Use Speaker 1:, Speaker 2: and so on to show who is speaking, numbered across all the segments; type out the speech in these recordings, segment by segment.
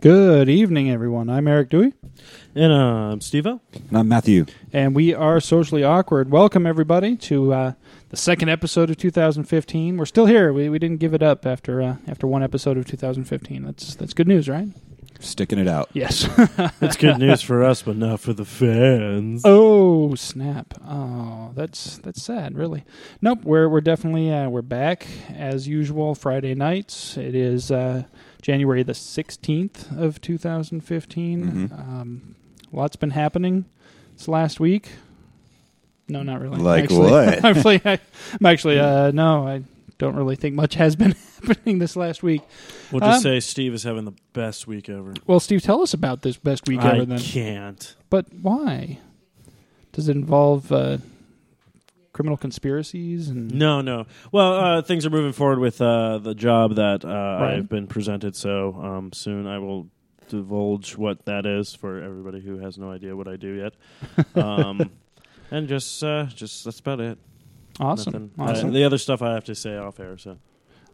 Speaker 1: Good evening, everyone. I'm Eric Dewey,
Speaker 2: And um, Steve O.
Speaker 3: And I'm Matthew.
Speaker 1: and we are Socially Awkward. Welcome, everybody, to uh, the second episode of 2015. We're still here. We, we didn't give it up after uh, after one episode of 2015. That's that's good news, right?
Speaker 3: Sticking it out.
Speaker 1: Yes.
Speaker 2: It's good news for us, but not for the fans.
Speaker 1: oh snap! Oh, that's that's sad. Really. Nope. We're we're definitely uh, we're back as usual Friday nights. It is uh, January the 16th of 2015.
Speaker 3: Mhm.
Speaker 1: Um, lots been happening this last week. No, not really.
Speaker 3: Like
Speaker 1: Actually-
Speaker 3: what? Mm.
Speaker 1: actually, I, I'm actually, uh, no, I don't really think much has been happening this last week.
Speaker 2: We'll just
Speaker 1: Um,
Speaker 2: say Steve is having the best week ever.
Speaker 1: Well, Steve, tell us about this best week
Speaker 2: I
Speaker 1: ever then.
Speaker 2: can't.
Speaker 1: But why? Does it involve uh, criminal conspiracies and
Speaker 2: No, no. Well, uh, things are moving forward with uh, the job that uh, I've been presented, so um, soon I will divulge what that is for everybody who has no idea what I do yet. Um, and just, uh, just that's about it.
Speaker 1: awesome?
Speaker 2: Nothing.
Speaker 1: Awesome.
Speaker 2: Uh, the other stuff I have to say off air. So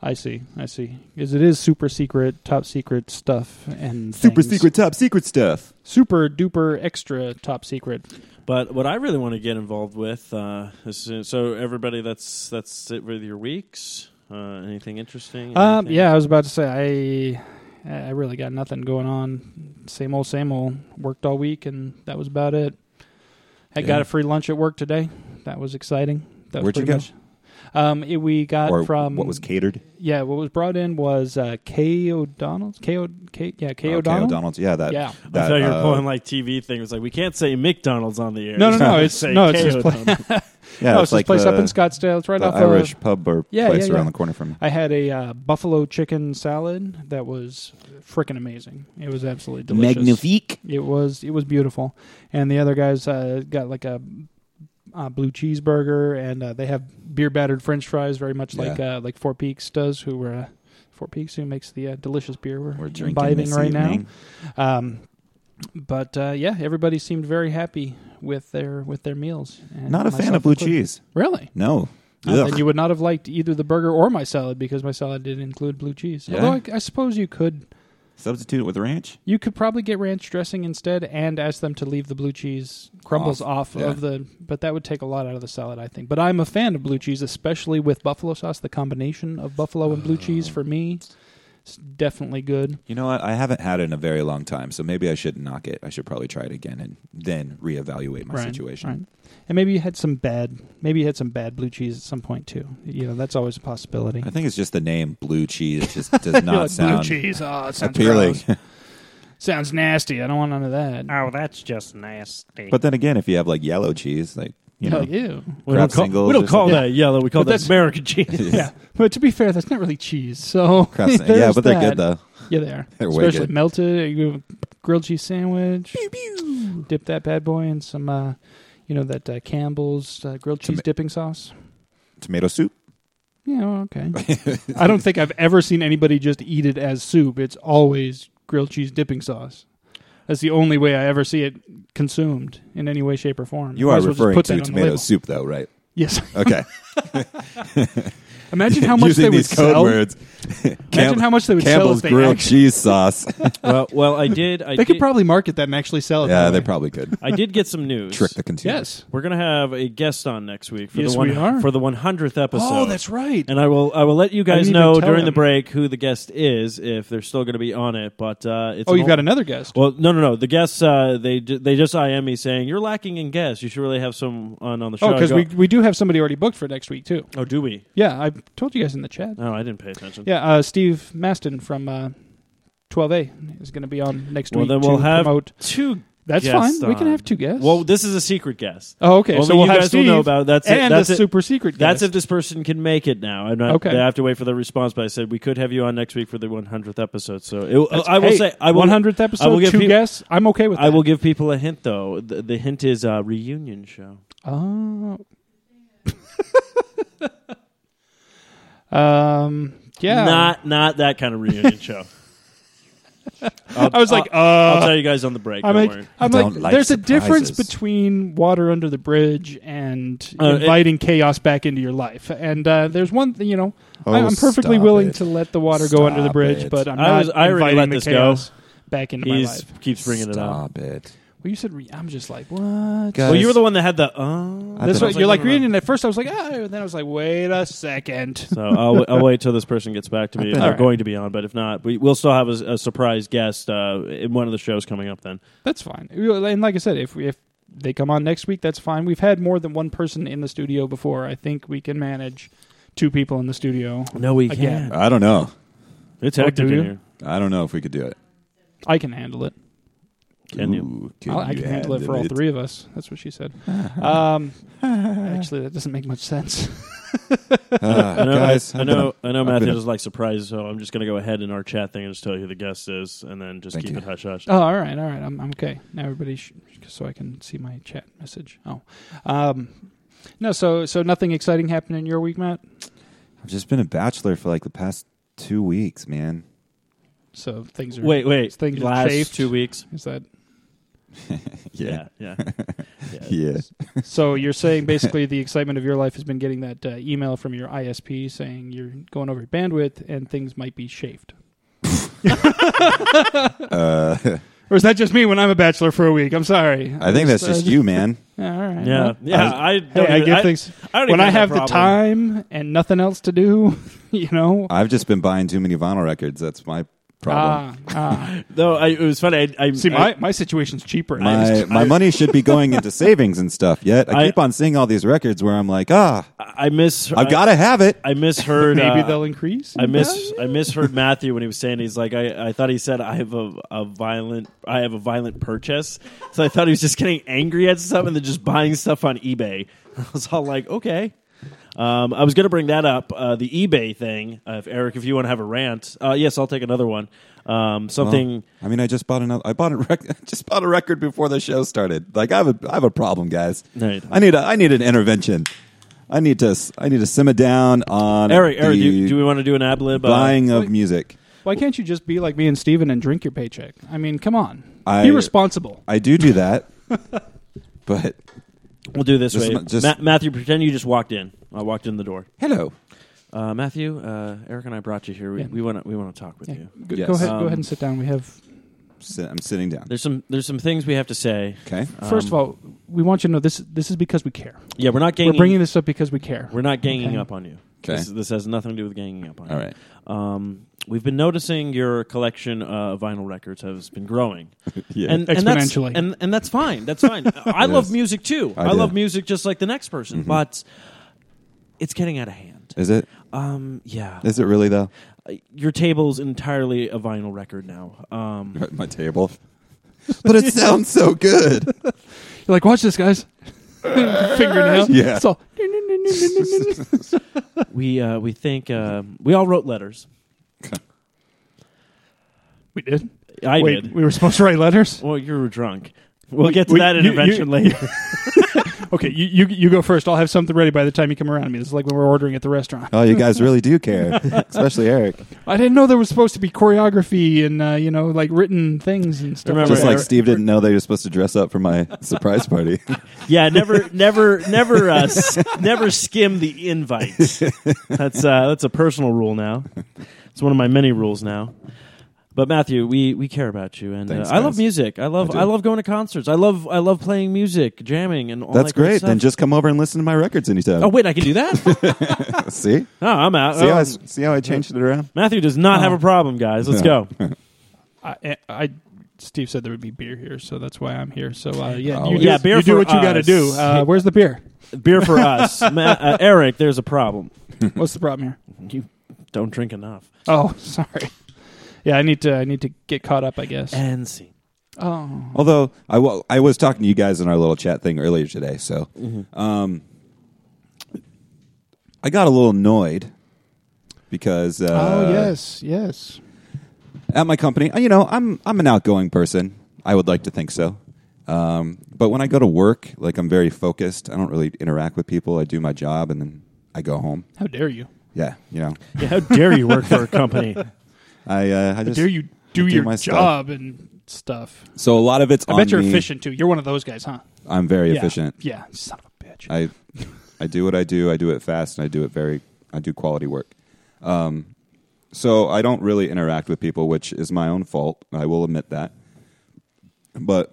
Speaker 1: I see. I see. Because it is super secret, top secret stuff, and
Speaker 3: Super
Speaker 1: things.
Speaker 3: secret, top secret stuff.
Speaker 1: super duper extra top secret.
Speaker 2: But what I really want to get involved with uh, is so everybody that's that's it with your weeks. Uh, anything interesting?
Speaker 1: Um,
Speaker 2: Anything-
Speaker 1: yeah, I was about to say I I really got nothing going on. Same old, same old. Worked all week, and that was about it. I got
Speaker 3: Yeah.
Speaker 1: a free lunch at work today. That was exciting. That
Speaker 3: Where'd
Speaker 1: was
Speaker 3: you
Speaker 1: pretty Much, um, it- we got
Speaker 3: or
Speaker 1: from
Speaker 3: what was catered?
Speaker 1: yeah, what was brought in was uh, K O'Donnell's K O K yeah K
Speaker 3: Oh,
Speaker 1: O'Donnell.
Speaker 3: O'Donnell's. Yeah, that.
Speaker 1: Yeah.
Speaker 2: I
Speaker 3: that
Speaker 2: thought you were
Speaker 3: uh,
Speaker 2: pulling like TV things. Like we can't say McDonald's on the air.
Speaker 1: No, no, no.
Speaker 2: We
Speaker 1: It's
Speaker 2: say
Speaker 1: no, it's this
Speaker 2: KO
Speaker 1: place.
Speaker 2: Donald.
Speaker 3: yeah,
Speaker 1: no,
Speaker 3: it's
Speaker 1: it's this
Speaker 3: like
Speaker 1: place
Speaker 3: the,
Speaker 1: up in Scottsdale. It's right
Speaker 3: the
Speaker 1: off of-
Speaker 3: Irish pub or
Speaker 1: Yeah,
Speaker 3: place
Speaker 1: yeah, yeah.
Speaker 3: around the corner from me.
Speaker 1: I had a uh, buffalo chicken salad that was freaking amazing. It was absolutely delicious.
Speaker 3: Magnifique.
Speaker 1: It was it was beautiful, and the other guys uh, got like a uh, blue cheeseburger, and uh, they have beer battered French fries, very much like uh, like Four Peaks does. Who were uh, Four Peaks? Who makes the uh, delicious beer we're,
Speaker 3: We're drinking
Speaker 1: imbibing
Speaker 3: this
Speaker 1: right
Speaker 3: evening.
Speaker 1: now? Um, but uh, yeah, everybody seemed very happy with their with their meals. and
Speaker 3: Not a fan
Speaker 1: myself
Speaker 3: of blue
Speaker 1: included.
Speaker 3: cheese.
Speaker 1: really.
Speaker 3: No.
Speaker 1: Uh,
Speaker 3: Ugh.
Speaker 1: then you would not have liked either the burger or my salad because my salad did include blue cheese.
Speaker 3: Yeah.
Speaker 1: Although I, I suppose you could
Speaker 3: Substitute it with ranch.
Speaker 1: you could probably get ranch dressing instead and ask them to leave the blue cheese crumbles off,
Speaker 3: yeah.
Speaker 1: of the but that would take a lot out of the salad, I think. But I'm a fan of blue cheese, especially with buffalo sauce. The combination of buffalo and blue cheese for me is definitely good.
Speaker 3: You know what? I haven't had it in a very long time, so maybe I should knock it. I should probably try it again and then reevaluate my
Speaker 1: Right,
Speaker 3: situation.
Speaker 1: right. And maybe you had some bad maybe you had some bad blue cheese at some point too. You know, that's always a possibility.
Speaker 3: I think it's just the name blue cheese just does
Speaker 1: You're
Speaker 3: not
Speaker 1: like, blue
Speaker 3: sound
Speaker 1: cheese, oh, it sounds
Speaker 3: appealing.
Speaker 1: gross. Sounds nasty. I don't want none of that.
Speaker 4: Oh, that's just nasty.
Speaker 3: But then again, if you have like yellow cheese, like you know,
Speaker 1: Hell, ew.
Speaker 2: We don't
Speaker 3: Crab
Speaker 2: call,
Speaker 3: singles
Speaker 2: we don't
Speaker 3: or
Speaker 2: call
Speaker 3: something.
Speaker 2: that yellow. We call
Speaker 1: But
Speaker 2: that
Speaker 1: that's-
Speaker 2: American cheese.
Speaker 1: yeah, but to be fair, that's not really cheese. So
Speaker 3: crab sing- yeah,
Speaker 1: there's
Speaker 3: but they're
Speaker 1: that.
Speaker 3: good though.
Speaker 1: Yeah, they are.
Speaker 3: They're way
Speaker 1: Especially
Speaker 3: good.
Speaker 1: melted you have a grilled cheese sandwich. Dip that bad boy in some, uh, you know, that uh, Campbell's uh, grilled cheese
Speaker 3: Toma-
Speaker 1: dipping sauce.
Speaker 3: Tomato soup.
Speaker 1: Yeah, well, okay. I don't think I've ever seen anybody just eat it as soup. It's always grilled cheese dipping sauce. That's the only way I ever see it consumed in any way, shape, or form.
Speaker 3: You
Speaker 1: Might
Speaker 3: are
Speaker 1: as well just
Speaker 3: referring
Speaker 1: put that
Speaker 3: to
Speaker 1: on the
Speaker 3: tomato
Speaker 1: label.
Speaker 3: soup, though, right?
Speaker 1: Yes.
Speaker 3: Okay.
Speaker 1: Imagine how much
Speaker 3: Using
Speaker 1: they would
Speaker 3: these code
Speaker 1: sell.
Speaker 3: words.
Speaker 1: Imagine how much they would sell
Speaker 3: Campbell's
Speaker 1: if they
Speaker 3: grilled
Speaker 1: actually-
Speaker 3: cheese sauce.
Speaker 2: well, well, I did. I
Speaker 1: They
Speaker 2: did,
Speaker 1: could probably market that and actually sell it.
Speaker 3: yeah,
Speaker 1: that
Speaker 3: they
Speaker 1: way.
Speaker 3: probably could
Speaker 2: I did get some news.
Speaker 3: trick the consumer.
Speaker 1: Oh, Yes.
Speaker 2: We're gonna have a guest on next week for
Speaker 1: Yes,
Speaker 2: the one
Speaker 1: we are.
Speaker 2: for the one hundredth episode.
Speaker 1: Oh, that's right.
Speaker 2: And I will I will let you guys
Speaker 1: didn't even
Speaker 2: know
Speaker 1: tell
Speaker 2: during the
Speaker 1: him.
Speaker 2: break who the guest is if they're still going to be on it. But uh, it's
Speaker 1: oh,
Speaker 2: an
Speaker 1: you've
Speaker 2: old-
Speaker 1: got another guest.
Speaker 2: Well, no, no, no. The guests uh, they ju- they just IM me saying you're lacking in guests. You should really have some on on the show.
Speaker 1: Oh,
Speaker 2: I
Speaker 1: because
Speaker 2: go,
Speaker 1: we, we do have somebody already booked for next week too.
Speaker 2: oh do we?
Speaker 1: Yeah, I told you guys in the chat.
Speaker 2: No, I didn't pay attention.
Speaker 1: Yeah, uh, Steve Maston from uh, 12A is going to be on next
Speaker 2: Well,
Speaker 1: week
Speaker 2: then we'll
Speaker 1: to
Speaker 2: have
Speaker 1: promote.
Speaker 2: two.
Speaker 1: That's
Speaker 2: guests
Speaker 1: fine. We can
Speaker 2: on.
Speaker 1: have two guests.
Speaker 2: um, Well, this is a secret guest.
Speaker 1: oh, okay.
Speaker 2: only
Speaker 1: So we'll
Speaker 2: you
Speaker 1: have
Speaker 2: guys
Speaker 1: Steve
Speaker 2: will know about it. That's it.
Speaker 1: and
Speaker 2: That's
Speaker 1: a
Speaker 2: it.
Speaker 1: super secret.
Speaker 2: That's if
Speaker 1: guest.
Speaker 2: this person can make it now. I'm not.
Speaker 1: Okay.
Speaker 2: I have to wait for the response. But I said we could have you on next week for the 100th episode. So it,
Speaker 1: That's-
Speaker 2: Uh, I will
Speaker 1: hey,
Speaker 2: say I will
Speaker 1: 100th episode.
Speaker 2: I will give
Speaker 1: two
Speaker 2: peop-
Speaker 1: guests. I'm okay with. That.
Speaker 2: I will give people a hint though. The, the hint is uh, reunion show.
Speaker 1: Oh. um. Yeah.
Speaker 2: Not not that kind of reunion show.
Speaker 1: I was like, uh,
Speaker 2: I'll tell you guys on the break.
Speaker 1: I'm
Speaker 2: don't
Speaker 1: like,
Speaker 2: worry.
Speaker 1: I'm
Speaker 3: I
Speaker 1: like,
Speaker 3: don't like
Speaker 1: there's a difference
Speaker 3: surprises.
Speaker 1: between water under the bridge and
Speaker 2: Uh, it-
Speaker 1: inviting chaos back into your life. And uh, there's one, thing, you know, I-
Speaker 3: Oh,
Speaker 1: I'm perfectly
Speaker 3: stop
Speaker 1: willing
Speaker 3: it.
Speaker 1: to let the water go under the
Speaker 3: Stop
Speaker 1: bridge,
Speaker 3: it.
Speaker 1: but I'm
Speaker 2: I
Speaker 1: not
Speaker 2: was- I already
Speaker 1: inviting
Speaker 2: let
Speaker 1: the
Speaker 2: this go.
Speaker 1: chaos back into my
Speaker 2: He's
Speaker 1: life.
Speaker 2: keeps bringing it up.
Speaker 3: Stop it.
Speaker 1: Well, you said re- I'm just like what?
Speaker 3: Guys,
Speaker 2: Well, you were the one that had the. Uh,
Speaker 3: I've
Speaker 1: That's
Speaker 3: been-
Speaker 1: what you're like
Speaker 2: no, no, no.
Speaker 1: reading. it At first, I was like, ah, and then I was like, wait a second.
Speaker 2: So I'll, I'll wait till this person gets back to me.
Speaker 3: I've
Speaker 2: They're
Speaker 3: been-
Speaker 1: Alright.
Speaker 2: going to be on, but if not, we, we'll still have a, a surprise guest uh, in one of the shows coming up. Then
Speaker 1: That's fine. And like I said, if we, if they come on next week, that's fine. We've had more than one person in the studio before. I think we can manage two people in the studio.
Speaker 2: no, we
Speaker 1: Again.
Speaker 3: I don't know.
Speaker 2: It's
Speaker 1: Oh,
Speaker 2: hectic
Speaker 1: do you?
Speaker 2: in here.
Speaker 3: I don't know if we could do it.
Speaker 1: I can handle it.
Speaker 2: Can you?
Speaker 3: Ooh,
Speaker 1: I'll, I
Speaker 3: you
Speaker 1: can handle it for all
Speaker 3: it?
Speaker 1: three of us. That's what she said. um, actually, that doesn't make much sense.
Speaker 3: Ah,
Speaker 2: I know,
Speaker 3: guys,
Speaker 2: I,
Speaker 3: I've been
Speaker 2: know,
Speaker 3: up-
Speaker 2: I know.
Speaker 3: I've been
Speaker 2: Matthew
Speaker 3: up-
Speaker 2: is like surprised, so I'm just going to go ahead in our chat thing and just tell you who the guest is, and then just
Speaker 3: Thank
Speaker 2: keep
Speaker 3: you.
Speaker 2: it hush hush.
Speaker 1: Oh, all right, all right. I'm, I'm okay. Now everybody, sh- so I can see my chat message. Oh, um, no. So so nothing exciting happened in your week, Matt.
Speaker 3: I've just been a bachelor for like the past two weeks, man.
Speaker 1: So things are
Speaker 2: wait, wait.
Speaker 1: Things are
Speaker 2: Last
Speaker 1: chafed.
Speaker 2: two weeks.
Speaker 1: Is that
Speaker 2: Yeah, yeah, yeah.
Speaker 3: Yeah.
Speaker 1: so? You're saying basically the excitement of your life has been getting that uh, email from your ISP saying you're going over your bandwidth and things might be shaved.
Speaker 3: Uh,
Speaker 1: Or is that just me when I'm a bachelor for a week? I'm sorry.
Speaker 3: I think that's
Speaker 1: uh,
Speaker 3: just you, man.
Speaker 1: Yeah, all right.
Speaker 2: Yeah,
Speaker 1: Well,
Speaker 2: yeah. I,
Speaker 1: Hey,
Speaker 2: don't
Speaker 1: I
Speaker 2: even-
Speaker 1: give things
Speaker 2: I don't
Speaker 1: when
Speaker 2: even
Speaker 1: I
Speaker 2: that
Speaker 1: have the
Speaker 2: problem.
Speaker 1: time and nothing else to do. You know.
Speaker 3: I've just been buying too many vinyl records. That's my problem.
Speaker 1: Ah, ah.
Speaker 2: Though I, it was funny. I, I
Speaker 1: See,
Speaker 2: I-
Speaker 1: my, my situation's cheaper.
Speaker 3: my my money should be going into savings and stuff. Yet I,
Speaker 2: I-
Speaker 3: keep on seeing all these records where I'm like, ah,
Speaker 2: I miss.
Speaker 3: I've got to have it.
Speaker 2: I misheard.
Speaker 1: Maybe
Speaker 2: uh,
Speaker 1: they'll increase.
Speaker 2: I miss I misheard Matthew when he was saying he's like I, I thought he said I have a, a violent I have a violent purchase. So I thought he was just getting angry at stuff and then just buying stuff on eBay. I was all like, okay. Um, I was going to bring that up, uh, the eBay thing. Uh, if Eric, if you want to have a rant, uh, yes, I'll take another one. Um,
Speaker 3: Well,
Speaker 2: something.
Speaker 3: I mean, I just bought another. I bought a rec- I just bought a record before the show started. Like I have a I have a problem, guys.
Speaker 2: No, you don't.
Speaker 3: I need a I need an intervention. I need to s- I need to simmer down on
Speaker 2: Eric, Eric, do, you,
Speaker 3: the
Speaker 2: do we want to do an ad lib? Uh,
Speaker 3: buying of music.
Speaker 1: Why can't you just be like me and Steven and drink your paycheck? I mean, come on.
Speaker 3: I-
Speaker 1: be responsible.
Speaker 3: I do do that, but
Speaker 2: we'll do this
Speaker 3: Just-
Speaker 2: way.
Speaker 3: just-
Speaker 2: Ma- Matthew, pretend you just walked in. I walked in the door.
Speaker 3: hello.
Speaker 2: Uh, Matthew, uh, Eric, and I brought you here. We
Speaker 1: Yeah.
Speaker 2: we want to we want to talk with
Speaker 1: Yeah.
Speaker 2: you.
Speaker 1: Go,
Speaker 3: Yes.
Speaker 1: go ahead.
Speaker 2: Um,
Speaker 1: go ahead and sit down. We have.
Speaker 3: Sit- I'm sitting down.
Speaker 2: There's some there's some things we have to say. Um,
Speaker 3: Okay.
Speaker 1: First of all, we want you to know this. This is because we care.
Speaker 2: Yeah, we're not ganging.
Speaker 1: We're bringing this up because we care.
Speaker 2: we're not ganging
Speaker 1: Okay.
Speaker 2: up on you.
Speaker 3: 'Kay.
Speaker 2: This, this has nothing to do with ganging up on
Speaker 3: All
Speaker 2: you.
Speaker 3: right.
Speaker 2: Um, we've been noticing your collection uh, of vinyl records has been growing.
Speaker 3: Yeah.
Speaker 2: and, and that's-
Speaker 1: Exponentially.
Speaker 2: And, and that's fine. That's fine. I
Speaker 3: Yes.
Speaker 2: love music too.
Speaker 3: I
Speaker 2: I,
Speaker 3: do.
Speaker 2: love music just like the next person, but it's getting out of hand.
Speaker 3: Is it?
Speaker 2: Um, yeah.
Speaker 3: Is it really though?
Speaker 2: Uh, your table's entirely a vinyl record now. Um,
Speaker 3: At my table. But it sounds so good.
Speaker 1: You're like, watch this, guys. Fingernail.
Speaker 3: Yeah.
Speaker 1: It's all.
Speaker 2: we uh, we think uh, we all wrote letters.
Speaker 1: we did.
Speaker 2: I
Speaker 1: Wait,
Speaker 2: did.
Speaker 1: we were supposed to write letters.
Speaker 2: Well, you were drunk. We'll get to
Speaker 1: we-
Speaker 2: that
Speaker 1: you- you-
Speaker 2: intervention later.
Speaker 1: Okay, you, you you go first. I'll have something ready by the time you come around to me. This is like when we're ordering at the restaurant.
Speaker 3: Oh, you guys really do care, especially Eric.
Speaker 1: I didn't know there was supposed to be choreography and uh, you know like written things and stuff.
Speaker 2: Remember-
Speaker 3: Just like
Speaker 2: Eric-
Speaker 3: Steve didn't know they were supposed to dress up for my surprise party.
Speaker 2: Yeah, never, never, never, uh, s- never skim the invite. That's uh, that's a personal rule now. It's one of my many rules now. But Matthew, we, we care about you, and
Speaker 3: Thanks,
Speaker 2: uh, I love
Speaker 3: guys.
Speaker 2: music. I love
Speaker 3: do.
Speaker 2: I, love going to concerts. I love I love playing music, jamming, and all
Speaker 3: That's
Speaker 2: that great
Speaker 3: great.
Speaker 2: Stuff.
Speaker 3: Then just come over and listen to my records anytime.
Speaker 2: oh wait, I can do that.
Speaker 3: see,
Speaker 2: no, I'm out.
Speaker 3: see how I,
Speaker 2: Um,
Speaker 3: s- Oh. see how I changed it around.
Speaker 2: Matthew does not have a problem, guys. Let's
Speaker 3: No.
Speaker 2: go.
Speaker 1: I, I Steve said there would be beer here, so that's why I'm here. So uh, yeah,
Speaker 3: Oh,
Speaker 1: you, do,
Speaker 2: yeah, beer
Speaker 1: you do
Speaker 2: for
Speaker 1: what you got to
Speaker 2: us.
Speaker 1: do. Uh, where's the beer?
Speaker 2: Beer for us, Ma- uh, Eric. There's a problem.
Speaker 1: What's the problem here?
Speaker 2: You don't drink enough.
Speaker 1: Oh, sorry. Yeah, I need to. I need to get caught up. I guess.
Speaker 2: And see.
Speaker 1: Oh,
Speaker 3: Although I wa- I was talking to you guys in our little chat thing earlier today, so
Speaker 2: Mm-hmm.
Speaker 3: um, I got a little annoyed because uh,
Speaker 1: oh yes, yes.
Speaker 3: at my company, uh, you know, I'm I'm an outgoing person. I would like to think so. Um, but when I go to work, like I'm very focused. I don't really interact with people. I do my job and then I go home.
Speaker 1: How dare you?
Speaker 3: Yeah, you know,
Speaker 2: Yeah, how dare you work for a company?
Speaker 3: I uh, I
Speaker 1: How
Speaker 3: just
Speaker 1: dare you do,
Speaker 3: do
Speaker 1: your
Speaker 3: my stuff.
Speaker 1: job and stuff?
Speaker 3: So a lot of it's.
Speaker 1: I
Speaker 3: on
Speaker 1: bet you're
Speaker 3: me.
Speaker 1: efficient too. You're one of those guys, huh?
Speaker 3: I'm very
Speaker 1: yeah.
Speaker 3: efficient.
Speaker 1: Yeah, son of a bitch.
Speaker 3: I I do what I do. I do it fast and I do it very. I do quality work. Um, So I don't really interact with people, which is my own fault. I will admit that. But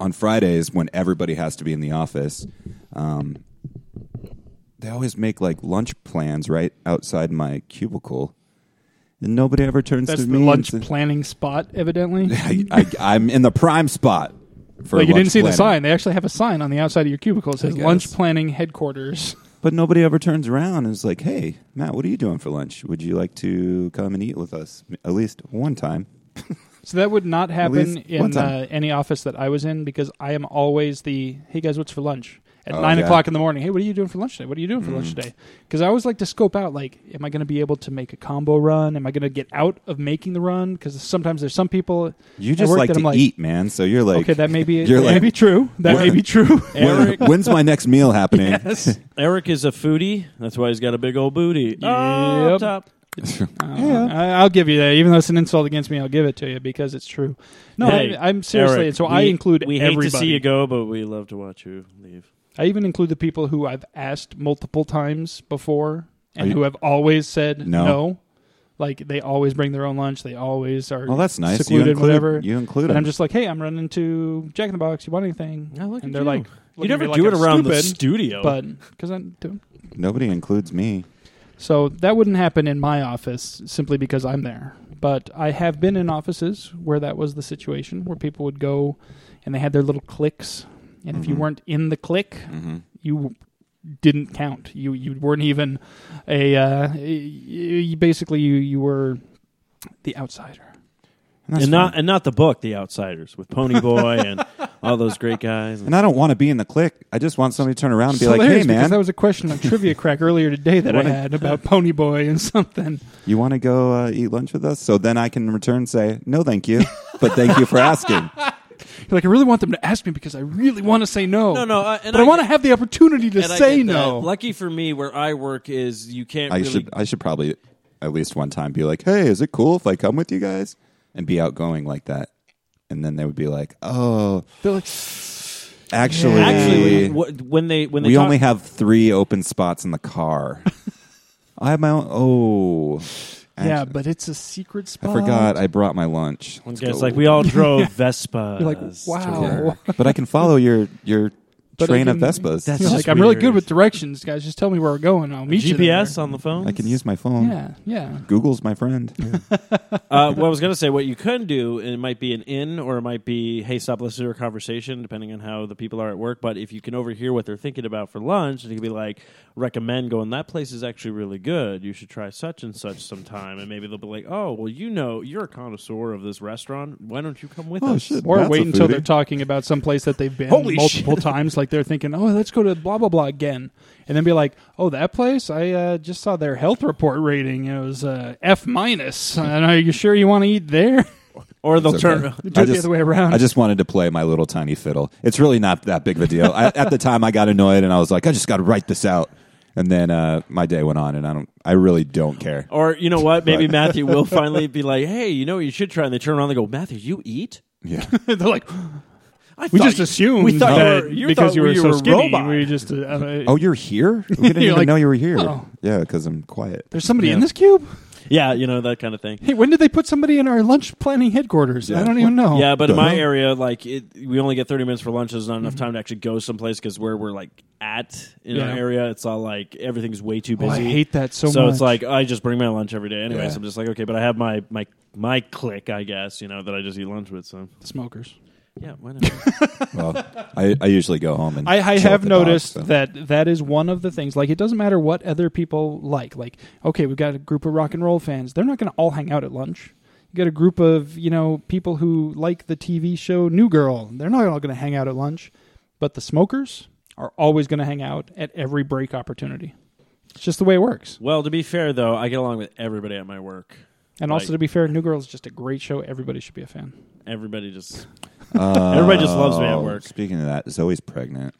Speaker 3: on Fridays, when everybody has to be in the office, um, they always make like lunch plans right outside my cubicle, and nobody ever turns
Speaker 1: That's
Speaker 3: to
Speaker 1: the
Speaker 3: me. and
Speaker 1: lunch
Speaker 3: says-
Speaker 1: planning spot, evidently.
Speaker 3: I, I, I'm in the prime spot. For
Speaker 1: Like you didn't
Speaker 3: lunch
Speaker 1: see the
Speaker 3: planning.
Speaker 1: sign. They actually have a sign on the outside of your cubicle. It says
Speaker 3: guess.
Speaker 1: "Lunch Planning Headquarters."
Speaker 3: But nobody ever turns around and is like, "Hey, Matt, what are you doing for lunch? Would you like to come and eat with us at least one time?"
Speaker 1: So that would not happen
Speaker 3: least one
Speaker 1: in
Speaker 3: time.
Speaker 1: uh, any office that I was in because I am always the hey guys, what's for lunch at
Speaker 3: Oh,
Speaker 1: nine
Speaker 3: yeah. Mm.
Speaker 1: o'clock in the morning. Hey, what are you doing for lunch today? What are you doing for lunch today? Because I always like to scope out like, am I going to be able to make a combo run? Am I going to get out of making the run? Because sometimes there's some people
Speaker 3: You
Speaker 1: at
Speaker 3: just
Speaker 1: work
Speaker 3: like
Speaker 1: that
Speaker 3: to
Speaker 1: I'm like,
Speaker 3: eat, man. So you're like,
Speaker 1: okay, that may be
Speaker 3: You're
Speaker 1: that may
Speaker 3: like-
Speaker 1: be true. That may be true.
Speaker 3: "When- when's my next meal happening?
Speaker 1: yes.
Speaker 2: Eric is a foodie. That's why he's got a big old booty. Oh,
Speaker 1: Yep.
Speaker 2: top.
Speaker 1: Uh, I, I'll give you that. Even though it's an insult against me, I'll give it to you because it's true. No,
Speaker 2: Hey,
Speaker 1: I, I'm seriously.
Speaker 2: Eric,
Speaker 1: so I
Speaker 2: we-
Speaker 1: include
Speaker 2: We
Speaker 1: everybody.
Speaker 2: hate to see you go, but we love to watch you leave.
Speaker 1: I even include the people who I've asked multiple times before and
Speaker 3: Are you-
Speaker 1: who have always said
Speaker 3: No.
Speaker 1: no. Like they always bring their own lunch. They always are.
Speaker 3: Well, that's nice.
Speaker 1: Secluded,
Speaker 3: you include,
Speaker 1: whatever.
Speaker 3: You include
Speaker 1: and I'm
Speaker 3: them.
Speaker 1: just like, hey, I'm running to Jack in the Box. You want anything?
Speaker 2: Oh, look
Speaker 1: and
Speaker 2: at
Speaker 1: they're
Speaker 2: you.
Speaker 1: like,
Speaker 2: You never do it around the studio.
Speaker 1: but because I'm doing.
Speaker 3: Nobody includes me.
Speaker 1: So that wouldn't happen in my office simply because I'm there. But I have been in offices where that was the situation where people would go and they had their little cliques. And if you
Speaker 3: Mhm.
Speaker 1: weren't in the clique,
Speaker 3: Mm-hmm.
Speaker 1: you didn't count. You you weren't even a uh, you, you- basically you you were the outsider.
Speaker 2: and not and not the book, The Outsiders, with Pony Boy and all those great guys.
Speaker 3: and I don't want to be in the clique. I just want somebody to turn around and be
Speaker 1: It's
Speaker 3: like,
Speaker 1: hilarious
Speaker 3: "Hey,
Speaker 1: because
Speaker 3: man,
Speaker 1: that was a question on Trivia Crack earlier today that I
Speaker 3: Wanna-
Speaker 1: had about Pony Boy and something.
Speaker 3: you want to go uh, eat lunch with us?" So then I can in return say, "No, thank you, but thank you for asking."
Speaker 1: You're like, I really want them to ask me because I really want to say no.
Speaker 2: No, no, uh, and
Speaker 1: but I,
Speaker 2: I
Speaker 1: want to
Speaker 2: get-
Speaker 1: have the opportunity to
Speaker 2: And I
Speaker 1: say
Speaker 2: get that.
Speaker 1: no.
Speaker 2: Lucky for me, where I work is you can't
Speaker 3: I
Speaker 2: really.
Speaker 3: should I should probably at least one time be like, "Hey, is it cool if I come with you guys?" and be outgoing like that. And then they would be like, "Oh,
Speaker 1: They're like,
Speaker 3: actually,
Speaker 2: Actually, wh- when they when they
Speaker 3: we
Speaker 2: talk,
Speaker 3: only have 3 open spots in the car." I have my own Oh.
Speaker 1: yeah,
Speaker 3: Actu-
Speaker 1: but it's a secret spot.
Speaker 3: I forgot I brought my lunch.
Speaker 2: One
Speaker 3: Let's
Speaker 2: guy's
Speaker 3: go.
Speaker 2: like, we all drove Vespas.
Speaker 1: You're like, wow.
Speaker 3: Yeah. but I can follow your your
Speaker 1: But I
Speaker 3: train of
Speaker 1: didn't-
Speaker 3: Vespas.
Speaker 2: That's-
Speaker 1: You're
Speaker 2: It's
Speaker 1: like,
Speaker 2: just
Speaker 1: I'm really
Speaker 2: weird.
Speaker 1: good with directions, guys. Just tell me where we're going. I'll meet you. there."
Speaker 2: GPS on the phone.
Speaker 3: I can use my phone.
Speaker 1: Yeah, yeah.
Speaker 3: Google's my friend.
Speaker 2: Uh, what I was going to say, what you can do, and it might be an in or it might be, hey, stop listening to a conversation, depending on how the people are at work. But if you can overhear what they're thinking about for lunch, you can be like, recommend going, that place is actually really good. You should try such and such sometime. And maybe they'll be like, oh, well, you know, you're a connoisseur of this restaurant. Why don't you come with
Speaker 3: Oh
Speaker 2: us?
Speaker 3: shit.
Speaker 1: Or
Speaker 3: that's a
Speaker 1: wait until
Speaker 3: foodie.
Speaker 1: they're talking about some place that they've been
Speaker 2: Holy
Speaker 1: multiple times. Like they're thinking, oh, let's go to blah, blah, blah again. And then be like, oh, that place? I uh, just saw their health report rating. It was uh, F minus. And are you sure you want to eat there?
Speaker 2: Or they'll
Speaker 3: It's
Speaker 2: turn.
Speaker 3: okay.
Speaker 1: Do
Speaker 3: I
Speaker 1: it the
Speaker 3: just-
Speaker 1: other way around.
Speaker 3: I just wanted to play my little tiny fiddle. It's really not that big of a deal. I, at the time, I got annoyed and I was like, I just got to write this out. And then uh, my day went on, and I don't. I really don't care.
Speaker 1: Oh.
Speaker 2: Or you know what? Maybe
Speaker 3: Right.
Speaker 2: Matthew will finally be like, "Hey, you know what you should try." And they turn around and they go, "Matthew, you eat?
Speaker 3: Yeah,
Speaker 1: they're like,
Speaker 2: I
Speaker 1: we
Speaker 2: thought
Speaker 1: just
Speaker 2: you-
Speaker 1: assumed
Speaker 2: we thought
Speaker 1: that
Speaker 2: you were, you
Speaker 1: because
Speaker 2: thought
Speaker 1: you were
Speaker 2: you
Speaker 1: so
Speaker 2: were a
Speaker 1: skinny.
Speaker 2: robot.
Speaker 1: We just, uh, uh,
Speaker 3: Oh, you're here? We didn't
Speaker 1: You're
Speaker 3: even
Speaker 1: like,
Speaker 3: know you were here.
Speaker 1: oh.
Speaker 3: Yeah, because I'm quiet.
Speaker 1: there's somebody in
Speaker 2: Yeah.
Speaker 1: this cube?
Speaker 2: Yeah, you know that kind of thing.
Speaker 1: Hey, when did they put somebody in our lunch planning headquarters?
Speaker 3: Yeah.
Speaker 1: I don't even know.
Speaker 2: yeah, but in
Speaker 3: the
Speaker 2: my
Speaker 3: hell?
Speaker 2: area, like it, we only get thirty minutes for lunch. There's not enough time to actually go someplace because where we're like at in
Speaker 1: Yeah.
Speaker 2: our area, it's all like everything's way too
Speaker 1: Oh,
Speaker 2: busy.
Speaker 1: I hate that so,
Speaker 2: so
Speaker 1: much.
Speaker 2: it's like I just bring my lunch every day. Anyways,
Speaker 3: Yeah.
Speaker 2: I'm just like okay, but I have my my my click, I guess. You know that I just eat lunch with. So
Speaker 1: smokers.
Speaker 2: yeah, why not?
Speaker 3: Well, I, I usually go home and
Speaker 1: I, I
Speaker 3: chill
Speaker 1: have
Speaker 3: with the dogs,
Speaker 1: noticed
Speaker 3: so.
Speaker 1: that that is one of the things. Like, it doesn't matter what other people like. Like, okay, we've got a group of rock and roll fans. They're not going to all hang out at lunch. You got a group of you know people who like the TV show New Girl. They're not all going to hang out at lunch, but the smokers are always going to hang out at every break opportunity. It's just the way it works.
Speaker 2: well, to be fair though, I get along with everybody at my work.
Speaker 1: And also,
Speaker 2: Right.
Speaker 1: to be fair, New Girl is just a great show. Everybody should be a fan.
Speaker 2: Everybody just
Speaker 3: Oh,
Speaker 2: everybody just loves me at work.
Speaker 3: Speaking of that, Zoe's pregnant.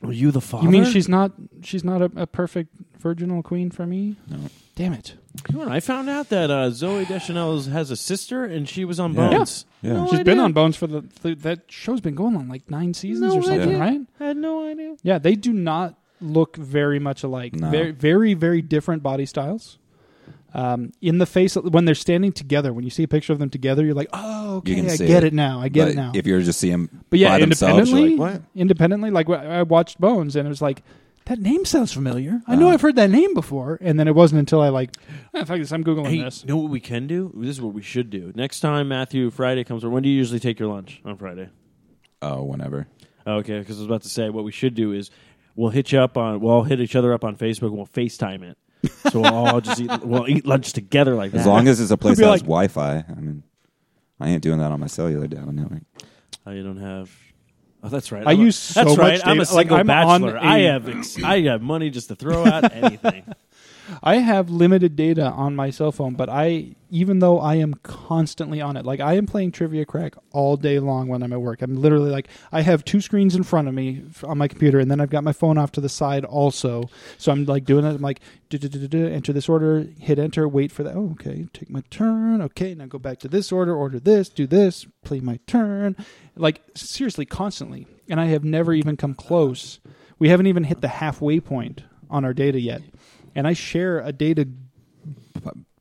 Speaker 2: Were you the father?
Speaker 1: You mean she's not she's not a, a perfect virginal queen for me?
Speaker 3: No.
Speaker 1: Damn it.
Speaker 2: You know, I found out that uh, Zoe Deschanel has a sister, and she was on
Speaker 3: Yeah.
Speaker 2: Bones.
Speaker 3: Yeah.
Speaker 2: No
Speaker 1: She's
Speaker 2: idea.
Speaker 1: been on Bones for the, the that show's been going on like nine seasons
Speaker 2: No
Speaker 1: or something,
Speaker 2: idea.
Speaker 1: right?
Speaker 2: I had no idea.
Speaker 1: Yeah, they do not look very much alike.
Speaker 3: No.
Speaker 1: Very, very, very different body styles. Um, in the face when they're standing together, when you see a picture of them together, you're like, oh,
Speaker 3: You
Speaker 1: okay,
Speaker 3: can
Speaker 1: I
Speaker 3: see
Speaker 1: get
Speaker 3: it.
Speaker 1: it. now. I get
Speaker 3: but
Speaker 1: it now.
Speaker 3: If you're just seeing
Speaker 1: but yeah,
Speaker 3: by themselves, you're
Speaker 1: independently,
Speaker 3: like, what?
Speaker 1: independently, like wh- I watched Bones, and it was like. That name sounds familiar. I know
Speaker 3: Uh.
Speaker 1: I've heard that name before, and then it wasn't until I like, ah, fuck this, I'm googling
Speaker 2: Hey,
Speaker 1: this.
Speaker 2: you know what we can do? This is what we should do. Next time Matthew Friday comes, or when do you usually take your lunch on Friday?
Speaker 3: Oh, whenever.
Speaker 2: Okay, because I was about to say what we should do is we'll hit you up on, we'll all hit each other up on Facebook and we'll FaceTime it. So we'll all just eat, we'll eat lunch together like that.
Speaker 3: As long as it's a place
Speaker 1: be
Speaker 3: that has
Speaker 1: like-
Speaker 3: Wi-Fi. I mean, I ain't doing that on my cellular down network.
Speaker 2: Oh, you don't have. Oh, that's right.
Speaker 1: I
Speaker 2: I'm a-
Speaker 1: use so
Speaker 2: that's
Speaker 1: much
Speaker 2: right. I'm a
Speaker 1: data. Like,
Speaker 2: single
Speaker 1: I'm on
Speaker 2: bachelor.
Speaker 1: a-
Speaker 2: I have ex- I have money just to throw out anything.
Speaker 1: I have limited data on my cell phone, but I, even though I am constantly on it, like I am playing Trivia Crack all day long when I'm at work. I'm literally like, I have two screens in front of me f- on my computer, and then I've got my phone off to the side also. So I'm like doing it. I'm like, "Du-du-du-du-du, enter this order, hit enter, wait for that. Oh, okay, take my turn. Okay, now go back to this order, order this, do this, play my turn. Like, seriously, constantly. And I have never even come close. We haven't even hit the halfway point on our data yet and I share a data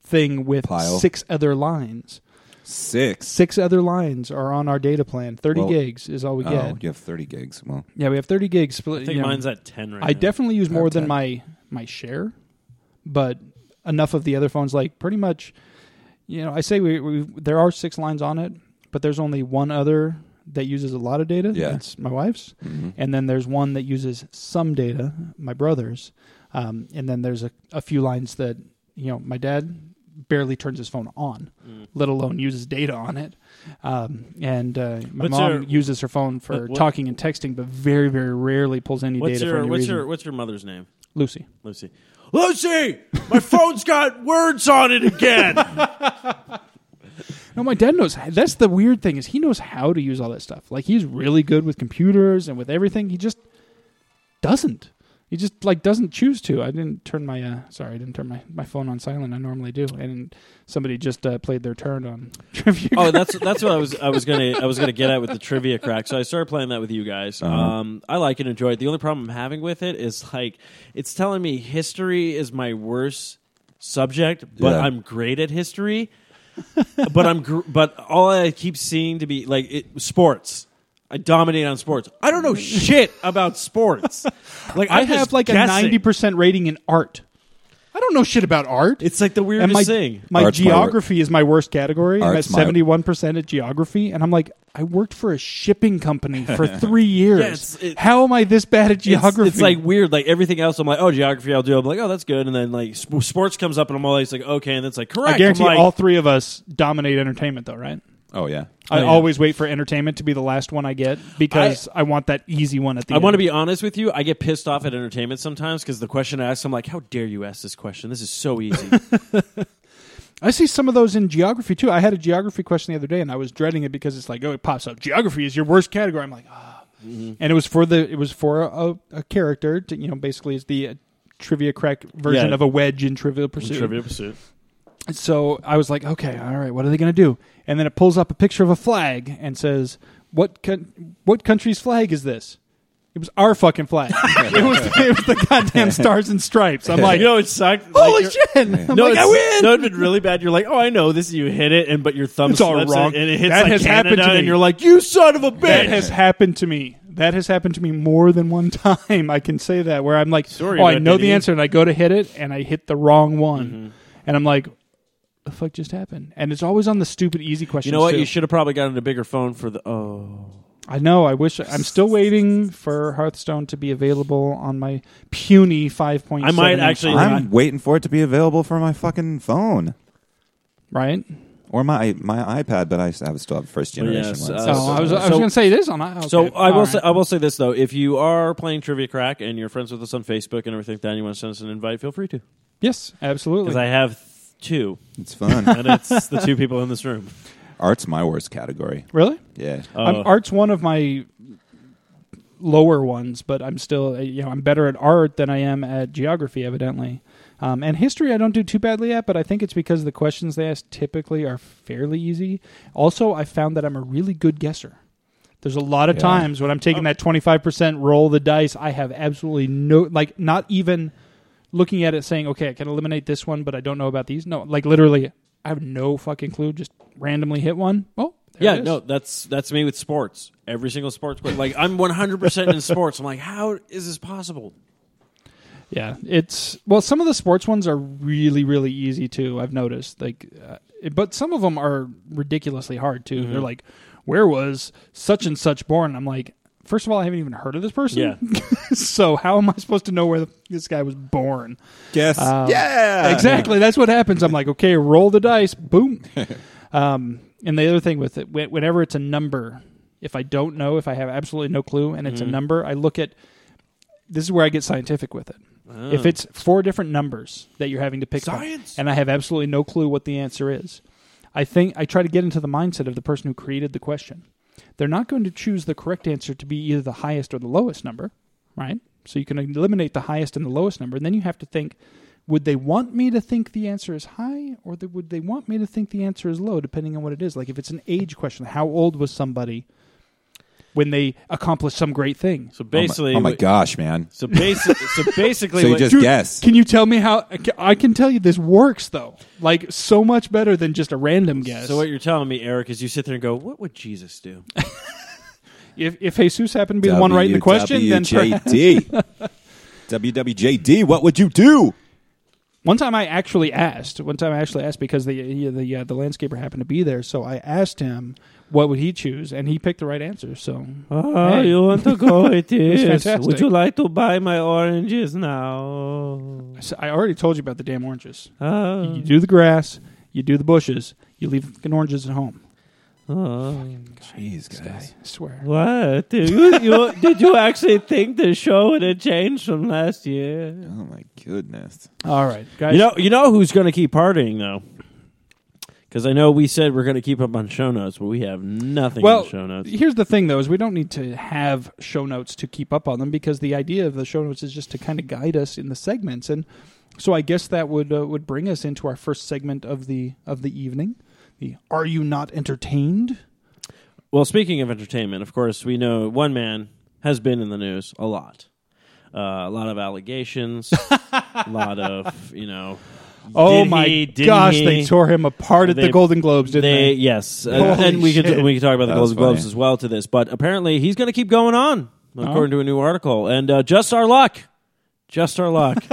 Speaker 1: thing with
Speaker 3: Pile.
Speaker 1: six other lines.
Speaker 3: Six.
Speaker 1: Six other lines are on our data plan. Thirty
Speaker 3: Well-
Speaker 1: gigs is all we
Speaker 3: Oh,
Speaker 1: get.
Speaker 3: you have 30 gigs. Well,
Speaker 1: Yeah, we have thirty gigs split.
Speaker 2: I think
Speaker 1: you know.
Speaker 2: mine's at ten right now.
Speaker 1: I definitely use more
Speaker 3: Have
Speaker 1: than
Speaker 3: 10.
Speaker 1: my my share, but enough of the other phones. Like pretty much, you know, I say we, we there are six lines on it, but there's only one other that uses a lot of data.
Speaker 3: Yeah.
Speaker 1: that's my wife's.
Speaker 3: mhm.
Speaker 1: and then there's one that uses some data, my brother's, um, and then there's a, a few lines that you know my dad barely turns his phone on,
Speaker 2: Mm.
Speaker 1: let alone uses data on it, um, and uh, my
Speaker 2: What's
Speaker 1: mom
Speaker 2: your-
Speaker 1: uses her phone for
Speaker 2: What- what-
Speaker 1: talking and texting, but very very rarely pulls any
Speaker 2: What's
Speaker 1: data for
Speaker 2: your
Speaker 1: any
Speaker 2: what's
Speaker 1: reason.
Speaker 2: your what's your mother's name?
Speaker 1: Lucy,
Speaker 2: Lucy. Lucy, my phone's got words on it again.
Speaker 1: no, my dad knows. That's the weird thing is he knows how to use all that stuff. Like he's really good with computers and with everything. He just doesn't. He just like doesn't choose to. I didn't turn my uh, sorry, I didn't turn my, my phone on silent. I normally do, and somebody just uh, played their turn on trivia.
Speaker 2: oh, that's that's what I was I was gonna I was gonna get at with the trivia crack. So I started playing that with you guys. Um, I like it, enjoy it. The only problem I'm having with it is like it's telling me history is my worst subject, but
Speaker 3: Yeah.
Speaker 2: I'm great at history. but I'm gr- but all I keep seeing to be like it, sports. I dominate on sports. I don't know shit about sports. Like
Speaker 1: I
Speaker 2: I'm
Speaker 1: have
Speaker 2: just
Speaker 1: like a
Speaker 2: guessing.
Speaker 1: ninety percent rating in art. I don't know shit about art.
Speaker 2: It's like the weirdest
Speaker 1: and my
Speaker 2: thing.
Speaker 1: my
Speaker 3: Art's my wor-
Speaker 1: geography is my worst category. I'm at
Speaker 3: Art's my-
Speaker 1: seventy one percent at geography, and I'm like, I worked for a shipping company for three years.
Speaker 2: it's- it-
Speaker 1: How am I this bad at
Speaker 2: It's-
Speaker 1: geography?
Speaker 2: It's, like weird. Like everything else, I'm like, oh, geography, I'll do. I'm like, oh, that's good. And then like sp- sports comes up, and I'm always like, okay. And it's like, correct.
Speaker 1: I guarantee
Speaker 2: I'm like,
Speaker 1: all three of us dominate entertainment, though, right?
Speaker 3: oh yeah.
Speaker 1: I
Speaker 2: yeah.
Speaker 1: always wait for entertainment to be the last one I get because I, want that easy one at the
Speaker 2: I
Speaker 1: end.
Speaker 2: want to be honest with you. I get pissed off at entertainment sometimes because the question I ask, I'm like, how dare you ask this question? This is so easy.
Speaker 1: I see some of those in geography too. I had a geography question the other day, and I was dreading it because it's like, oh, it pops up. Geography is your worst category. I'm like, ah. And it was for the it was for a, a character, to, you know, basically is the uh, trivia crack version
Speaker 2: Yeah.
Speaker 1: of a wedge in Trivial Pursuit.
Speaker 2: Trivia pursuit.
Speaker 1: So I was like, okay, all right, what are they going to do? And then it pulls up a picture of a flag and says, "What con- what country's flag is this?" It was our fucking flag. it, was, it was the goddamn stars and stripes. I'm like,
Speaker 2: you know, it sucked.
Speaker 1: holy shit! I'm
Speaker 2: No,
Speaker 1: like, I
Speaker 2: it's-
Speaker 1: win.
Speaker 2: No, it'd been really bad. You're like, oh, I know this. You hit it, and but your thumb
Speaker 1: It's all
Speaker 2: slips
Speaker 1: wrong.
Speaker 2: and it hits
Speaker 1: That
Speaker 2: like
Speaker 1: has
Speaker 2: Canada,
Speaker 1: happened to me.
Speaker 2: and you're like, you son of a bitch.
Speaker 1: That has happened to me. That has happened to me more than one time. I can say that where I'm like,
Speaker 2: Sorry
Speaker 1: oh, I
Speaker 2: about
Speaker 1: know
Speaker 2: that,
Speaker 1: the
Speaker 2: idiot.
Speaker 1: answer, and I go to hit it, and I hit the wrong one,
Speaker 2: Mm-hmm.
Speaker 1: and I'm like, the fuck just happened? And it's always on the stupid easy questions.
Speaker 2: you know what?
Speaker 1: too.
Speaker 2: You should have probably gotten a bigger phone for the. Oh,
Speaker 1: I know. I wish. I'm still waiting for Hearthstone to be available on my puny 5.7.
Speaker 2: I might
Speaker 1: inch,
Speaker 2: actually-
Speaker 3: I'm waiting for it to be available for my fucking phone
Speaker 1: right.
Speaker 3: or my my iPad, but I s- I have still have first
Speaker 2: Well,
Speaker 3: generation
Speaker 2: yes,
Speaker 3: ones.
Speaker 2: uh,
Speaker 1: So Oh, I was, I was
Speaker 2: so-
Speaker 1: going to say this on. Okay.
Speaker 2: So I will
Speaker 1: All
Speaker 2: say
Speaker 1: right.
Speaker 2: I will say this though: if you are playing Trivia Crack and you're friends with us on Facebook and everything like that, and you want to send us an invite, feel free to.
Speaker 1: yes,
Speaker 2: Because
Speaker 1: absolutely.
Speaker 2: I have th- two,
Speaker 3: it's fun.
Speaker 2: and it's the two people in this room. Uh,
Speaker 3: Art's my worst category.
Speaker 1: really,
Speaker 3: Yeah.
Speaker 1: I'm, art's one of my lower ones, but I'm still uh, you know I'm better at art than I am at geography, evidently. Um, and history, I don't do too badly at, but I think it's because the questions they ask typically are fairly easy. Also, I found that I'm a really good guesser. There's a lot of
Speaker 3: Yeah.
Speaker 1: times when I'm taking that 25% roll the dice, I have absolutely no, like, not even looking at it saying, okay, I can eliminate this one, but I don't know about these. No, like, literally, I have no fucking clue. Just randomly hit one. Oh, there
Speaker 2: yeah,
Speaker 1: it is.
Speaker 2: no, that's that's me with sports. Every single sports, but like I'm 100 percent in sports. I'm like, how is this possible?
Speaker 1: Yeah, it's well. Some of the sports ones are really, really easy too. I've noticed, like, uh, it- but some of them are ridiculously hard too. They're like, "Where was such and such born?" I'm like, first of all, I haven't even heard of this person.
Speaker 2: Yeah.
Speaker 1: so how am I supposed to know where the, this guy was born?
Speaker 3: Guess. yeah.
Speaker 1: Um, exactly. That's what happens. I'm like, okay, roll the dice. Boom. um, and the other thing with it, whe- whenever it's a number, if I don't know, if I have absolutely no clue, and it's a number, I look at. This is where I get scientific with it. If it's four different numbers that you're having to pick from,
Speaker 2: Hmm. Ah. Science.
Speaker 1: and I have absolutely no clue what the answer is, I think I try to get into the mindset of the person who created the question. They're not going to choose the correct answer to be either the highest or the lowest number, right? So you can eliminate the highest and the lowest number, and then you have to think would they want me to think the answer is high or th- would they want me to think the answer is low depending on what it is like if it's an age question how old was somebody when they accomplished some great thing
Speaker 2: So
Speaker 3: Oh my-
Speaker 2: basically,
Speaker 3: oh my,
Speaker 2: we-
Speaker 3: gosh, man.
Speaker 2: So basically, so basically,
Speaker 3: So you
Speaker 2: what-
Speaker 3: just
Speaker 1: Dude,
Speaker 3: guess.
Speaker 1: can you tell me how I ca- i can tell you this works though like so much better than just a random guess
Speaker 2: so what you're telling me, Eric, is you sit there and go, "What would Jesus do?"
Speaker 1: if, if jesus happened to be the one writing the question then perhaps-
Speaker 3: WWJD. WWJD, what would you do?
Speaker 1: One time I actually asked. One time I actually asked because the he- the uh, the landscaper happened to be there, so I asked him what would he choose, and he picked the right answer. So
Speaker 2: Oh,
Speaker 1: Hey.
Speaker 2: you want to go? It
Speaker 1: It's
Speaker 2: is.
Speaker 1: fantastic.
Speaker 2: Would you like to buy my oranges now?
Speaker 1: So I already told you about the damn oranges.
Speaker 2: Oh,
Speaker 1: You do the grass, you do the bushes, you leave the fucking oranges at home.
Speaker 2: oh.
Speaker 3: Jeez,
Speaker 1: This guy, I swear.
Speaker 2: What? Did you, you- did you actually think the show would have changed from last year?
Speaker 3: Oh, my goodness.
Speaker 1: All right, guys.
Speaker 2: You know, you know who's going to keep partying though. Because I know we said we're going to keep up on show notes, but we have nothing
Speaker 1: well,
Speaker 2: on show notes.
Speaker 1: here's the thing though: is we don't need to have show notes to keep up on them because the idea of the show notes is just to kind of guide us in the segments, and so I guess that would uh, would bring us into our first segment of the of the evening. The Are you not entertained?
Speaker 2: Well, speaking of entertainment, of course, we know one man has been in the news a lot. Uh, a lot of allegations, a lot of, you know.
Speaker 1: Oh
Speaker 2: did
Speaker 1: my
Speaker 2: he, didn't
Speaker 1: gosh,
Speaker 2: he?
Speaker 1: they tore him apart at the
Speaker 2: They-
Speaker 1: Golden Globes, didn't
Speaker 2: They-
Speaker 1: they?
Speaker 2: Yes. Uh,
Speaker 1: Holy
Speaker 2: and we
Speaker 1: shit.
Speaker 2: could, we could talk about the
Speaker 3: That was
Speaker 2: Golden Globes
Speaker 3: funny.
Speaker 2: as well to this, but apparently he's going to keep going on,
Speaker 1: Oh.
Speaker 2: according to a new article. And uh, just our luck. Just our luck.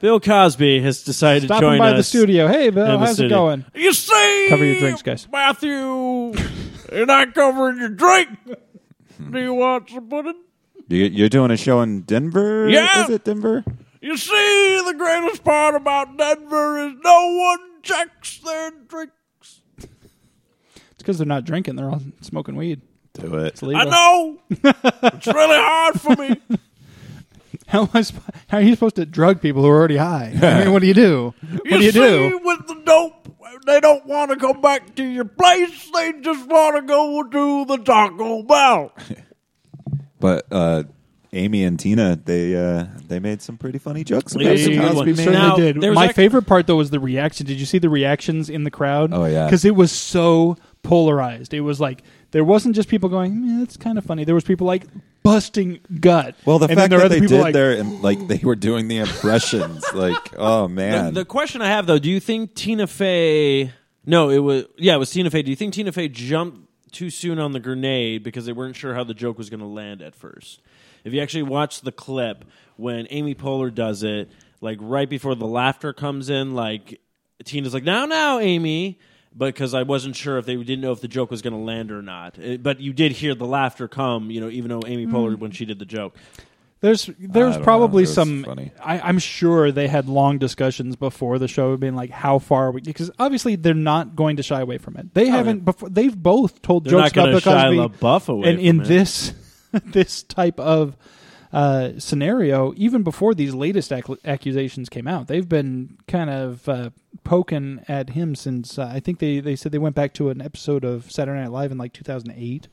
Speaker 2: Bill Cosby has decided to
Speaker 1: Stopping
Speaker 2: join
Speaker 1: by
Speaker 2: us
Speaker 1: the studio. Hey,
Speaker 2: in
Speaker 1: Bill,
Speaker 2: the
Speaker 1: how's it
Speaker 2: studio.
Speaker 1: going?
Speaker 2: You see,
Speaker 1: Cover your drinks, guys.
Speaker 2: Matthew, you're not covering your drink. Do you want some pudding?
Speaker 3: You, you're doing a show in Denver?
Speaker 2: Yeah.
Speaker 3: Is it Denver?
Speaker 2: You see, the greatest part about Denver is no one checks their drinks.
Speaker 1: It's because they're not drinking; they're all smoking weed.
Speaker 3: Do it.
Speaker 1: It's legal.
Speaker 2: know. it's really hard for me.
Speaker 1: How am I? Sp- how are you supposed to drug people who are already high? I mean, what do you do? What do you do?
Speaker 2: with the dope, they don't want to come back to your place. They just want to go to the Taco Bell.
Speaker 3: But uh, Amy and Tina, they uh, they made some pretty funny jokes about
Speaker 2: They-
Speaker 3: some Cosby
Speaker 1: Certainly
Speaker 3: man.
Speaker 2: Now,
Speaker 1: did.
Speaker 2: there was
Speaker 1: My
Speaker 2: act-
Speaker 1: favorite part though was the reaction. Did you see the reactions in the crowd?
Speaker 3: Oh, yeah.
Speaker 1: because it was so polarized. It was like there wasn't just people going, "Eh, "That's kind of funny." There was people like busting gut.
Speaker 3: well, the
Speaker 1: And then
Speaker 3: fact
Speaker 1: there were
Speaker 3: that
Speaker 1: other
Speaker 3: they
Speaker 1: people
Speaker 3: did
Speaker 1: like,
Speaker 3: their and like they were doing the impressions, like oh
Speaker 2: The,
Speaker 3: man,
Speaker 2: the question I have though, do you think Tina Fey? No, it was yeah, it was Tina Fey. Do you think Tina Fey jumped too soon on the grenade because they weren't sure how the joke was going to land at first? If you actually watch the clip when Amy Poehler does it, like right before the laughter comes in, like Tina's like, "Now, now, Amy." Because I wasn't sure if they didn't know if the joke was going to land or not, It- but you did hear the laughter come, you know, even though Amy
Speaker 1: Mm.
Speaker 2: Poehler when she did the joke.
Speaker 1: There's
Speaker 3: I
Speaker 1: there's
Speaker 3: don't
Speaker 1: probably
Speaker 3: know. It was
Speaker 1: some.
Speaker 3: funny.
Speaker 1: I, I'm sure they had long discussions before the show, being like, "How far?" we Because obviously they're not going to shy away from it.
Speaker 3: Oh,
Speaker 1: They haven't before. They've both told
Speaker 2: They're
Speaker 1: jokes
Speaker 2: not
Speaker 1: about
Speaker 2: going
Speaker 1: the
Speaker 2: to
Speaker 1: Cosby,
Speaker 2: Shia LaBeouf away.
Speaker 1: and in
Speaker 2: from it.
Speaker 1: this this type of uh, scenario, even before these latest ac- accusations came out, they've been kind of uh, poking at him since uh, I think they they said they went back to an episode of Saturday Night Live in like 2008.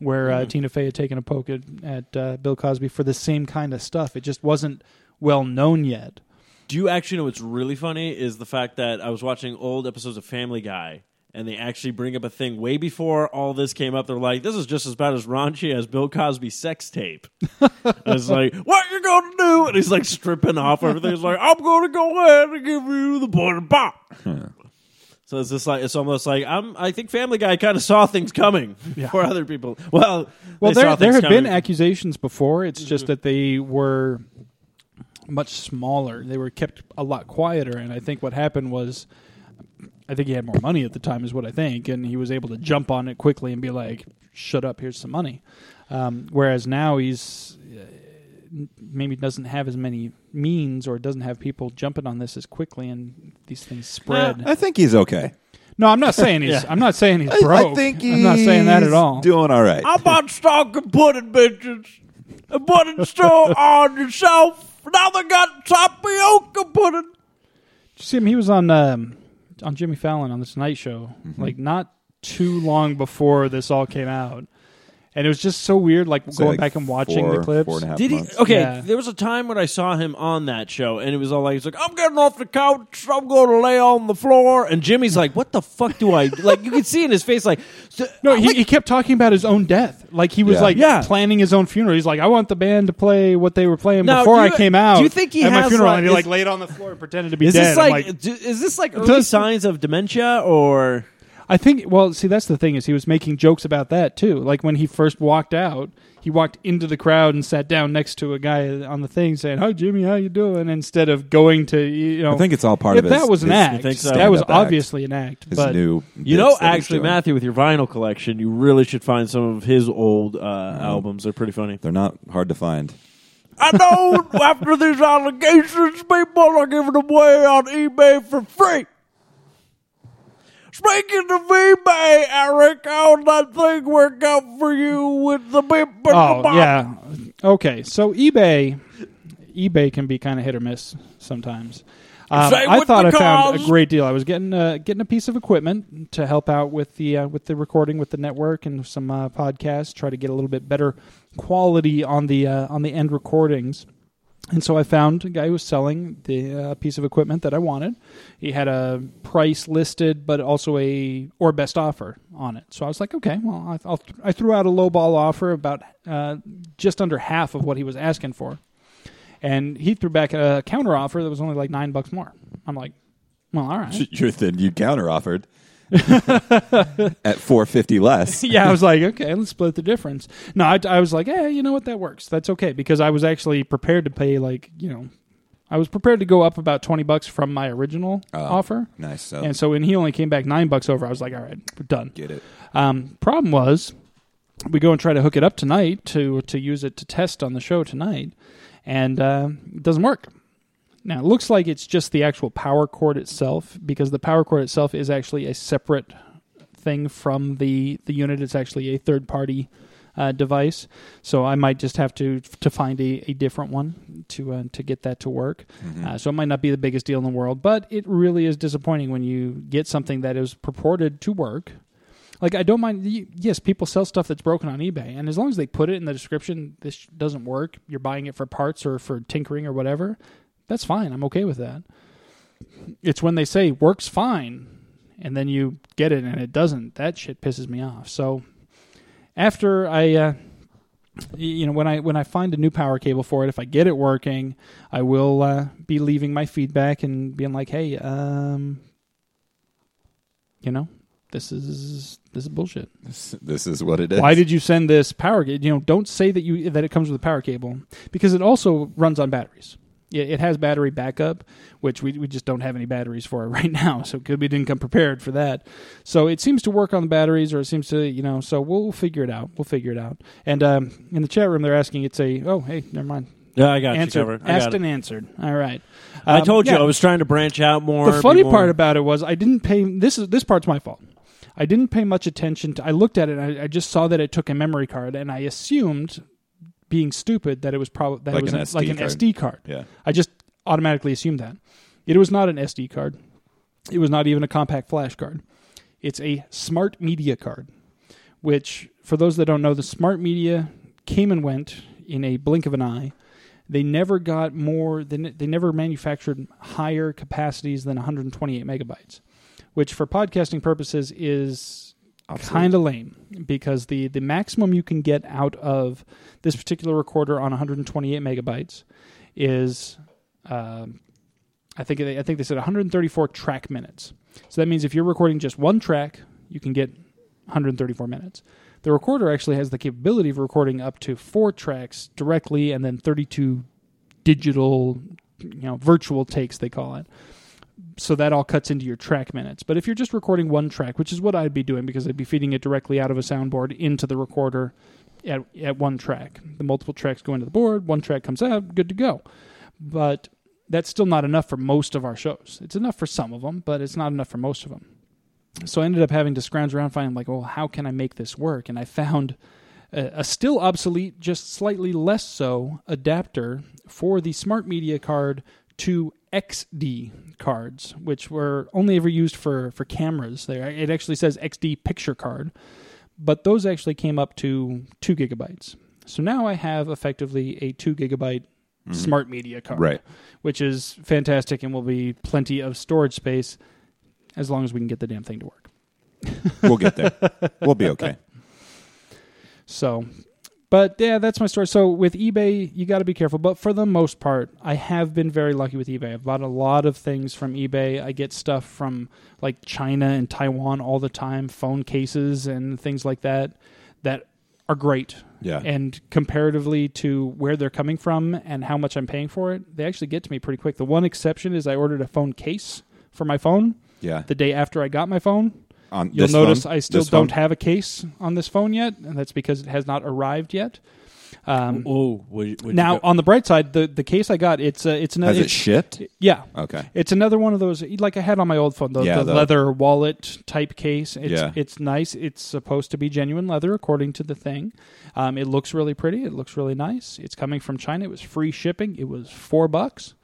Speaker 1: Where
Speaker 2: Hmm.
Speaker 1: uh, Tina Fey had taken a poke at, at uh, Bill Cosby for the same kind of stuff, it just wasn't well known yet.
Speaker 2: Do you actually know what's really funny is the fact that I was watching old episodes of Family Guy and they actually bring up a thing way before all this came up. They're like, "This is just as bad as raunchy as Bill Cosby's sex tape." I was like, "What you gonna do?" And he's like stripping off everything. He's like, "I'm gonna go ahead and give you the butter pop." So it's just like it's almost like I'm. I think Family Guy kind of saw things coming for other people. Well,
Speaker 1: Well,
Speaker 2: they
Speaker 1: there
Speaker 2: saw
Speaker 1: there
Speaker 2: things
Speaker 1: have been
Speaker 2: coming.
Speaker 1: accusations before. It's just
Speaker 3: Mm-hmm.
Speaker 1: that they were much smaller. They were kept a lot quieter, and I think what happened was, I think he had more money at the time, is what I think, and he was able to jump on it quickly and be like, "Shut up, here's some money." Um, whereas now he's uh, maybe doesn't have as many means or doesn't have people jumping on this as quickly, and these things spread.
Speaker 3: Uh, I think he's okay.
Speaker 1: no, I'm not saying he's. I'm not saying he's
Speaker 3: I-
Speaker 1: broke.
Speaker 3: I think he's
Speaker 1: I'm not saying that at all.
Speaker 3: Doing all right.
Speaker 2: I bought stock and pudding, bitches. And pudding store on yourself. Now they got tapioca pudding.
Speaker 1: you see him? He was on um, on Jimmy Fallon on the Tonight Show,
Speaker 3: Mm-hmm.
Speaker 1: like not too long before this all came out, and it was just so weird, like
Speaker 3: Say,
Speaker 1: going
Speaker 3: like,
Speaker 1: back and watching
Speaker 3: four-
Speaker 1: the clips.
Speaker 3: Four and a half
Speaker 2: Did he? Oh,
Speaker 3: months.
Speaker 2: Okay,
Speaker 1: Yeah.
Speaker 2: there was a time when I saw him on that show, and it was all like, "He's like, I'm getting off the couch. I'm going to lay on the floor." And Jimmy's like, "What the fuck do I like?" You could see in his face, like, so-
Speaker 1: No,
Speaker 2: I'm
Speaker 1: he,
Speaker 2: like,
Speaker 1: he kept talking about his own death. Like he was
Speaker 3: Yeah.
Speaker 1: like
Speaker 2: Yeah.
Speaker 1: planning his own funeral. He's like, I want the band to play what they were playing
Speaker 2: Now,
Speaker 1: before
Speaker 2: do
Speaker 1: I
Speaker 2: you-
Speaker 1: came out.
Speaker 2: do you think he
Speaker 1: at my
Speaker 2: has,
Speaker 1: funeral?
Speaker 2: like-
Speaker 1: and he
Speaker 2: is-
Speaker 1: like laid on the floor and pretended to be
Speaker 2: is
Speaker 1: dead.
Speaker 2: this
Speaker 1: I'm
Speaker 2: like,
Speaker 1: like,
Speaker 2: do- is this like early signs of dementia or?
Speaker 1: I think. Well, see, that's the thing is he was making jokes about that too. Like when he first walked out, he walked into the crowd and sat down next to a guy on the thing saying, "Hi, Jimmy, how you doing?" Instead of going to you know,
Speaker 3: I think it's all part
Speaker 1: if
Speaker 3: of his,
Speaker 1: that was an
Speaker 3: his
Speaker 1: act.
Speaker 2: think so?
Speaker 1: That was
Speaker 3: stand-up act,
Speaker 1: obviously an act.
Speaker 3: His
Speaker 1: but
Speaker 3: new.
Speaker 2: You know,
Speaker 3: bits that he's
Speaker 2: actually,
Speaker 3: doing.
Speaker 2: Matthew, with your vinyl collection, you really should find some of his old uh, albums. They're pretty funny.
Speaker 3: They're not hard to find.
Speaker 2: I know after these allegations, people are giving away on eBay for free. Speaking of eBay, Eric, how'd that thing work out for you with the beep and the
Speaker 1: oh
Speaker 2: bop?
Speaker 1: yeah, okay. So eBay, eBay can be kind of hit or miss sometimes. Um,
Speaker 2: Same
Speaker 1: I
Speaker 2: with
Speaker 1: thought
Speaker 2: the
Speaker 1: I found a
Speaker 2: cars.
Speaker 1: great deal. I was getting uh, getting a piece of equipment to help out with the uh, with the recording with the network and some uh, podcasts. Try to get a little bit better quality on the uh, on the end recordings. And so I found a guy who was selling the uh, piece of equipment that I wanted. He had a price listed, but also a or best offer on it. So I was like, okay, well, I, I'll, I threw out a low ball offer about uh, just under half of what he was asking for, and he threw back a counter offer that was only like nine bucks more. I'm like, well, all right.
Speaker 3: You're then you counter offered at four fifty less.
Speaker 1: yeah, I was like, okay, let's split the difference. No, I, I was like, eh, you know what, that works. That's okay because I was actually prepared to pay like you know, I was prepared to go up about twenty bucks from my original
Speaker 3: Oh.
Speaker 1: offer,
Speaker 3: Nice. So
Speaker 1: and so when he only came back nine bucks over, I was like, all right, we're done.
Speaker 3: get it.
Speaker 1: Um, problem was, we go and try to hook it up tonight to to use it to test on the show tonight, and uh, it doesn't work. Now it looks like it's just the actual power cord itself because the power cord itself is actually a separate thing from the the unit. It's actually a third party. Uh, device, so I might just have to to find a, a different one to uh, to get that to work.
Speaker 3: Mm-hmm.
Speaker 1: Uh, so it might not be the biggest deal in the world, but it really is disappointing when you get something that is purported to work like I don't mind. y- Yes, people sell stuff that's broken on eBay, and as long as they put it in the description, this sh- doesn't work. You're buying it for parts or for tinkering or whatever. That's fine. I'm okay with that. It's when they say works fine, and then you get it and it doesn't. That shit pisses me off. So after I. Uh, y- you know when I when I find a new power cable for it, if I get it working, I will uh, be leaving my feedback and being like, "Hey, um, you know, this is this is bullshit.
Speaker 3: This, Mm-hmm. this is what it is.
Speaker 1: Why did you send this power? ca- You know, don't say that you that it comes with a power cable because it also runs on batteries. It, it has battery backup, which we we just don't have any batteries for right now. So it could we didn't come prepared for that. So it seems to work on the batteries, or it seems to you know. So we'll figure it out. We'll figure it out. And um, in the chat room, they're asking it's a oh hey never mind
Speaker 2: Yeah, I got you
Speaker 1: answered
Speaker 2: covered. I,
Speaker 1: asked
Speaker 2: got it.
Speaker 1: and answered. All right,
Speaker 2: I
Speaker 1: Um,
Speaker 2: told you
Speaker 1: yeah.
Speaker 2: I was trying to branch out more.
Speaker 1: The funny
Speaker 2: be more-
Speaker 1: part about it was I didn't pay. This is this part's my fault. I didn't pay much attention. to I looked at it. and I, I just saw that it took a memory card, and I assumed, being stupid, that it was probably that
Speaker 3: Like
Speaker 1: it was
Speaker 3: an
Speaker 1: an-
Speaker 3: SD
Speaker 1: like an
Speaker 3: card.
Speaker 1: SD card.
Speaker 3: Yeah.
Speaker 1: I just automatically assumed that it was not an SD card. It was not even a compact flash card. It's a smart media card, which, for those that don't know, the smart media came and went in a blink of an eye. They never got more. They, ne- they never manufactured higher capacities than 128 megabytes, which for podcasting purposes is kind of lame because the the maximum you can get out of this particular recorder on 128 megabytes is um, I think they, I think they said 134 track minutes. So that means if you're recording just one track, you can get 134 minutes. The recorder actually has the capability of recording up to four tracks directly and then 32 digital, you know, virtual takes they call it. So that all cuts into your track minutes. But if you're just recording one track, which is what I'd be doing because I'd be feeding it directly out of a soundboard into the recorder at at one track. The multiple tracks go into the board, one track comes out, good to go. But that's still not enough for most of our shows. It's enough for some of them, but it's not enough for most of them. So I ended up having to scrounge around, finding like, well, how can I make this work? And I found a, a still obsolete, just slightly less so, adapter for the smart media card to XD cards, which were only ever used for for cameras. There, it actually says XD picture card, but those actually came up to two gigabytes. So now I have effectively a two gigabyte smart media card,
Speaker 3: Mm-hmm. Right.
Speaker 1: Which is fantastic and will be plenty of storage space as long as we can get the damn thing to work.
Speaker 3: We'll get there. we'll be okay.
Speaker 1: So, but yeah, that's my story. So with eBay, you got to be careful. But for the most part, I have been very lucky with eBay. I've bought a lot of things from eBay. I get stuff from like China and Taiwan all the time, phone cases and things like that that are great.
Speaker 3: Yeah.
Speaker 1: And comparatively to where they're coming from and how much I'm paying for it, they actually get to me pretty quick. The one exception is I ordered a phone case for my phone
Speaker 3: Yeah.
Speaker 1: the day after I got my phone.
Speaker 3: On
Speaker 1: You'll
Speaker 3: this
Speaker 1: notice
Speaker 3: phone?
Speaker 1: I still
Speaker 3: This
Speaker 1: don't
Speaker 3: phone?
Speaker 1: have a case on this phone yet, and that's because it has not arrived yet. Um,
Speaker 2: Oh, would you- would you
Speaker 1: now,
Speaker 2: go-
Speaker 1: on the bright side, the, the case I got it's uh, it's another
Speaker 3: Has it shipped?
Speaker 1: yeah
Speaker 3: Okay.
Speaker 1: it's another one of those like I had on my old phone the,
Speaker 3: Yeah,
Speaker 1: the
Speaker 3: the-
Speaker 1: leather wallet type case. It's
Speaker 3: Yeah.
Speaker 1: it's nice. It's supposed to be genuine leather according to the thing. Um, it looks really pretty. It looks really nice. It's coming from China. It was free shipping. It was four bucks,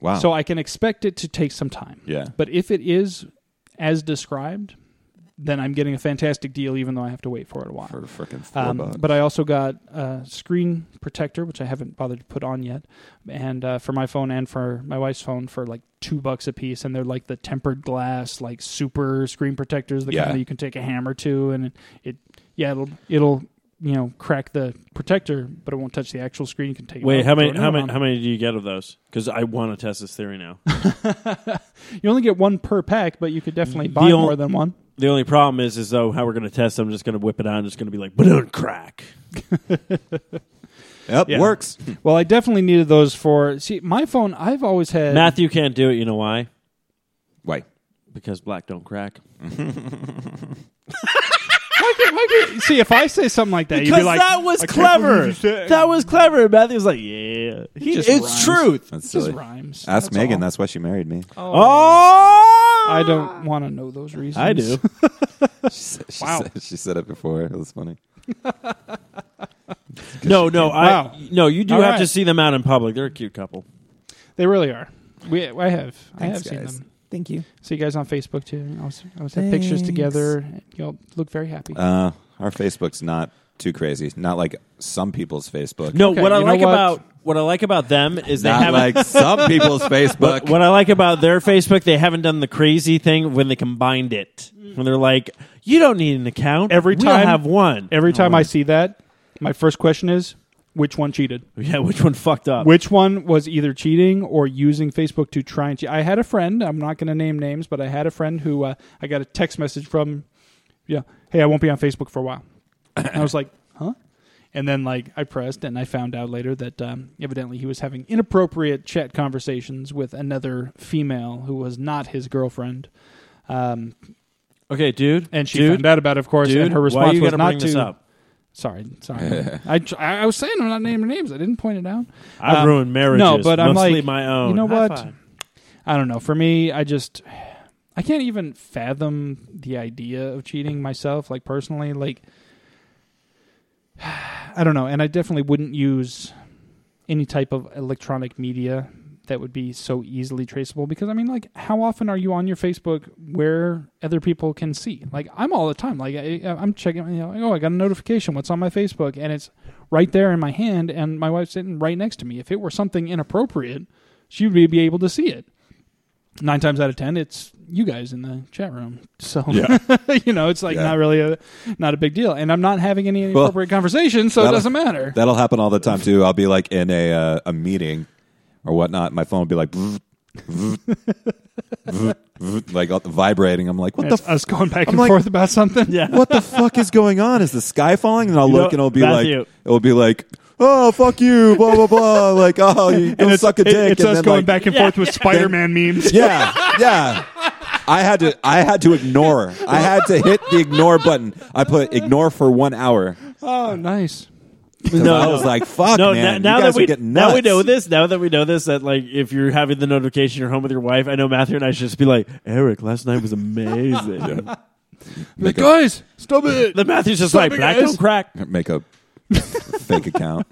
Speaker 3: Wow.
Speaker 1: so I can expect it to take some time.
Speaker 3: yeah.
Speaker 1: But if it is as described, then I'm getting a fantastic deal, even though I have to wait for it a while.
Speaker 3: For freaking four
Speaker 1: Um,
Speaker 3: bucks.
Speaker 1: but I also got a screen protector, which I haven't bothered to put on yet, and uh, for my phone and for my wife's phone for like two bucks a piece, and they're like the tempered glass, like super screen protectors, the
Speaker 3: Yeah.
Speaker 1: kind that you can take a hammer to, and it, it yeah, it'll it'll you know crack the protector, but it won't touch the actual screen. You can take it
Speaker 2: wait,
Speaker 1: off
Speaker 2: how
Speaker 1: and throw
Speaker 2: many? How
Speaker 1: another
Speaker 2: many?
Speaker 1: one.
Speaker 2: How many do you get of those? Because I want to test this theory now.
Speaker 1: You only get one per pack, but you could definitely buy
Speaker 2: The ol-
Speaker 1: more than one.
Speaker 2: the only problem is, is though, how we're going to test. I'm just going to whip it out. and just going to be like, but don't crack.
Speaker 3: yep,
Speaker 1: yeah. Hmm.
Speaker 3: works.
Speaker 1: Well, I definitely needed those for. See, my phone, I've always had.
Speaker 2: Matthew can't do it. You know why?
Speaker 3: Wait.
Speaker 2: Because black don't crack.
Speaker 1: see, if I say something like that, you'd be
Speaker 2: Because
Speaker 1: like,
Speaker 2: that was
Speaker 1: "I can't
Speaker 2: clever.
Speaker 1: believe you said-"
Speaker 2: That was clever. Matthew was like, yeah, He-
Speaker 1: just
Speaker 2: it's
Speaker 1: rhymes.
Speaker 2: truth.
Speaker 3: That's
Speaker 1: just
Speaker 3: silly.
Speaker 1: rhymes.
Speaker 3: Ask Megan. Oh!
Speaker 1: all.
Speaker 3: That's why she married me.
Speaker 2: Oh,
Speaker 1: I don't want to know those reasons.
Speaker 2: I do.
Speaker 3: She,
Speaker 1: Wow.
Speaker 3: said, she said it before. It was funny.
Speaker 2: no, no, I
Speaker 1: Wow.
Speaker 2: no. You do
Speaker 1: All
Speaker 2: have
Speaker 1: right.
Speaker 2: to see them out in public. They're a cute couple.
Speaker 1: They really are. We, I have. I have
Speaker 3: Thanks,
Speaker 1: seen
Speaker 3: guys.
Speaker 1: them.
Speaker 3: Thank you.
Speaker 1: See you guys on Facebook too. I was, I was have pictures
Speaker 3: Thanks.
Speaker 1: together. Y'all look very happy.
Speaker 3: Uh, our Facebook's not too crazy. Not like some people's Facebook.
Speaker 2: No,
Speaker 1: Okay,
Speaker 2: what I
Speaker 1: you know
Speaker 2: like
Speaker 1: what?
Speaker 2: about what I like about them is they
Speaker 3: not
Speaker 2: haven't.
Speaker 3: like some people's Facebook.
Speaker 2: But what I like about their Facebook, they haven't done the crazy thing when they combined it. When they're like, "You don't need an account.
Speaker 1: Every
Speaker 2: We'll
Speaker 1: time-
Speaker 2: have one.
Speaker 1: Every time I see that, my first question is, which one cheated?
Speaker 2: yeah, which one fucked up?
Speaker 1: Which one was either cheating or using Facebook to try and cheat? I had a friend. I'm not going to name names, but I had a friend who uh, I got a text message from. Yeah, hey, I won't be on Facebook for a while. And I was like, huh? And then like I pressed, and I found out later that um, evidently he was having inappropriate chat conversations with another female who was not his girlfriend. Um,
Speaker 2: okay, dude.
Speaker 1: and she
Speaker 2: dude,
Speaker 1: found out about, it, of course,
Speaker 2: dude.
Speaker 1: and her
Speaker 2: why
Speaker 1: response
Speaker 2: you
Speaker 1: was
Speaker 2: gotta
Speaker 1: not
Speaker 2: bring
Speaker 1: to.
Speaker 2: this up?
Speaker 1: Sorry, sorry. I, tr- I I was saying I'm not naming names. I didn't point it out.
Speaker 2: I
Speaker 1: Um,
Speaker 2: ruined marriages.
Speaker 1: no, but I'm
Speaker 2: mostly
Speaker 1: like,
Speaker 2: my own.
Speaker 1: you know
Speaker 2: High
Speaker 1: what?
Speaker 2: five.
Speaker 1: I don't know. For me, I just I can't even fathom the idea of cheating myself, like personally, like I don't know, and I definitely wouldn't use any type of electronic media that would be so easily traceable because I mean like how often are you on your Facebook where other people can see? Like I'm all the time. Like I, I'm checking you know, like, oh, I got a notification what's on my Facebook and it's right there in my hand and my wife's sitting right next to me. If it were something inappropriate, she would be able to see it. nine times out of ten, it's you guys in the chat room. So
Speaker 3: Yeah.
Speaker 1: you know, it's like
Speaker 3: Yeah.
Speaker 1: not really a not a big deal, and I'm not having any
Speaker 3: Well,
Speaker 1: inappropriate conversation, so it
Speaker 3: that'll-
Speaker 1: doesn't matter.
Speaker 3: That'll happen all the time too. I'll be like in a uh, a meeting or whatnot. My phone will be like, vroom, vroom, vroom, vroom, like all- vibrating. I'm like, what the
Speaker 1: That's
Speaker 3: f-
Speaker 1: us going back
Speaker 3: I'm
Speaker 1: and
Speaker 3: like-
Speaker 1: forth about something.
Speaker 2: Yeah.
Speaker 3: what the fuck is going on? Is the sky falling? And I'll
Speaker 2: You
Speaker 3: look and
Speaker 2: know,
Speaker 3: it'll be
Speaker 2: Matthew.
Speaker 3: like, it'll be like, oh fuck you, blah blah blah. like oh, you
Speaker 1: and
Speaker 3: don't
Speaker 1: it's,
Speaker 3: suck a
Speaker 1: it-
Speaker 3: dick.
Speaker 1: it's
Speaker 3: and
Speaker 1: us
Speaker 3: then,
Speaker 1: going
Speaker 3: like,
Speaker 1: back and forth with Spider-Man memes.
Speaker 3: Yeah, yeah. I had to. I had to ignore. I had to hit the ignore button. I put ignore for one hour.
Speaker 1: Oh, nice.
Speaker 3: 'Cause I was like, "Fuck,
Speaker 2: No,
Speaker 3: man!
Speaker 2: now,
Speaker 3: you
Speaker 2: now
Speaker 3: guys
Speaker 2: that we
Speaker 3: are getting nuts.
Speaker 2: now we know this, now that we know this, that like if you're having the notification, you're home with your wife. I know Matthew and I should just be like, Eric, last night was amazing.
Speaker 1: Like, guys, stop it.
Speaker 2: Then Matthew's just like,
Speaker 1: Something
Speaker 2: black
Speaker 1: is-
Speaker 2: don't crack.
Speaker 3: make a fake account.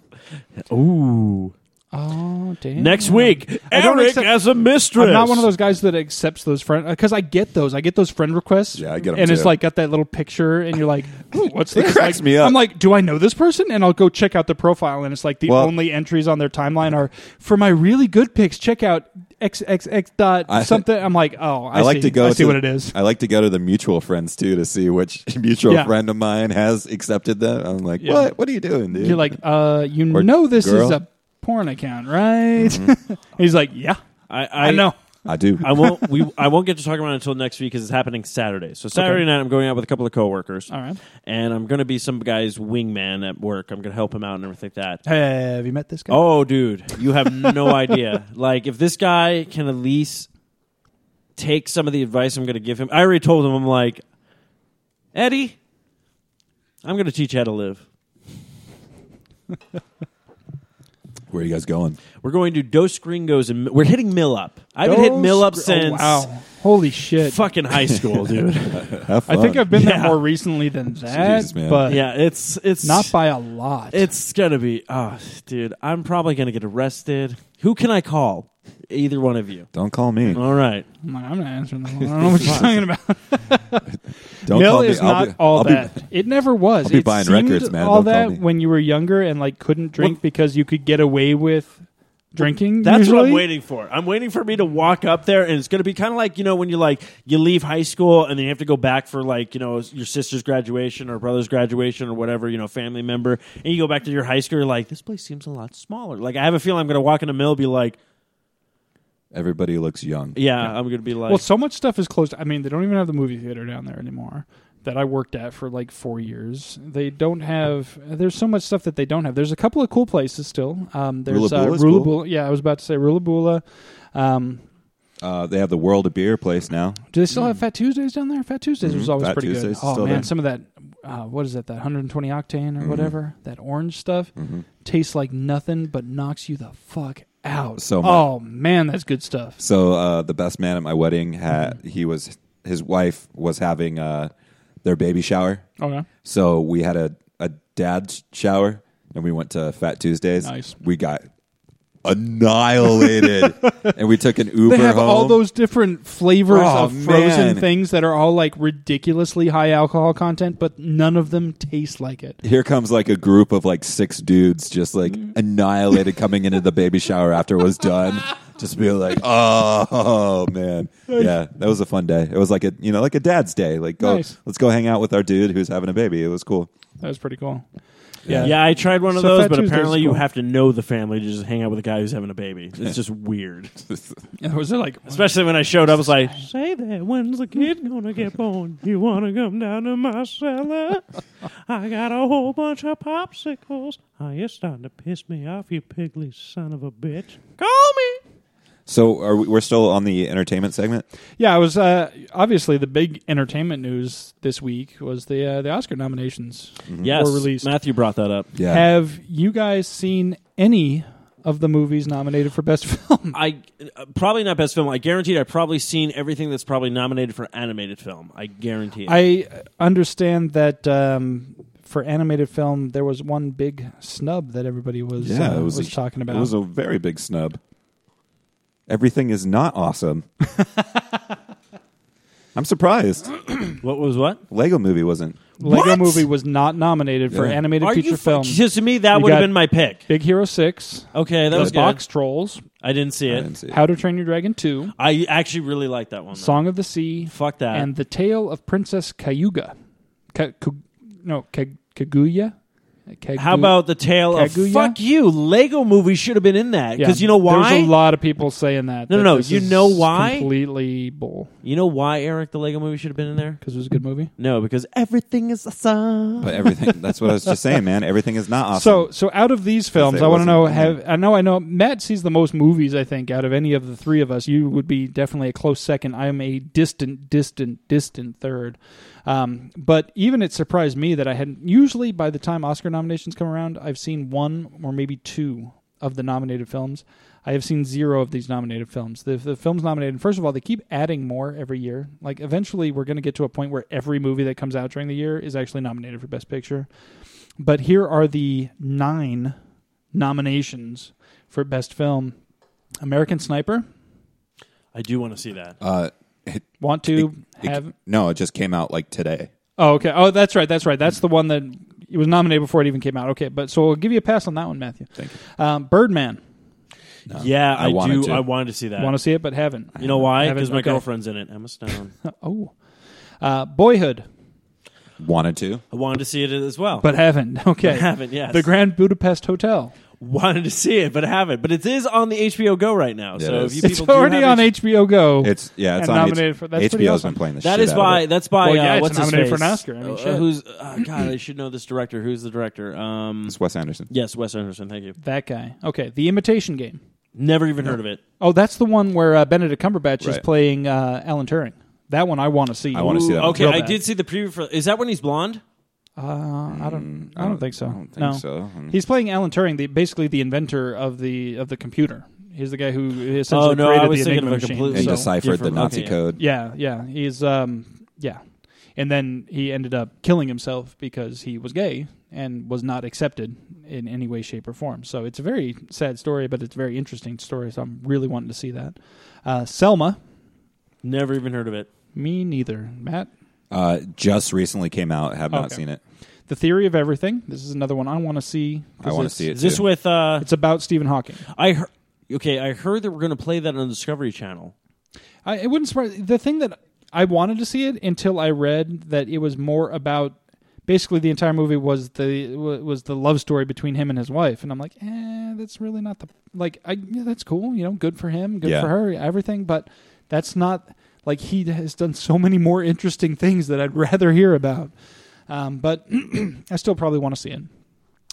Speaker 2: Ooh.
Speaker 1: Oh, damn.
Speaker 2: Next week,
Speaker 1: I don't
Speaker 2: Eric
Speaker 1: accept-
Speaker 2: as a mistress.
Speaker 1: I'm not one of those guys that accepts those friend because I get those. I get those friend requests.
Speaker 3: Yeah, I get 'em
Speaker 1: And it's
Speaker 3: too.
Speaker 1: like got that little picture, and you're like, "Ooh, "What's this?"
Speaker 3: cracks
Speaker 1: Like,
Speaker 3: me up.
Speaker 1: I'm like, "Do I know this person?" And I'll go check out the profile, and it's like the
Speaker 3: Well-
Speaker 1: only entries on their timeline are for my really good pics. Check out xxx dot
Speaker 3: I-
Speaker 1: something. I'm like, "Oh, I,
Speaker 3: I, like
Speaker 1: see.
Speaker 3: to go.
Speaker 1: I see
Speaker 3: to-
Speaker 1: what it is."
Speaker 3: I like to go to the mutual friends too to see which mutual
Speaker 1: Yeah.
Speaker 3: friend of mine has accepted that. I'm like,
Speaker 1: Yeah.
Speaker 3: what? What are you doing, dude?
Speaker 1: You're like, "Uh, you
Speaker 3: Or
Speaker 1: know this is
Speaker 3: girl. Mm-hmm.
Speaker 1: a porn account, right?" He's like, "Yeah,
Speaker 2: I, I,
Speaker 1: I, know."
Speaker 3: I do.
Speaker 1: uh,
Speaker 2: I won't. We I won't get to talk about it until next week because it's happening Saturday. So Saturday night, I'm going out with a couple of coworkers.
Speaker 1: All right.
Speaker 2: and I'm going to be some guy's wingman at work. I'm going to help him out and everything like that.
Speaker 1: Have you met this guy?
Speaker 2: Oh, dude, you have no idea. Like, if this guy can at least take some of the advice I'm going to give him, I already told him. I'm like, Eddie, I'm going to teach you how to live.
Speaker 3: Where are you guys going?
Speaker 2: We're going to Dos Gringos, and we're hitting Mill Up. I haven't hit Mill Up
Speaker 1: Oh,
Speaker 2: since
Speaker 1: wow. Holy shit.
Speaker 2: fucking high school, dude.
Speaker 3: Have fun.
Speaker 1: I think I've been there
Speaker 2: Yeah.
Speaker 1: more recently than that,
Speaker 3: Jesus, man.
Speaker 1: but
Speaker 2: yeah, it's it's
Speaker 1: not by a lot.
Speaker 2: It's gonna be oh dude, I'm probably gonna get arrested. Who can I call? Either one of you.
Speaker 3: Don't call me.
Speaker 1: Uh,
Speaker 2: All right.
Speaker 1: I'm, like, I'm not answering that. one. I don't know what you're talking about.
Speaker 3: Don't
Speaker 1: Mill
Speaker 3: call me.
Speaker 1: is
Speaker 3: I'll
Speaker 1: not
Speaker 3: be,
Speaker 1: all
Speaker 3: I'll be-
Speaker 1: that. it never was.
Speaker 3: I'll be
Speaker 1: It
Speaker 3: buying
Speaker 1: seemed
Speaker 3: records, man.
Speaker 1: All
Speaker 3: Don't call
Speaker 1: that
Speaker 3: me.
Speaker 1: when you were younger and like couldn't drink
Speaker 2: Well-
Speaker 1: because you could get away with drinking.
Speaker 2: That's what I'm
Speaker 1: usually.
Speaker 2: waiting for. I'm waiting for me to walk up there and it's gonna be kinda like, you know, when you like you leave high school and then you have to go back for like, you know, your sister's graduation or brother's graduation or whatever, you know, family member, and you go back to your high school, you're like, this place seems a lot smaller. Like I have a feeling I'm gonna walk in a mill and be like,
Speaker 3: Everybody looks young.
Speaker 2: Yeah, I'm gonna be like
Speaker 1: Well, so much stuff is closed. I mean, they don't even have the movie theater down there anymore that I worked at for like four years. They don't have. There's so much stuff that they don't have. There's a couple of cool places still. Um, there's uh,
Speaker 3: Rulabula's
Speaker 1: Rulabula.
Speaker 3: cool.
Speaker 1: Yeah, I was about to say Rulabula. Um,
Speaker 3: Uh, they have the World of Beer place now.
Speaker 1: do they still have Fat Tuesdays down there? Fat Tuesdays was
Speaker 3: Mhm.
Speaker 1: always
Speaker 3: Mm. Fat
Speaker 1: pretty
Speaker 3: Tuesdays is
Speaker 1: good. Oh
Speaker 3: still
Speaker 1: man,
Speaker 3: there. Mm-hmm.
Speaker 1: some of that. Uh, what is that? That 120 octane or whatever. That orange stuff tastes like nothing, but knocks you the fuck out.
Speaker 3: So much.
Speaker 1: oh man, that's good stuff.
Speaker 3: So uh, the best man at my wedding had he was his wife was having uh, their baby shower.
Speaker 1: Okay.
Speaker 3: So we had a, a dad's shower and we went to Fat Tuesdays.
Speaker 1: Nice.
Speaker 3: We got annihilated and we took an Uber
Speaker 1: They have
Speaker 3: home.
Speaker 1: all those different flavors
Speaker 3: Oh,
Speaker 1: of frozen
Speaker 3: man.
Speaker 1: things that are all like ridiculously high alcohol content, but none of them taste like it.
Speaker 3: Here comes like a group of like six dudes just like
Speaker 1: Mm.
Speaker 3: annihilated coming into the baby shower after it was done. Just be like, oh, man, yeah, that was a fun day. It was like a you know like a dad's day. Like, go,
Speaker 1: Nice.
Speaker 3: let's go hang out with our dude who's having a baby. It was cool.
Speaker 1: That was pretty cool.
Speaker 2: Yeah. I tried one of
Speaker 1: So
Speaker 2: those,
Speaker 1: Fat
Speaker 2: but
Speaker 1: Tuesday's
Speaker 2: apparently
Speaker 1: cool.
Speaker 2: you have to know the family to just hang out with a guy who's having a baby. It's just weird.
Speaker 1: And was it like
Speaker 2: Especially when I showed up, I was like,
Speaker 4: Say that when's the kid gonna get born? You wanna come down to my cellar? I got a whole bunch of popsicles. Oh, you're starting to piss me off, you pigly son of a bitch. Call me.
Speaker 3: So are we, we're still on the entertainment segment?
Speaker 1: Yeah, I was uh, obviously the big entertainment news this week was the uh, the Oscar nominations
Speaker 2: yes,
Speaker 1: were released.
Speaker 2: Matthew brought that up.
Speaker 3: Yeah.
Speaker 1: Have you guys seen any of the movies nominated for best film?
Speaker 2: I uh, probably not best film. I guaranteed I've probably seen everything that's probably nominated for animated film. I guarantee it.
Speaker 1: I understand that um, for animated film, there was one big snub that everybody was uh, was,
Speaker 3: a-
Speaker 1: talking about.
Speaker 3: It was a very big snub. Everything is not awesome. I'm surprised.
Speaker 2: What was what?
Speaker 3: Lego Movie wasn't.
Speaker 1: Lego
Speaker 2: What?
Speaker 1: Movie was not nominated for
Speaker 3: Yeah.
Speaker 1: animated feature film.
Speaker 2: Just to me, that
Speaker 1: You
Speaker 2: would have
Speaker 1: got-
Speaker 2: been my pick.
Speaker 1: Big Hero Six,
Speaker 2: Okay, that
Speaker 1: The
Speaker 2: was good.
Speaker 1: Box Trolls,
Speaker 2: I didn't see
Speaker 3: I
Speaker 2: it.
Speaker 3: didn't see it.
Speaker 1: How to Train Your Dragon Two,
Speaker 2: I actually really liked that one. though.
Speaker 1: Song of the Sea,
Speaker 2: Fuck that.
Speaker 1: and The Tale of Princess Cayuga. Ka- Ku- no, Ka- Kaguya. Kagu-
Speaker 2: How about the tale of
Speaker 1: Kaguya?
Speaker 2: fuck you? Lego movie should have been in that
Speaker 1: Yeah,
Speaker 2: because you know why?
Speaker 1: There's a lot of people saying that.
Speaker 2: No,
Speaker 1: that
Speaker 2: no, no,
Speaker 1: this
Speaker 2: you
Speaker 1: is
Speaker 2: know why?
Speaker 1: Completely bull
Speaker 2: you know why Eric the Lego movie should have been in there?
Speaker 1: because it was a good movie.
Speaker 2: No, because everything is awesome.
Speaker 3: But everything. That's what I was just saying, man. Everything is not awesome.
Speaker 1: So, so out of these films,
Speaker 3: it
Speaker 1: I want to
Speaker 3: wasn't
Speaker 1: know.
Speaker 3: in
Speaker 1: Have I know I know Matt sees the most movies. I think out of any of the three of us, you would be definitely a close second. I am a distant, distant, distant third. Um, but even it surprised me that I hadn't. Usually, by the time Oscar nominations come around, I've seen one or maybe two of the nominated films. I have seen zero of these nominated films. The, the films nominated, first of all, they keep adding more every year. Like eventually, we're going to get to a point where every movie that comes out during the year is actually nominated for Best Picture. But here are the nine nominations for Best Film American Sniper,
Speaker 2: I do want to see that.
Speaker 3: uh, it,
Speaker 1: Want to
Speaker 3: it-
Speaker 1: Have.
Speaker 3: no, it just came out like today.
Speaker 1: Oh, okay. Oh, that's right. That's right. That's the one that it was nominated before it even came out. Okay. But so we'll give you a pass on that one, Matthew.
Speaker 3: Thank you.
Speaker 1: Um, Birdman.
Speaker 2: yeah, I,
Speaker 3: I wanted
Speaker 2: do.
Speaker 3: to.
Speaker 2: I wanted to see that.
Speaker 1: Want to see it, but haven't.
Speaker 2: you know why?
Speaker 1: Haven't-
Speaker 2: Because my
Speaker 1: okay.
Speaker 2: girlfriend's in it, Emma Stone.
Speaker 1: Oh. Uh, Boyhood,
Speaker 3: Wanted to.
Speaker 2: I wanted to see it as well,
Speaker 1: but haven't.
Speaker 2: I
Speaker 1: Okay.
Speaker 2: haven't. Yes,
Speaker 1: The Grand Budapest Hotel.
Speaker 2: wanted to see it, but I haven't. But it is on the HBO Go right now.
Speaker 3: Yeah,
Speaker 2: so
Speaker 3: it
Speaker 2: if
Speaker 3: is.
Speaker 2: you
Speaker 1: It's
Speaker 2: people do
Speaker 1: already
Speaker 2: have
Speaker 1: on
Speaker 2: H-
Speaker 1: HBO Go.
Speaker 3: It's yeah. It's
Speaker 1: And
Speaker 3: on
Speaker 1: nominated
Speaker 3: H-
Speaker 1: for- that's pretty
Speaker 3: HBO's
Speaker 1: awesome.
Speaker 3: been playing this.
Speaker 2: That is by that's by
Speaker 1: Well, yeah,
Speaker 2: uh,
Speaker 1: it's
Speaker 2: what's his
Speaker 1: nominated for
Speaker 2: face?
Speaker 1: an Oscar. I mean,
Speaker 2: Uh,
Speaker 1: shit.
Speaker 2: who's uh, God? I should know this director. Who's the director? Um,
Speaker 3: It's Wes Anderson.
Speaker 2: yes, Wes Anderson. Thank you.
Speaker 1: that guy. Okay. The Imitation Game.
Speaker 2: Never even heard of it.
Speaker 1: Oh, that's the one where uh, Benedict Cumberbatch is
Speaker 3: Right.
Speaker 1: playing uh, Alan Turing. That one I want to see.
Speaker 3: I wanna
Speaker 1: to
Speaker 3: see that one.
Speaker 2: Okay,
Speaker 1: Real
Speaker 2: I
Speaker 1: bad.
Speaker 2: did see the preview for. Is that when he's blonde?
Speaker 1: Uh, I don't. I don't think so.
Speaker 3: Mm, uh, I don't think
Speaker 1: no.
Speaker 3: so. I mean,
Speaker 1: He's playing Alan Turing, the, basically the inventor of the of the computer. He's the guy who essentially
Speaker 2: Oh, no,
Speaker 1: created
Speaker 2: I was
Speaker 1: the Enigma
Speaker 2: thinking of a
Speaker 1: machine.
Speaker 2: completely
Speaker 3: and
Speaker 1: So-
Speaker 2: different-
Speaker 3: deciphered the
Speaker 2: different-
Speaker 3: Nazi
Speaker 2: okay, yeah.
Speaker 3: code.
Speaker 1: yeah, yeah. He's um, yeah, and then he ended up killing himself because he was gay and was not accepted in any way, shape, or form. So it's a very sad story, but it's a very interesting story. So I'm really wanting to see that. Uh, Selma,
Speaker 2: Never even heard of it.
Speaker 1: me neither. Matt,
Speaker 3: Uh, just recently came out. Have not
Speaker 1: Okay.
Speaker 3: seen it.
Speaker 1: The Theory of Everything. This is another one I want to see. 'cause
Speaker 3: I want
Speaker 1: it's-
Speaker 3: to see it.
Speaker 2: Is this
Speaker 3: too.
Speaker 2: with? uh
Speaker 1: It's about Stephen Hawking.
Speaker 2: I heard. Okay, I heard that we're going to play that on the Discovery Channel.
Speaker 1: I, it wouldn't surprise. The thing that I wanted to see it until I read that it was more about. Basically, the entire movie was the wa- was the love story between him and his wife, and I'm like, eh, that's really not the like. I yeah, that's cool, you know, good for him, good
Speaker 3: Yeah.
Speaker 1: for her, everything. But that's not like he has done so many more interesting things that I'd rather hear about. Um, but I still probably want to see it,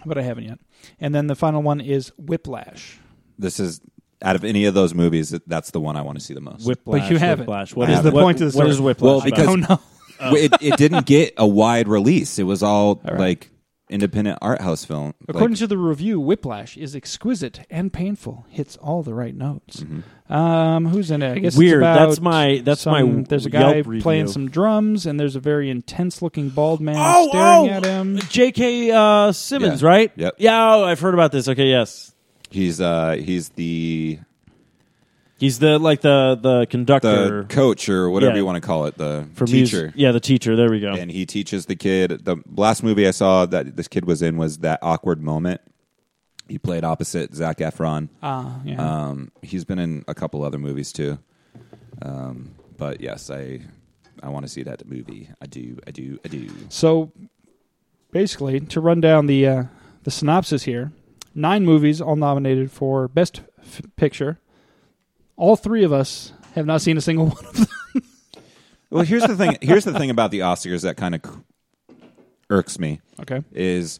Speaker 1: but I haven't yet. And then the final one is Whiplash.
Speaker 3: This is out of any of those movies. that- That's the one I want to see the most.
Speaker 2: Whiplash.
Speaker 1: But you haven't.
Speaker 2: Whiplash. What
Speaker 3: I
Speaker 2: is
Speaker 3: haven't.
Speaker 2: what-
Speaker 1: The point of the
Speaker 2: What
Speaker 1: story.
Speaker 2: is Whiplash?
Speaker 3: Well,
Speaker 2: about?
Speaker 3: because-
Speaker 1: Oh no.
Speaker 3: Well, it, it didn't get a wide release. It was all, like independent art house film. like-
Speaker 1: According to the review, Whiplash is exquisite and painful. Hits all the right notes. Um, who's in it? I guess it's
Speaker 2: Mm-hmm. Weird.
Speaker 1: about
Speaker 2: That's my- that's
Speaker 1: some-
Speaker 2: my
Speaker 1: There's a guy
Speaker 2: Yelp review.
Speaker 1: playing some drums, and there's a very intense looking bald man
Speaker 2: oh,
Speaker 1: staring
Speaker 2: oh,
Speaker 1: at him.
Speaker 2: J.K. Uh, Simmons,
Speaker 3: Yeah.
Speaker 2: right?
Speaker 3: Yep.
Speaker 2: Yeah, oh, I've heard about this. Okay, yes.
Speaker 3: he's uh, he's the
Speaker 2: He's the like the the
Speaker 3: the
Speaker 2: conductor
Speaker 3: coach or whatever
Speaker 2: Yeah.
Speaker 3: you want to call it, the
Speaker 2: for
Speaker 3: teacher.
Speaker 2: music. Yeah, the teacher. There we go.
Speaker 3: and he teaches the kid. The last movie I saw that this kid was in was that awkward moment. He played opposite Zach Efron.
Speaker 1: Ah,
Speaker 2: Uh.
Speaker 1: yeah.
Speaker 3: Um, he's been in a couple other movies too. Um, but yes, I I want to see that movie. I do. I do. I do.
Speaker 1: so basically, to run down the uh, the synopsis here, nine movies all nominated for Best F- Picture. All three of us have not seen a single one.
Speaker 3: Well, here's the thing. Here's the thing about the Oscars that kind of irks me
Speaker 1: Okay.
Speaker 3: is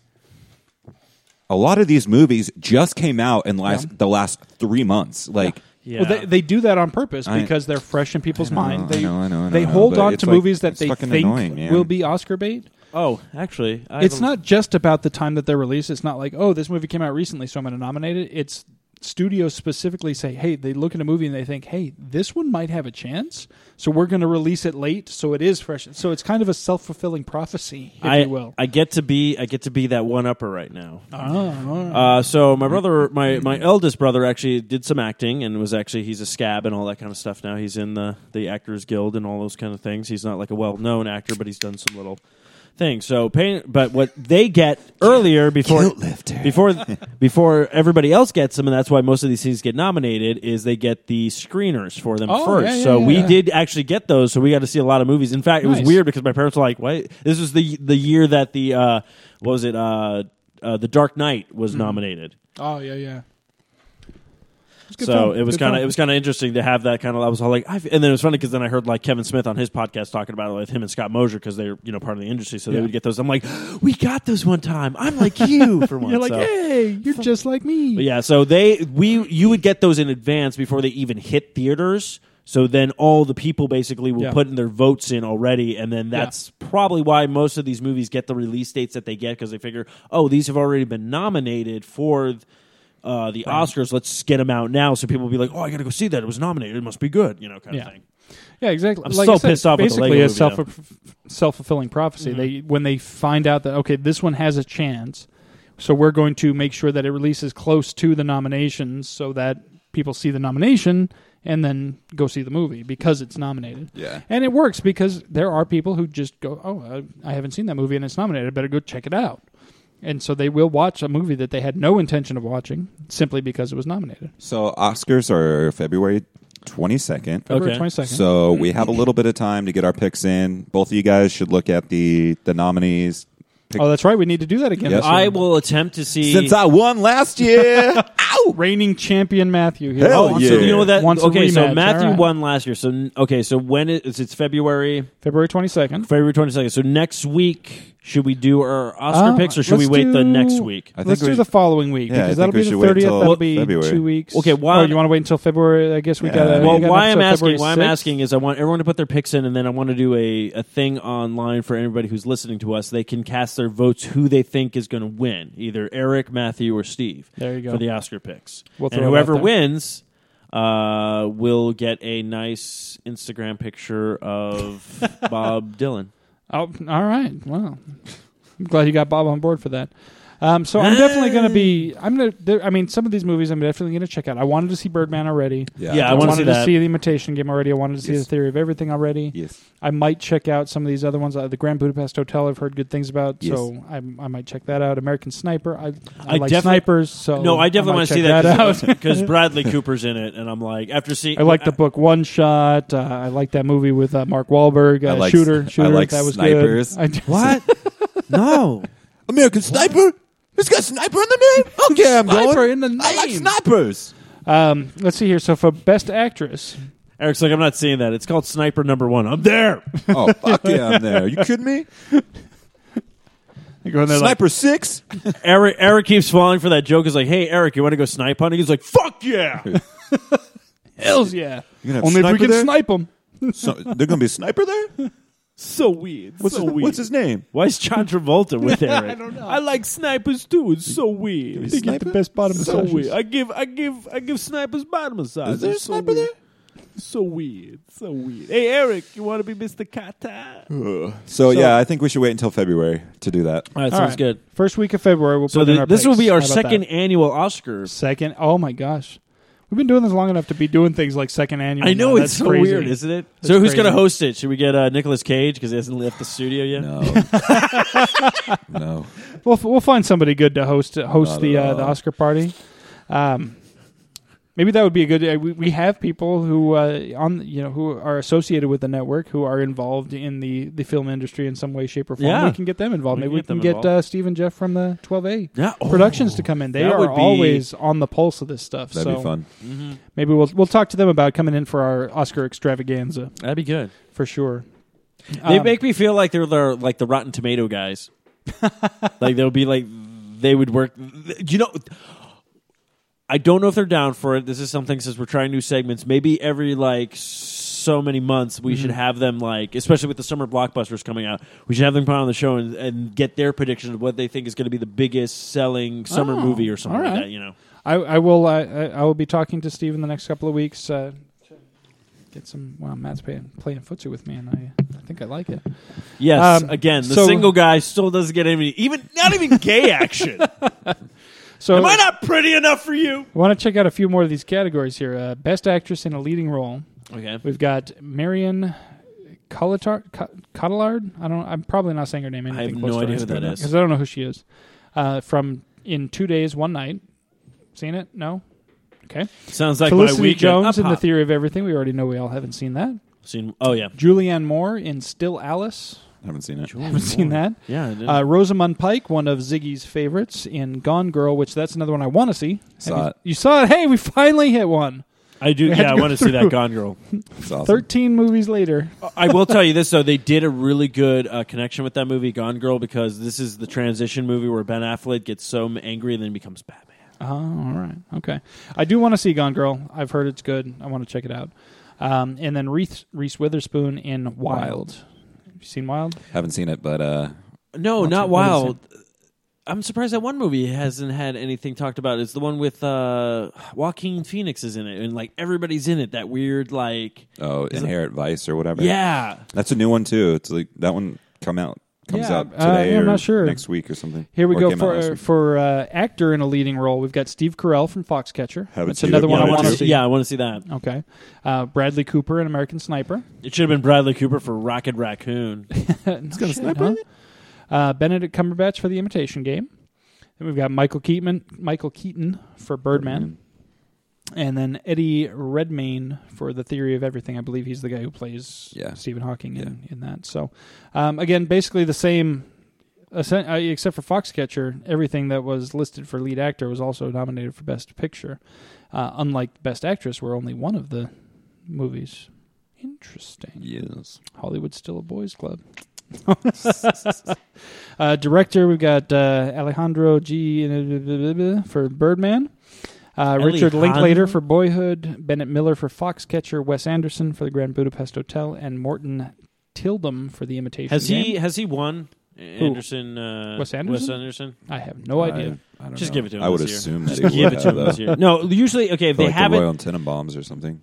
Speaker 3: a lot of these movies just came out in last the last three months. Like.
Speaker 2: yeah.
Speaker 1: Well, they, they do that on purpose
Speaker 3: I-
Speaker 1: because they're fresh in people's
Speaker 3: I know,
Speaker 1: mind.
Speaker 3: I
Speaker 1: They,
Speaker 3: know, I know, I
Speaker 1: they
Speaker 3: know,
Speaker 1: hold
Speaker 3: but
Speaker 1: on
Speaker 3: it's
Speaker 1: to
Speaker 3: like-
Speaker 1: movies that
Speaker 3: it's
Speaker 1: they
Speaker 3: fucking
Speaker 1: think
Speaker 3: annoying, man.
Speaker 1: will be Oscar bait.
Speaker 2: oh, actually, I have
Speaker 1: It's
Speaker 2: a-
Speaker 1: not just about the time that they're released. It's not like, oh, this movie came out recently, so I'm going to nominate it. It's studios specifically say, hey, they look at a movie and they think, hey, this one might have a chance, so we're going to release it late, so it is fresh. So it's kind of a self fulfilling prophecy, if
Speaker 2: I,
Speaker 1: you will.
Speaker 2: I get to be I get to be that one upper right now.
Speaker 1: Ah, all right.
Speaker 2: Uh, so my brother, my, my eldest brother, actually did some acting and was actually he's a scab and all that kind of stuff. Now he's in the the Actors Guild and all those kind of things. He's not like a well known actor, but he's done some little things. So pain, but what they get earlier before before before everybody else gets them, and that's why most of these things get nominated is they get the screeners for them
Speaker 1: Oh,
Speaker 2: first.
Speaker 1: yeah, yeah,
Speaker 2: so
Speaker 1: yeah,
Speaker 2: we
Speaker 1: yeah.
Speaker 2: did actually get those, so we got to see a lot of movies. In fact, it was
Speaker 1: Nice.
Speaker 2: weird because my parents were like, "Wait, this was the the year that the uh, what was it?" Uh, uh, the Dark Knight
Speaker 1: Hmm.
Speaker 2: was nominated,
Speaker 1: oh, yeah, yeah. It's good
Speaker 2: so
Speaker 1: film.
Speaker 2: it was
Speaker 1: Good
Speaker 2: kind of
Speaker 1: film.
Speaker 2: it was kind of interesting to have that kind of. I was all like, I've, and then it was funny because then I heard like Kevin Smith on his podcast talking about it with him and Scott Mosier because they're you know part of the industry, so they
Speaker 1: Yeah.
Speaker 2: would get those. I'm like, we got those one time. I'm like you for one.
Speaker 1: You're like,
Speaker 2: so-
Speaker 1: hey, you're just like me.
Speaker 2: But yeah, so they we you would get those in advance before they even hit theaters. So then all the people basically will
Speaker 1: Yeah.
Speaker 2: put in their votes in already, and then that's probably why most of these movies get the release dates that they get because they figure, oh, these have already been nominated for. Uh, the Oscars, let's get them out now, so people will be like, "Oh, I gotta go see that. It was nominated. It must be good," you know, kind
Speaker 1: Yeah.
Speaker 2: of thing.
Speaker 1: Yeah, exactly.
Speaker 2: I'm
Speaker 1: like
Speaker 2: so
Speaker 1: I said,
Speaker 2: pissed off with the
Speaker 1: Basically,
Speaker 2: Lego
Speaker 1: a
Speaker 2: movie, Mm-hmm. though.
Speaker 1: self self fulfilling prophecy. They when they find out that okay, this one has a chance, so we're going to make sure that it releases close to the nominations, so that people see the nomination and then go see the movie because it's nominated.
Speaker 3: Yeah.
Speaker 1: And it works because there are people who just go, "Oh, I, I haven't seen that movie and it's nominated. I better go check it out." And so they will watch a movie that they had no intention of watching simply because it was nominated.
Speaker 3: So Oscars are February 22nd.
Speaker 1: February
Speaker 2: Okay.
Speaker 1: twenty second.
Speaker 3: So we have a little bit of time to get our picks in. Both of you guys should look at the the nominees. Pick-
Speaker 1: oh, that's right. We need to do that again.
Speaker 3: Yes.
Speaker 1: this
Speaker 2: I
Speaker 1: year.
Speaker 2: will attempt to see.
Speaker 3: Since I won last year,
Speaker 1: reigning champion Matthew here.
Speaker 3: Hell
Speaker 2: oh,
Speaker 3: yeah.
Speaker 2: so you know that?
Speaker 1: Wants a
Speaker 2: okay, so
Speaker 1: rematch,
Speaker 2: Matthew
Speaker 1: all right.
Speaker 2: won last year. So n- okay, so when is it's February?
Speaker 1: February 22nd.
Speaker 2: February 22nd. So next week, should we do our Oscar
Speaker 1: Uh,
Speaker 2: picks or should we
Speaker 1: let's
Speaker 2: wait
Speaker 1: do-
Speaker 2: the next week?
Speaker 3: I think
Speaker 1: Let's
Speaker 3: we
Speaker 1: do
Speaker 3: sh-
Speaker 1: the following week
Speaker 3: Yeah, I
Speaker 1: because
Speaker 3: think
Speaker 1: that'll
Speaker 3: we
Speaker 1: be the
Speaker 3: should wait
Speaker 1: 30th.
Speaker 3: till
Speaker 1: That'll be
Speaker 3: February.
Speaker 1: two weeks.
Speaker 2: Okay, why-
Speaker 1: Oh, you want to wait until February? I guess we
Speaker 3: Yeah.
Speaker 1: got.
Speaker 3: Well,
Speaker 2: Well,
Speaker 1: we got
Speaker 2: why
Speaker 1: until
Speaker 2: I'm asking,
Speaker 1: February
Speaker 2: why I'm
Speaker 1: 6th.
Speaker 2: asking is I want everyone to put their picks in, and then I want to do a, a thing online for everybody who's listening to us. They can cast their votes who they think is going to win, either Eric, Matthew, or Steve.
Speaker 1: There you go.
Speaker 2: for the Oscar picks.
Speaker 1: We'll
Speaker 2: and
Speaker 1: throw it out
Speaker 2: whoever
Speaker 1: there.
Speaker 2: wins uh, will get a nice Instagram picture of Bob Dylan.
Speaker 1: Oh, all right. Wow. I'm glad you got Bob on board for that. Um, so I'm definitely going to be. I'm going to. I mean, some of these movies I'm definitely going to check out. I wanted to see Birdman already.
Speaker 3: yeah,
Speaker 2: Yeah, I
Speaker 1: I
Speaker 2: wanna
Speaker 1: wanted
Speaker 2: see
Speaker 1: to
Speaker 2: that.
Speaker 1: see the Imitation Game already. I wanted to see
Speaker 3: Yes.
Speaker 1: the Theory of Everything already.
Speaker 3: yes.
Speaker 1: I might check out some of these other ones. Uh, the Grand Budapest Hotel, I've heard good things about,
Speaker 3: Yes.
Speaker 1: so I, I might check that out. American Sniper, I, I,
Speaker 2: I
Speaker 1: like
Speaker 2: defi-
Speaker 1: snipers, so
Speaker 2: no, I definitely
Speaker 1: might
Speaker 2: want to
Speaker 1: check
Speaker 2: see that,
Speaker 1: out.
Speaker 2: because Bradley Cooper's in it, and I'm like, after seeing,
Speaker 1: I like the book One Shot. Uh, I like that movie with uh, Mark Wahlberg, uh,
Speaker 3: I like-
Speaker 1: Shooter.
Speaker 3: I
Speaker 1: Shooter,
Speaker 3: like
Speaker 1: that was
Speaker 3: snipers.
Speaker 1: good. I d-
Speaker 2: What? no.
Speaker 3: American Sniper. It's got sniper in the name. Okay, I'm
Speaker 1: Sniper
Speaker 3: going.
Speaker 1: in the
Speaker 3: I like
Speaker 1: name.
Speaker 3: snipers.
Speaker 1: Um, let's see here. So for Best Actress,
Speaker 2: Eric's like, I'm not seeing that. It's called Sniper Number One. I'm there.
Speaker 3: Oh fuck yeah, I'm there. Are you kidding me?
Speaker 1: they go in there like,
Speaker 3: Sniper six.
Speaker 2: Eric, Eric keeps falling for that joke. He's like, Hey, Eric, you want to go snipe hunting? He's like, Fuck yeah.
Speaker 1: hells yeah.
Speaker 3: You're gonna have
Speaker 1: Only if
Speaker 3: sniper
Speaker 1: we can
Speaker 3: there?
Speaker 1: snipe them.
Speaker 3: So, they're gonna be a sniper there.
Speaker 2: so weird.
Speaker 3: What's,
Speaker 2: so
Speaker 3: his,
Speaker 2: weird.
Speaker 3: what's his name?
Speaker 2: Why is John Travolta with Eric?
Speaker 1: I don't know.
Speaker 2: I like snipers too. It's so weird.
Speaker 1: They get the best bottom
Speaker 2: So
Speaker 1: massages.
Speaker 2: weird. I give, I give, I give snipers bottom massages.
Speaker 3: Is there a
Speaker 2: It's so
Speaker 3: sniper
Speaker 2: weird. So weird. So weird. Hey, Eric, you want to be Mr. Kata? All
Speaker 3: there? So, yeah, I think we should wait until February to do that.
Speaker 2: right,
Speaker 1: All right. First week of February, we'll
Speaker 2: So
Speaker 1: put in
Speaker 2: the,
Speaker 1: our
Speaker 2: this will
Speaker 1: picks.
Speaker 2: be our
Speaker 1: How about
Speaker 2: second
Speaker 1: that?
Speaker 2: annual Oscars.
Speaker 1: Second. Oh my gosh, we've been doing this long enough to be doing things like second annual.
Speaker 2: I know
Speaker 1: now.
Speaker 2: it's
Speaker 1: That's
Speaker 2: so
Speaker 1: crazy.
Speaker 2: weird, isn't it? so who's
Speaker 1: crazy.
Speaker 2: going to host it? Should we get uh, Nicolas Cage because he hasn't left the studio yet?
Speaker 3: No. no.
Speaker 1: We'll we'll find somebody good to host host
Speaker 3: Not
Speaker 1: the
Speaker 3: at
Speaker 1: uh,
Speaker 3: all.
Speaker 1: the Oscar party. Um, maybe that would be a good. Uh, we, we have people who uh, on you know who are associated with the network who are involved in the the film industry in some way, shape, or form.
Speaker 2: Yeah.
Speaker 1: We can get them involved.
Speaker 2: We
Speaker 1: maybe we
Speaker 2: can get
Speaker 1: can
Speaker 2: them
Speaker 1: get
Speaker 2: involved.
Speaker 1: uh, Steve and Jeff from the Twelve A
Speaker 2: Yeah. Oh.
Speaker 1: productions to come in. They
Speaker 2: that
Speaker 1: are
Speaker 2: would be-
Speaker 1: always on the pulse of this stuff.
Speaker 3: That'd
Speaker 1: so
Speaker 3: be fun.
Speaker 2: Mm-hmm.
Speaker 1: maybe we'll we'll talk to them about coming in for our Oscar extravaganza
Speaker 2: That'd be good.
Speaker 1: for sure.
Speaker 2: They
Speaker 1: Um,
Speaker 2: make me feel like they're, they're like the Rotten Tomato guys. like they'll be like they would work. You know, I don't know if they're down for it. This is something since we're trying new segments. Maybe every like so many months we
Speaker 1: Mm-hmm.
Speaker 2: should have them like, especially with the summer blockbusters coming out, we should have them come on the show and, and get their prediction of what they think is going to be the biggest selling summer
Speaker 1: Oh,
Speaker 2: movie or something
Speaker 1: all
Speaker 2: like
Speaker 1: right.
Speaker 2: that. You know,
Speaker 1: I, I will uh, I, I will be talking to Steve in the next couple of weeks. Uh, to get some. Wow, Matt's playing, playing footsie with me, and I I think I like it.
Speaker 2: Yes,
Speaker 1: Um,
Speaker 2: again, the
Speaker 1: so-
Speaker 2: single guy still doesn't get any, even not even gay action.
Speaker 1: So
Speaker 2: Am I not pretty enough for you?
Speaker 1: want to check out a few more of these categories here. Uh, best actress in a leading role.
Speaker 2: Okay.
Speaker 1: We've got Marion Cotillard. Co- Cotillard? I don't. I'm probably not saying her name.
Speaker 2: have
Speaker 1: Anything
Speaker 2: no idea who that is.
Speaker 1: Because I don't know who she is. Uh, from in two days, one night. Seen it? No. Okay.
Speaker 2: Sounds like my
Speaker 1: Felicity
Speaker 2: weekend.
Speaker 1: Jones
Speaker 2: Up
Speaker 1: in The
Speaker 2: hop.
Speaker 1: Theory of Everything. We already know we all haven't seen that.
Speaker 2: Seen, oh yeah,
Speaker 1: Julianne Moore in Still Alice.
Speaker 3: I haven't seen it.
Speaker 1: Haven't seen that.
Speaker 2: Yeah, I didn't.
Speaker 1: Uh, Rosamund Pike, one of Ziggy's favorites in Gone Girl, which that's another one I want to see.
Speaker 3: Saw
Speaker 1: Have you,
Speaker 3: it.
Speaker 1: you saw it. Hey, we finally hit one.
Speaker 2: I
Speaker 1: we
Speaker 2: do.
Speaker 1: had
Speaker 2: Yeah,
Speaker 1: to
Speaker 2: I
Speaker 1: go
Speaker 2: want to see
Speaker 1: through.
Speaker 2: that Gone Girl.
Speaker 3: It's awesome.
Speaker 1: Thirteen movies later.
Speaker 2: I will tell you this though, they did a really good uh, connection with that movie Gone Girl because this is the transition movie where Ben Affleck gets so angry and then becomes Batman.
Speaker 1: Oh, all right. Okay. I do want to see Gone Girl. I've heard it's good. I want to check it out. Um, and then Reese, Reese Witherspoon in Wild. Have you seen Wild?
Speaker 3: Haven't seen it, but uh,
Speaker 2: No,
Speaker 3: Watch
Speaker 2: not
Speaker 3: it.
Speaker 2: Wild. I'm surprised that one movie hasn't had anything talked about. It's the one with uh, Joaquin Phoenix is in it, and like everybody's in it. That weird, like,
Speaker 3: oh, Inherit Vice or whatever.
Speaker 2: yeah,
Speaker 3: that's a new one too. It's like that one come out comes
Speaker 1: Yeah,
Speaker 3: out
Speaker 1: uh,
Speaker 3: today
Speaker 1: yeah, I'm
Speaker 3: or
Speaker 1: not sure.
Speaker 3: next week or something.
Speaker 1: Here we
Speaker 3: Or
Speaker 1: go
Speaker 3: came out
Speaker 1: for
Speaker 3: last
Speaker 1: uh,
Speaker 3: week.
Speaker 1: for uh, actor in a leading role. We've got Steve Carell from Foxcatcher.
Speaker 3: Haven't
Speaker 1: That's
Speaker 3: seen
Speaker 1: another
Speaker 3: it.
Speaker 1: one
Speaker 2: yeah,
Speaker 1: I
Speaker 3: Yeah,
Speaker 1: want
Speaker 3: me
Speaker 1: to
Speaker 3: too.
Speaker 1: see.
Speaker 2: Yeah, I want to see that.
Speaker 1: Okay. Uh, Bradley Cooper in American Sniper.
Speaker 2: It should have been Bradley Cooper for Rocket Raccoon.
Speaker 1: It's got a sniper in it. Uh, Benedict Cumberbatch for The Imitation Game. Then we've got Michael Keaton, Michael Keaton for Birdman, and then Eddie Redmayne for The Theory of Everything. I believe he's the guy who plays
Speaker 3: Yeah.
Speaker 1: Stephen Hawking in, in that. So, um, again, basically the same. assen- uh, Except for Foxcatcher, everything that was listed for lead actor was also nominated for Best Picture. Uh, unlike Best Actress, where only one of the movies. Interesting.
Speaker 3: Yes.
Speaker 1: Hollywood's still a boys' club. uh, director, we've got uh, Alejandro G. for Birdman, uh, Richard
Speaker 2: Alejandro?
Speaker 1: Linklater for Boyhood, Bennett Miller for Foxcatcher, Wes Anderson for The Grand Budapest Hotel, and Morton Tildum for The Imitation
Speaker 2: Has
Speaker 1: Game.
Speaker 2: he? Has he won? Anderson. Uh,
Speaker 1: Wes Anderson?
Speaker 2: Wes Anderson.
Speaker 1: I have
Speaker 2: uh,
Speaker 1: no idea.
Speaker 3: I, I don't
Speaker 2: Just
Speaker 3: know.
Speaker 2: give it to him
Speaker 3: I would
Speaker 2: this year.
Speaker 3: assume that
Speaker 2: Just
Speaker 3: he
Speaker 2: give
Speaker 3: would
Speaker 2: it to
Speaker 3: have
Speaker 2: him
Speaker 3: a-
Speaker 2: this year. No, usually okay. If they
Speaker 3: like the
Speaker 2: haven't,
Speaker 3: Royal Tenenbaums or something.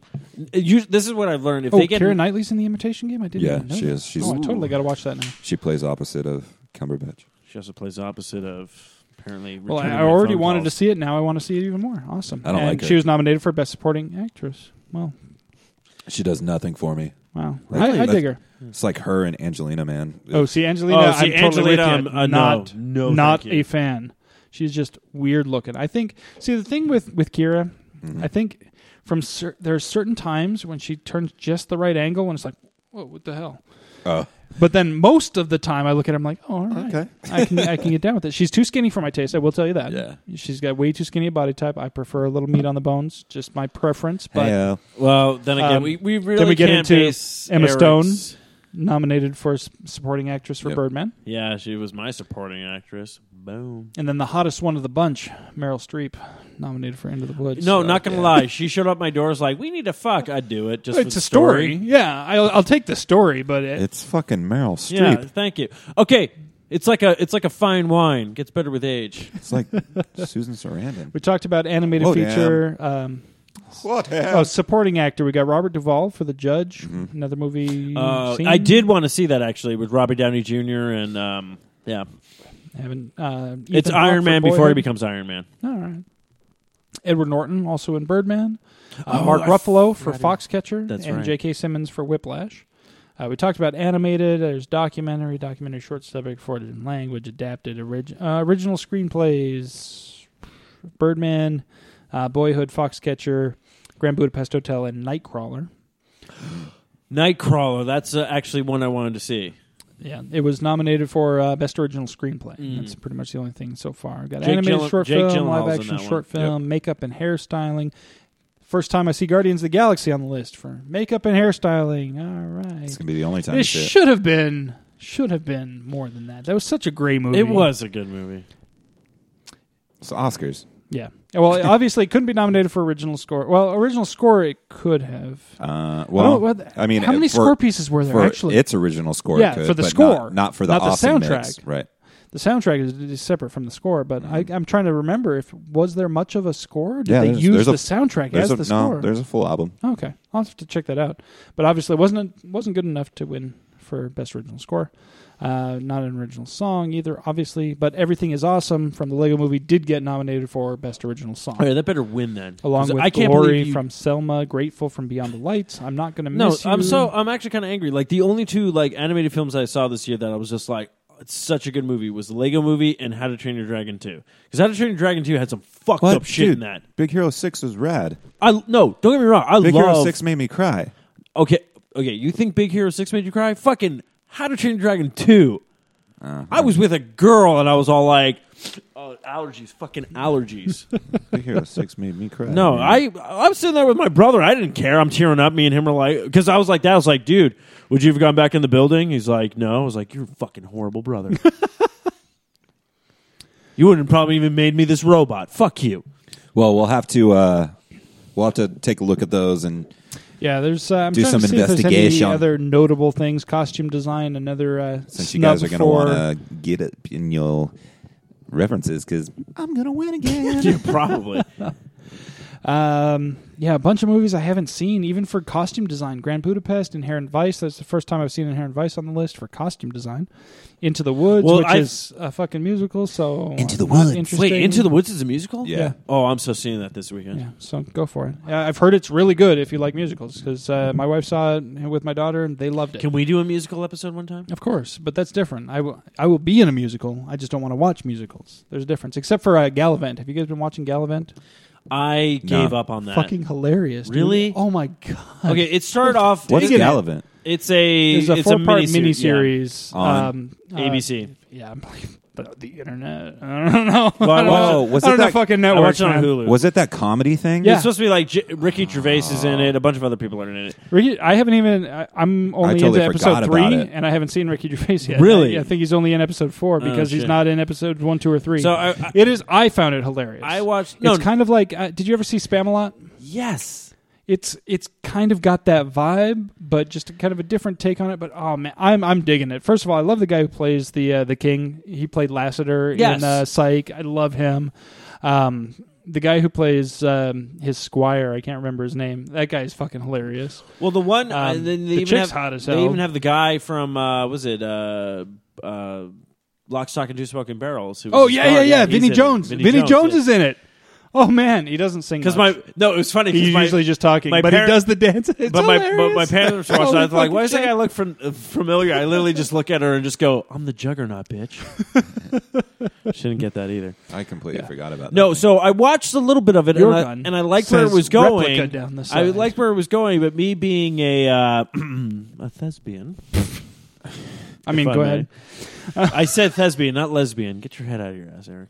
Speaker 2: us- this is what I've learned. If
Speaker 1: oh,
Speaker 2: they get
Speaker 1: Kira Knightley's in The Imitation Game. I didn't.
Speaker 3: Yeah,
Speaker 1: even know
Speaker 3: she
Speaker 1: that.
Speaker 3: is. She's
Speaker 1: Oh, I totally got to watch that now.
Speaker 3: she plays opposite of Cumberbatch.
Speaker 2: She also plays the opposite of apparently.
Speaker 1: Well, I I already wanted to see it. Now I want to see it even more. Awesome.
Speaker 3: I don't
Speaker 1: and
Speaker 3: like her.
Speaker 1: She was nominated for Best Supporting Actress. Well,
Speaker 3: She does nothing for me.
Speaker 1: wow.
Speaker 3: Really?
Speaker 1: I, I dig her.
Speaker 3: It's like her and Angelina, man.
Speaker 1: Oh, see, Angelina,
Speaker 2: Oh, see,
Speaker 1: I'm totally with
Speaker 2: Angelina,
Speaker 1: you.
Speaker 2: I'm- uh, no.
Speaker 1: not,
Speaker 2: No,
Speaker 1: not
Speaker 2: thank you.
Speaker 1: a fan. She's just weird looking. I think. See, the thing with with Kira,
Speaker 3: Mm-hmm.
Speaker 1: I think from cer- there are certain times when she turns just the right angle, and it's like, whoa, what the hell?
Speaker 3: Oh.
Speaker 1: But then most of the time, I look at her, I'm like, oh, all right,
Speaker 3: Okay.
Speaker 1: I can I can get down with it. She's too skinny for my taste. I will tell you that.
Speaker 3: Yeah.
Speaker 1: she's got way too skinny a body type. I prefer a little meat on the bones. Just my preference. But
Speaker 3: Heyo.
Speaker 2: Well, then again,
Speaker 1: Um,
Speaker 2: we, we really
Speaker 1: we get
Speaker 2: can't
Speaker 1: into
Speaker 2: base
Speaker 1: Emma
Speaker 2: Eric's-
Speaker 1: Stone? nominated for s- supporting actress for
Speaker 3: Yep.
Speaker 1: Birdman,
Speaker 2: Yeah, she was my supporting actress. Boom.
Speaker 1: and then the hottest one of the bunch, Meryl Streep, nominated for End of the Woods.
Speaker 2: No, not gonna lie. She showed up my doors like, "We need to fuck." I'd do it just. for
Speaker 1: it's
Speaker 2: the
Speaker 1: a story. Yeah, I'll, I'll take the story, but it,
Speaker 3: It's fucking Meryl
Speaker 2: Yeah,
Speaker 3: Streep.
Speaker 2: thank you. Okay, it's like a it's like a fine wine gets better with age.
Speaker 3: It's like Susan Sarandon.
Speaker 1: we talked about animated
Speaker 3: Whoa,
Speaker 1: feature. Um,
Speaker 3: What
Speaker 1: oh, supporting actor. We got Robert Duvall for The Judge.
Speaker 3: Mm-hmm.
Speaker 1: Another movie.
Speaker 2: Uh,
Speaker 1: seen.
Speaker 2: I did want to see that actually with Robbie Downey Jr. and um, yeah,
Speaker 1: Haven't, uh,
Speaker 2: it's
Speaker 1: Ethan Hawke
Speaker 2: Iron
Speaker 1: for
Speaker 2: Man before he
Speaker 1: Boyhood.
Speaker 2: becomes Iron Man.
Speaker 1: All right. Edward Norton also in Birdman. Uh,
Speaker 2: Oh,
Speaker 1: Mark
Speaker 2: I
Speaker 1: Ruffalo for
Speaker 2: forgot
Speaker 1: Foxcatcher.
Speaker 2: That's
Speaker 1: and
Speaker 2: right.
Speaker 1: J.K. Simmons for Whiplash. Uh, we talked about animated. There's documentary, documentary short subject, recorded in language, adapted, orig- uh, original screenplays, Birdman, uh, Boyhood, Foxcatcher, Grand Budapest Hotel, and Nightcrawler.
Speaker 2: Nightcrawler. That's uh, actually one I wanted to see.
Speaker 1: Yeah, it was nominated for uh, best original screenplay.
Speaker 2: Mm.
Speaker 1: That's pretty much the only thing so far. We've got
Speaker 2: Jake
Speaker 1: animated
Speaker 2: Gyllen-
Speaker 1: short
Speaker 2: Jake
Speaker 1: film,
Speaker 2: Gyllenhaal's
Speaker 1: live
Speaker 2: in
Speaker 1: action
Speaker 2: that
Speaker 1: short film, makeup and hairstyling. First time I see Guardians of the Galaxy on the list for makeup and hairstyling. All
Speaker 3: It's
Speaker 1: right,
Speaker 3: gonna be the only time.
Speaker 1: it
Speaker 3: to see it.
Speaker 1: should have been should have been more than that. That was such a great movie.
Speaker 2: It was a good movie.
Speaker 3: It's Oscars.
Speaker 1: yeah. Well, obviously, it couldn't be nominated for original score. Well, original score it could have.
Speaker 3: Uh,
Speaker 1: I, don't-
Speaker 3: well,
Speaker 1: what-
Speaker 3: I mean,
Speaker 1: how many
Speaker 3: for,
Speaker 1: score pieces were there
Speaker 3: for
Speaker 1: actually?
Speaker 3: its original score?
Speaker 1: Yeah,
Speaker 3: could,
Speaker 1: for the
Speaker 3: but
Speaker 1: score,
Speaker 3: not, not for the
Speaker 1: not the
Speaker 3: awesome mix.
Speaker 1: soundtrack.
Speaker 3: right?
Speaker 1: the soundtrack is, is separate from the score, but I, I'm trying to remember if was there much of a score? Did
Speaker 3: Mm-hmm. Yeah,
Speaker 1: they
Speaker 3: there's-
Speaker 1: use
Speaker 3: there's
Speaker 1: the
Speaker 3: a-
Speaker 1: soundtrack
Speaker 3: There's
Speaker 1: as
Speaker 3: a,
Speaker 1: the
Speaker 3: no,
Speaker 1: score?
Speaker 3: there's a full album.
Speaker 1: okay, I'll have to check that out. But obviously, it wasn't wasn't good enough to win for best original score. Uh, not an original song either, obviously. But everything is awesome from the Lego Movie did get nominated for best original song.
Speaker 2: All right, that better win then.
Speaker 1: Along
Speaker 2: 'Cause
Speaker 1: with
Speaker 2: I can't
Speaker 1: Glory
Speaker 2: believe you-
Speaker 1: from Selma, Grateful from Beyond the Lights. I'm not gonna
Speaker 2: No,
Speaker 1: miss you.
Speaker 2: I'm so I'm actually kind of angry. Like the only two like animated films I saw this year that I was just like, it's such a good movie was the Lego Movie and How to Train Your Dragon Two. Because How to Train Your Dragon Two had some fucked up shit in that.
Speaker 3: Big Hero Six was rad.
Speaker 2: I no, don't get me wrong. I
Speaker 3: Big Hero
Speaker 2: love
Speaker 3: Six made me cry.
Speaker 2: Okay, okay. You think Big Hero Six made you cry? Fucking How to Train Your Dragon 2 I was with a girl and I was all like, "Oh, allergies, fucking allergies."
Speaker 3: Big Hero Six made me cry.
Speaker 2: no,
Speaker 3: man.
Speaker 2: I I'm sitting there with my brother. I didn't care. I'm tearing up. Me and him are like, because I was like that. I was like, dude, would you have gone back in the building? He's like, no. I was like, you're a fucking horrible brother. you wouldn't have probably even made me this robot. Fuck you.
Speaker 3: Well, we'll have to uh, we'll have to take a look at those and
Speaker 1: Yeah, there's. Uh, I'm
Speaker 3: Do
Speaker 1: trying
Speaker 3: some
Speaker 1: to see If there's
Speaker 3: investigation.
Speaker 1: any other notable things, costume design, another uh,
Speaker 3: since you
Speaker 1: snub
Speaker 3: guys are going to
Speaker 1: for.
Speaker 3: want to get it in your references because I'm going to win again.
Speaker 2: Probably.
Speaker 1: Um, yeah, a bunch of movies I haven't seen, even for costume design. Grand Budapest, Inherent Vice. That's the first time I've seen Inherent Vice on the list for costume design. Into the Woods,
Speaker 2: Well,
Speaker 1: which
Speaker 2: I've-
Speaker 1: is a fucking musical. So
Speaker 3: Into the
Speaker 1: I'm not
Speaker 3: Woods.
Speaker 1: interested
Speaker 2: Wait,
Speaker 1: in-
Speaker 2: Into the Woods is a musical.
Speaker 3: Yeah.
Speaker 2: Oh, I'm so seeing that this weekend.
Speaker 1: Yeah, so go for it. Yeah, I've heard it's really good if you like musicals because uh, my wife saw it with my daughter and they loved it.
Speaker 2: Can we do a musical episode one time?
Speaker 1: Of course, but that's different. I will I will be in a musical. I just don't want to watch musicals. There's a difference, except for uh, Gallivant. Have you guys been watching Gallivant?
Speaker 2: I
Speaker 3: No.
Speaker 2: gave up on that.
Speaker 1: Fucking hilarious! dude.
Speaker 2: Really?
Speaker 1: Oh my god!
Speaker 2: okay, it started off.
Speaker 3: what is
Speaker 2: it's,
Speaker 3: Gallivant?
Speaker 2: It's a
Speaker 1: There's a
Speaker 2: it's
Speaker 1: four part
Speaker 2: miniseries,
Speaker 1: miniseries
Speaker 3: yeah. On
Speaker 1: um, uh,
Speaker 2: yeah. ABC.
Speaker 1: yeah, I'm like, but the internet. I don't know. I don't
Speaker 3: Whoa,
Speaker 1: know.
Speaker 3: was
Speaker 1: I
Speaker 3: it
Speaker 1: don't know
Speaker 3: that-
Speaker 1: fucking
Speaker 2: I
Speaker 1: network.
Speaker 2: watched it on Hulu.
Speaker 3: Was it that comedy thing?
Speaker 1: Yeah.
Speaker 2: It's supposed to be like J- Ricky Gervais is in it. A bunch of other people are in it.
Speaker 1: Ricky, I haven't even. I, I'm only
Speaker 3: totally
Speaker 1: into
Speaker 3: forgot
Speaker 1: episode
Speaker 3: about
Speaker 1: three,
Speaker 3: it.
Speaker 1: and I haven't seen Ricky Gervais yet.
Speaker 2: Really?
Speaker 1: I, I think he's only in episode four because he's
Speaker 2: shit.
Speaker 1: not in episode one, two, or three.
Speaker 2: So I- I-
Speaker 1: it is. I found it hilarious.
Speaker 2: I watched. No,
Speaker 1: It's kind of like. Uh, did you ever see Spam a lot?
Speaker 2: yes.
Speaker 1: It's it's kind of got that vibe, but just a, kind of a different take on it. But oh man, I'm I'm digging it. First of all, I love the guy who plays the uh, the king. He played Lassiter
Speaker 2: Yes.
Speaker 1: in uh, Psych. I love him. Um, the guy who plays um, his squire, I can't remember his name. That guy is fucking hilarious.
Speaker 2: Well, the one uh,
Speaker 1: Um,
Speaker 2: then
Speaker 1: the
Speaker 2: they even
Speaker 1: chick's
Speaker 2: have
Speaker 1: hot as
Speaker 2: they
Speaker 1: hell.
Speaker 2: even have the guy from uh, was it uh, uh, Lock, Stock, and Two Smoking Barrels? Who was
Speaker 1: Oh
Speaker 2: the
Speaker 1: yeah,
Speaker 2: star.
Speaker 1: yeah, yeah.
Speaker 2: he's
Speaker 1: Vinny
Speaker 2: in it.
Speaker 1: Jones. Vinny, Jones is in it. Oh man, he doesn't sing
Speaker 2: because
Speaker 1: much.
Speaker 2: my no. It was funny. 'cause
Speaker 1: he's
Speaker 2: my,
Speaker 1: usually just talking,
Speaker 2: my
Speaker 1: but
Speaker 2: parent-
Speaker 1: he does the dance. It's
Speaker 2: but my but
Speaker 1: hilarious.
Speaker 2: Oh, my parents watched. it.
Speaker 1: Holy
Speaker 2: I was like,
Speaker 1: fucking
Speaker 2: "Why does that
Speaker 1: shit.
Speaker 2: guy look fam- uh, familiar?" I literally just look at her and just go, "I'm the Juggernaut, bitch." she didn't get that either.
Speaker 3: I completely forgot about
Speaker 2: No,
Speaker 3: that.
Speaker 2: so I watched a little bit of it,
Speaker 1: Your
Speaker 2: and I,
Speaker 1: gun
Speaker 2: and I liked where it
Speaker 1: says
Speaker 2: was
Speaker 1: replica
Speaker 2: going.
Speaker 1: down the
Speaker 2: I
Speaker 1: side.
Speaker 2: liked where it was going, but me being a uh, a thespian,
Speaker 1: I mean,
Speaker 2: if I
Speaker 1: go
Speaker 2: may.
Speaker 1: ahead.
Speaker 2: I said thespian, not lesbian. Get your head out of your ass, Eric.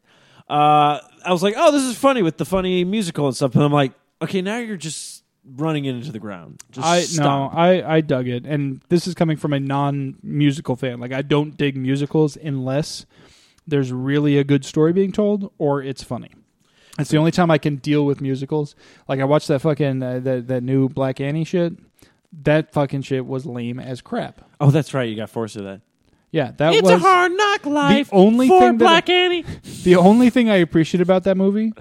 Speaker 2: Uh, I was like, oh, this is funny with the funny musical and stuff, but I'm like, okay, now you're just running it into the ground. Just
Speaker 1: I
Speaker 2: stop.
Speaker 1: no, I I dug it, and this is coming from a non-musical fan. Like I don't dig musicals unless there's really a good story being told or it's funny. It's the only time I can deal with musicals. Like I watched that fucking uh, that that new Black Annie shit. That fucking shit was lame as crap.
Speaker 2: Oh, that's right, you got forced to that.
Speaker 1: Yeah, that
Speaker 4: it's
Speaker 1: was
Speaker 4: a hard knock life
Speaker 1: only
Speaker 4: for
Speaker 1: thing that-
Speaker 4: Black Annie.
Speaker 1: the only thing I appreciate about that movie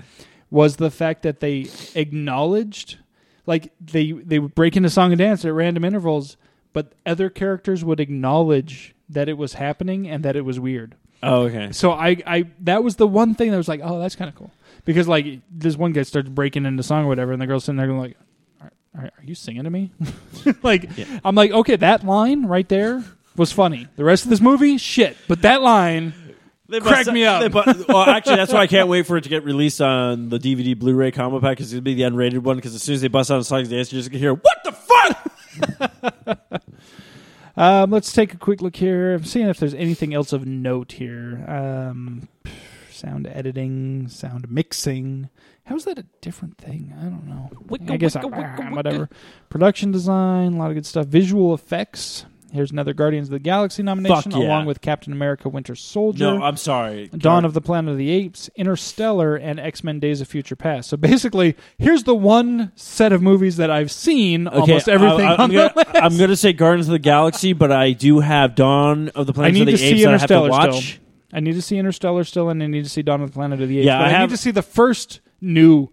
Speaker 1: was the fact that they acknowledged, like they they would break into song and dance at random intervals, but other characters would acknowledge that it was happening and that it was weird.
Speaker 2: Oh, okay.
Speaker 1: So I I that was the one thing that was like, oh, that's kind of cool because like this one guy starts breaking into song or whatever, and the girl's sitting there going like. "Are- Are are you singing to me? like
Speaker 2: Yeah.
Speaker 1: I'm like okay, that line right there was funny. The rest of this movie, shit, but that line
Speaker 2: They
Speaker 1: Crack me up.
Speaker 2: they bu- well, actually, that's why I can't wait for it to get released on the DVD Blu-ray combo pack because it'll be the unrated one. Because as soon as they bust out a song and dance, you're just gonna hear what the fuck.
Speaker 1: Um, let's take a quick look here. I'm seeing if there's anything else of note here. Um, pff, sound editing, sound mixing. How's that a different thing? I don't know. I guess I- ah, whatever. Production design, a lot of good stuff. Visual effects. Here's another Guardians of the Galaxy nomination,
Speaker 2: Fuck yeah.
Speaker 1: along with Captain America: Winter Soldier.
Speaker 2: No, I'm sorry.
Speaker 1: Dawn of the Planet of the Apes, Interstellar, and X Men: Days of Future Past. So basically, here's the one set of movies that I've seen almost everything
Speaker 2: I,
Speaker 1: on
Speaker 2: am
Speaker 1: the
Speaker 2: gonna,
Speaker 1: list.
Speaker 2: I'm gonna say Guardians of the Galaxy, but I do have Dawn of the
Speaker 1: I
Speaker 2: Planet
Speaker 1: need
Speaker 2: of the
Speaker 1: to
Speaker 2: Apes
Speaker 1: see
Speaker 2: that I have to
Speaker 1: Interstellar
Speaker 2: watch.
Speaker 1: still. I need to see Interstellar still, and I need to see Dawn of the Planet of the Apes.
Speaker 2: Yeah,
Speaker 1: but
Speaker 2: I
Speaker 1: I,
Speaker 2: have-
Speaker 1: need to see the first new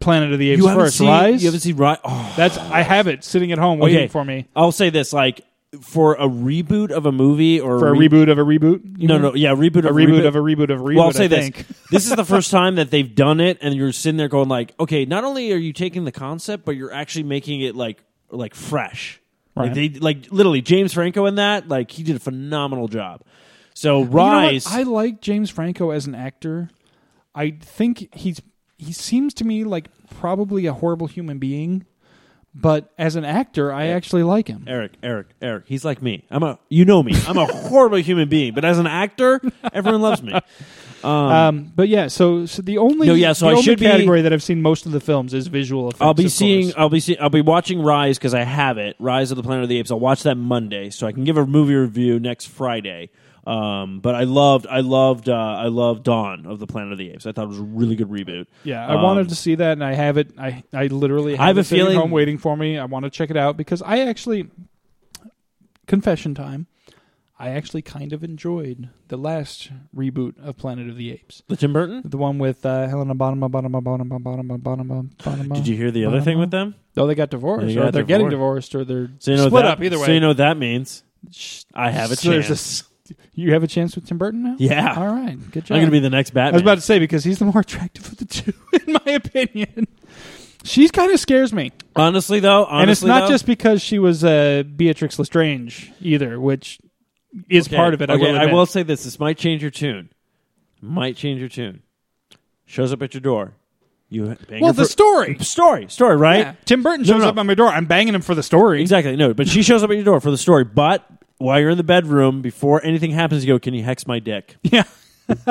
Speaker 1: Planet of the Apes
Speaker 2: you haven't
Speaker 1: first.
Speaker 2: seen
Speaker 1: Lies?
Speaker 2: you haven't seen Ri- oh.
Speaker 1: That's I have it sitting at home waiting
Speaker 2: Okay.
Speaker 1: for me
Speaker 2: I'll say this: like for a reboot of a movie or
Speaker 1: for a
Speaker 2: re-
Speaker 1: reboot of a reboot. you
Speaker 2: No,
Speaker 1: mean?
Speaker 2: no, yeah, reboot
Speaker 1: a
Speaker 2: of
Speaker 1: reboot of a reboot of a reboot.
Speaker 2: well, I'll say
Speaker 1: I
Speaker 2: this:
Speaker 1: think.
Speaker 2: this is the first time that they've done it, and you're sitting there going like, okay, not only are you taking the concept, but you're actually making it like like fresh. Like
Speaker 1: Right.
Speaker 2: they like literally James Franco in that, like he did a phenomenal job. So
Speaker 1: You know what?
Speaker 2: Rise,
Speaker 1: I like James Franco as an actor. I think he's he seems to me like probably a horrible human being, but as an actor, I actually like him.
Speaker 2: Eric, Eric, Eric. He's like me. I'm a you know me. I'm a horrible human being, but as an actor, everyone loves me.
Speaker 1: Um, but yeah, so, so the only
Speaker 2: No, yeah, so
Speaker 1: the
Speaker 2: I
Speaker 1: only
Speaker 2: should be-
Speaker 1: category that I've seen most of the films is visual effects.
Speaker 2: I'll be
Speaker 1: of
Speaker 2: seeing.
Speaker 1: course.
Speaker 2: I'll be seeing. I'll be watching Rise because I have it. Rise of the Planet of the Apes. I'll watch that Monday, so I can give a movie review next Friday. Um, but I loved. I loved. Uh, I loved Dawn of the Planet of the Apes. I thought it was a really good reboot.
Speaker 1: Yeah, I
Speaker 2: Um,
Speaker 1: wanted to see that, and I have it. I I literally have
Speaker 2: I have
Speaker 1: it
Speaker 2: a
Speaker 1: sitting
Speaker 2: feeling-
Speaker 1: home waiting for me. I want to check it out because I actually confession time. I actually kind of enjoyed the last reboot of Planet of the Apes,
Speaker 2: The Tim Burton.
Speaker 1: the one with uh, Helena Bonham Bonham Bonham Bonham Bonham Bonham.
Speaker 2: Did you hear the other thing with them?
Speaker 1: Oh, they got divorced,
Speaker 2: They
Speaker 1: or
Speaker 2: got
Speaker 1: they're getting
Speaker 2: divorced.
Speaker 1: divorced, or they're
Speaker 2: So you know
Speaker 1: split
Speaker 2: that,
Speaker 1: up. Either way,
Speaker 2: So you know what that means.
Speaker 1: Sh-
Speaker 2: I have a
Speaker 1: so there's
Speaker 2: chance.
Speaker 1: s- you have a chance with Tim Burton now.
Speaker 2: Yeah.
Speaker 1: All right. Good job.
Speaker 2: I'm gonna be the next Batman.
Speaker 1: I was about to say because he's the more attractive of the two, in my opinion. She kind of scares me,
Speaker 2: honestly though, honestly,
Speaker 1: and it's not
Speaker 2: though,
Speaker 1: just because she was uh, Beatrix Lestrange either, which is
Speaker 2: Okay,
Speaker 1: part of it. I
Speaker 2: okay,
Speaker 1: will. admit.
Speaker 2: say this: this might change your tune. Might change your tune. Shows up at your door. You bang
Speaker 1: Well,
Speaker 2: her
Speaker 1: the
Speaker 2: for-
Speaker 1: story.
Speaker 2: story, story, right?
Speaker 1: Yeah. Tim Burton
Speaker 2: No,
Speaker 1: shows
Speaker 2: no.
Speaker 1: up on my door. I'm banging him for the story.
Speaker 2: Exactly. No, but she shows up at your door for the story. But while you're in the bedroom, before anything happens, you go, "Can you hex my dick?"
Speaker 1: Yeah.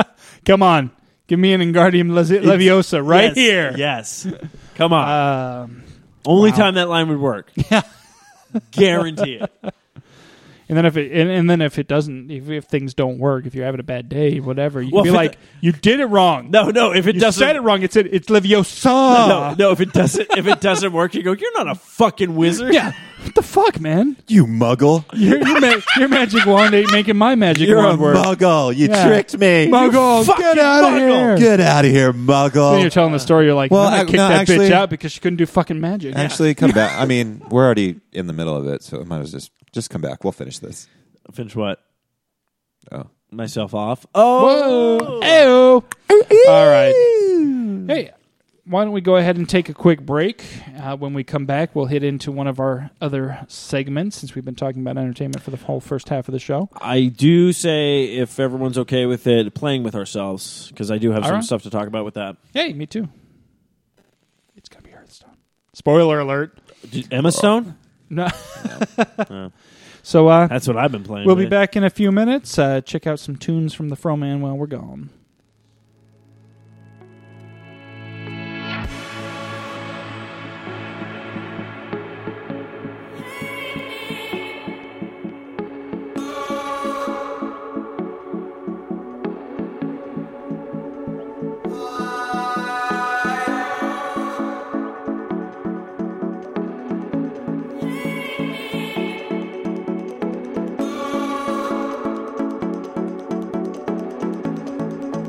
Speaker 1: Come on, give me an Ingardium Lezi- Leviosa right
Speaker 2: Yes,
Speaker 1: here.
Speaker 2: Yes. Come on.
Speaker 1: Um,
Speaker 2: Only time that line would work. Yeah. Guarantee it.
Speaker 1: and then if it and, and then if it doesn't, if, if things don't work, if you're having a bad day, whatever, you
Speaker 2: Well,
Speaker 1: can
Speaker 2: if
Speaker 1: be
Speaker 2: it-
Speaker 1: like, you did it wrong.
Speaker 2: No, no. If it
Speaker 1: you
Speaker 2: doesn't,
Speaker 1: said it wrong. It said it's Leviosa.
Speaker 2: no, no. If it doesn't, if it doesn't work, you go, "You're not a fucking wizard."
Speaker 1: Yeah. What the fuck, man?
Speaker 3: You muggle.
Speaker 1: Your, your, ma- your magic wand ain't making my magic
Speaker 3: You're a
Speaker 1: wand work.
Speaker 3: muggle. You
Speaker 1: Yeah.
Speaker 3: tricked me.
Speaker 1: Muggle,
Speaker 3: You fucking
Speaker 1: get outta here.
Speaker 3: muggle. Get out of here,
Speaker 1: Then you're
Speaker 3: muggle.
Speaker 1: telling the story. You're like,
Speaker 3: Well,
Speaker 1: I,
Speaker 3: I-
Speaker 1: kicked
Speaker 3: no,
Speaker 1: that bitch
Speaker 3: actually-
Speaker 1: out because she couldn't do fucking magic.
Speaker 3: Actually, come back. I mean, we're already in the middle of it, so I might as well just just come back. We'll finish this.
Speaker 2: Finish what?
Speaker 3: Oh.
Speaker 2: Myself off. Oh.
Speaker 1: Whoa. Ayo. All right. Hey, why don't we go ahead and take a quick break? Uh, when we come back, we'll hit into one of our other segments since we've been talking about entertainment for the whole first half of the show.
Speaker 2: I do say if everyone's okay with it, playing with ourselves because I do have
Speaker 1: All
Speaker 2: some
Speaker 1: right.
Speaker 2: stuff to talk about with that.
Speaker 1: Hey, me too. It's going to be Hearthstone. Spoiler alert.
Speaker 2: Did- Emma Stone.
Speaker 1: No. so, uh,
Speaker 2: That's what I've been playing.
Speaker 1: We'll be
Speaker 2: with.
Speaker 1: back in a few minutes. Uh, check out some tunes from the Froman while we're gone.
Speaker 5: Thank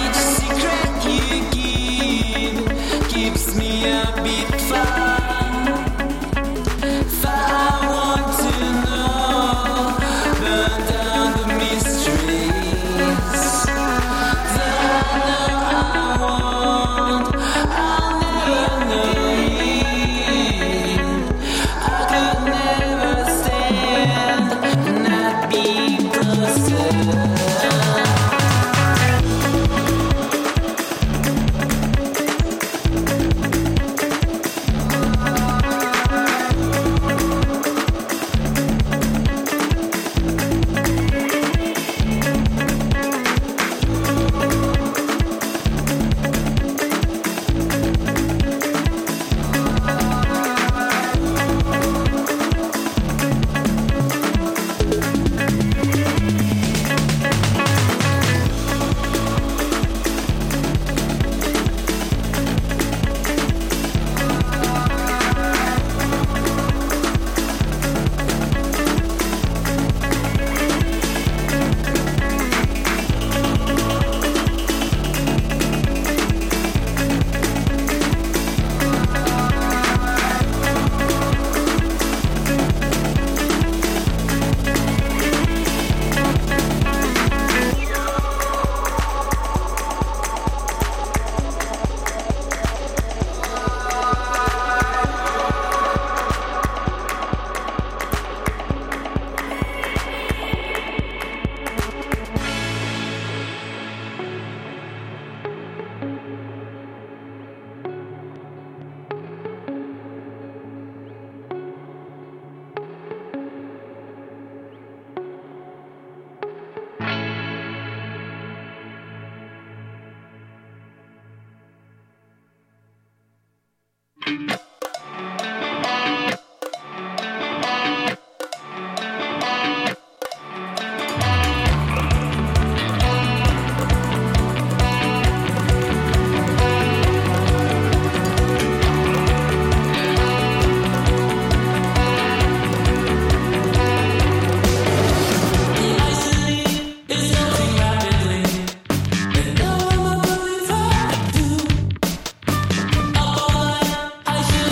Speaker 5: Each secret you give keeps me a bit far. Far I want to know, burn down the mysteries. Then I know I won't. I'll never know it. I could never stand not being closer. I should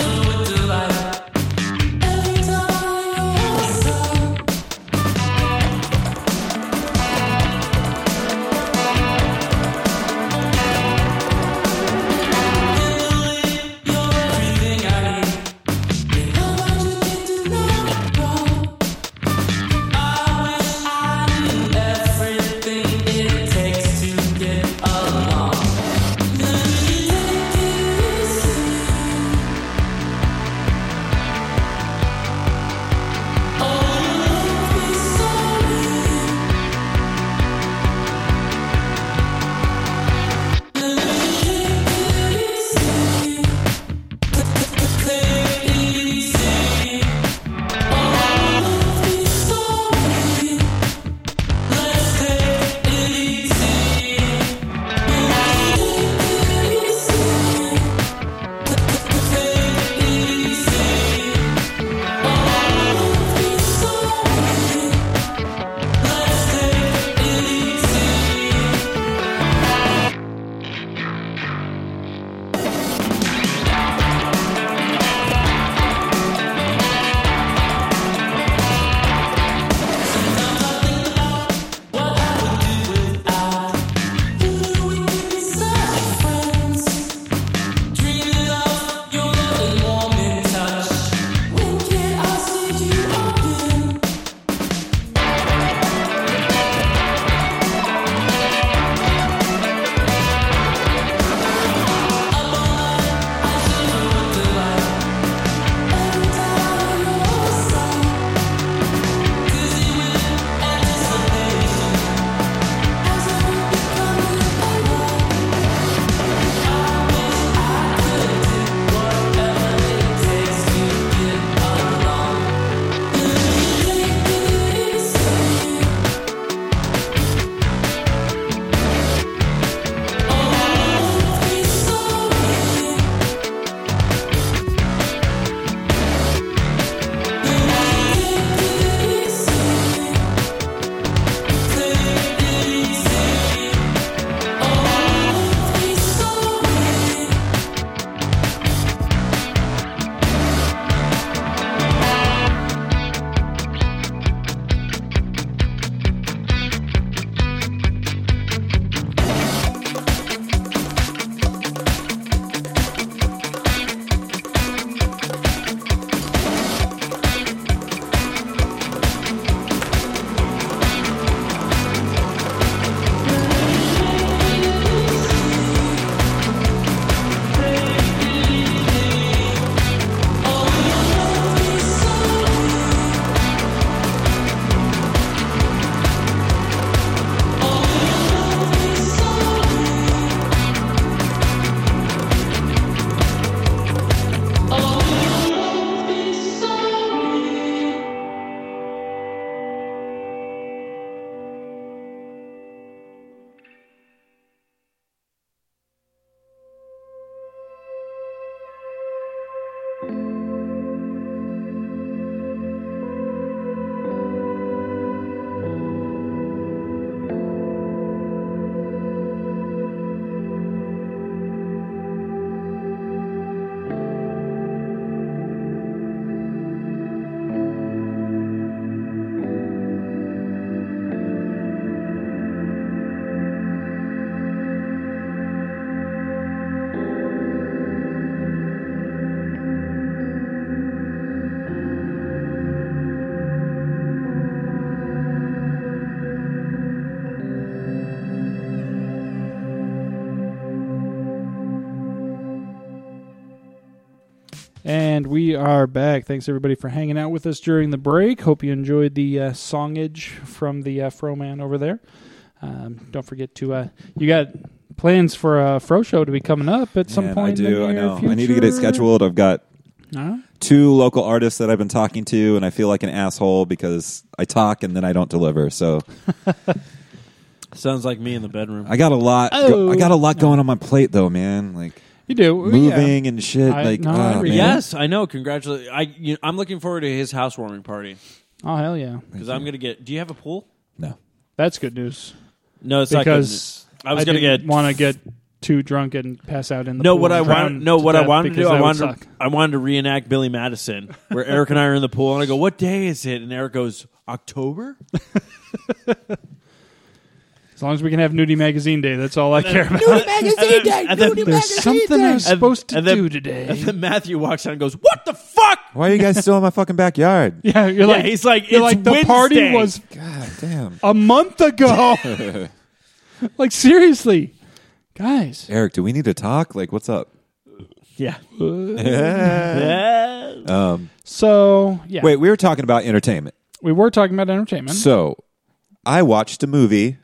Speaker 1: And we are back. Thanks everybody for hanging out with us during the break. Hope you enjoyed the uh, songage from the uh, Fro Man over there. Um, don't forget to uh, you got plans for a Fro show to be coming up at some
Speaker 3: Man,
Speaker 1: point.
Speaker 3: I
Speaker 1: in
Speaker 3: do.
Speaker 1: the
Speaker 3: I
Speaker 1: near
Speaker 3: know. I need to get it
Speaker 1: future?
Speaker 3: scheduled. I've got
Speaker 1: Huh?
Speaker 3: two local artists that I've been talking to, and I feel like an asshole because I talk and then I don't deliver. So
Speaker 2: Sounds like me in the bedroom.
Speaker 3: I got a lot. go-
Speaker 1: Oh.
Speaker 3: I got a lot going on my plate, though, man. Like
Speaker 1: You do Well, yeah.
Speaker 3: moving and shit.
Speaker 1: I-
Speaker 3: like
Speaker 1: no, I
Speaker 3: ah,
Speaker 1: read
Speaker 3: man.
Speaker 2: yes, I know. Congratulations. I you I'm looking forward to his housewarming party
Speaker 1: Oh hell yeah,
Speaker 2: because I'm gonna get. Do you have a pool?
Speaker 3: No.
Speaker 1: that's good news.
Speaker 2: No, it's
Speaker 1: Because
Speaker 2: not good. I was gonna get
Speaker 1: want to get too drunk and pass out in the
Speaker 2: No,
Speaker 1: pool
Speaker 2: what
Speaker 1: and
Speaker 2: I
Speaker 1: drown
Speaker 2: wanted. No,
Speaker 1: to
Speaker 2: what I
Speaker 1: death
Speaker 2: wanted to
Speaker 1: because
Speaker 2: do.
Speaker 1: that
Speaker 2: I
Speaker 1: would
Speaker 2: wanted.
Speaker 1: suck.
Speaker 2: To, I wanted to reenact Billy Madison, where Eric and I are in the pool, and I go, "What day is it?" And Eric goes, "October."
Speaker 1: As long as we can have Nudie Magazine Day, that's all I care about.
Speaker 2: Magazine day. And then,
Speaker 1: There's something I was
Speaker 2: And-
Speaker 1: supposed to
Speaker 2: and then-
Speaker 1: do
Speaker 2: and
Speaker 1: today.
Speaker 2: then Matthew walks out and goes, "What the fuck?"
Speaker 3: Why are you guys still in my fucking backyard?
Speaker 1: Yeah, you're
Speaker 2: Yeah,
Speaker 1: like
Speaker 2: he's like,
Speaker 1: you're like
Speaker 2: "It's
Speaker 1: the party
Speaker 2: Wednesday."
Speaker 1: was
Speaker 3: God damn.
Speaker 1: a month ago. like seriously, guys.
Speaker 3: Eric, do we need to talk? Like, what's up?
Speaker 2: Yeah.
Speaker 3: um,
Speaker 2: Yeah.
Speaker 1: Uh, So yeah,
Speaker 3: wait, we were talking about entertainment.
Speaker 1: we were talking about entertainment.
Speaker 3: So, I watched a movie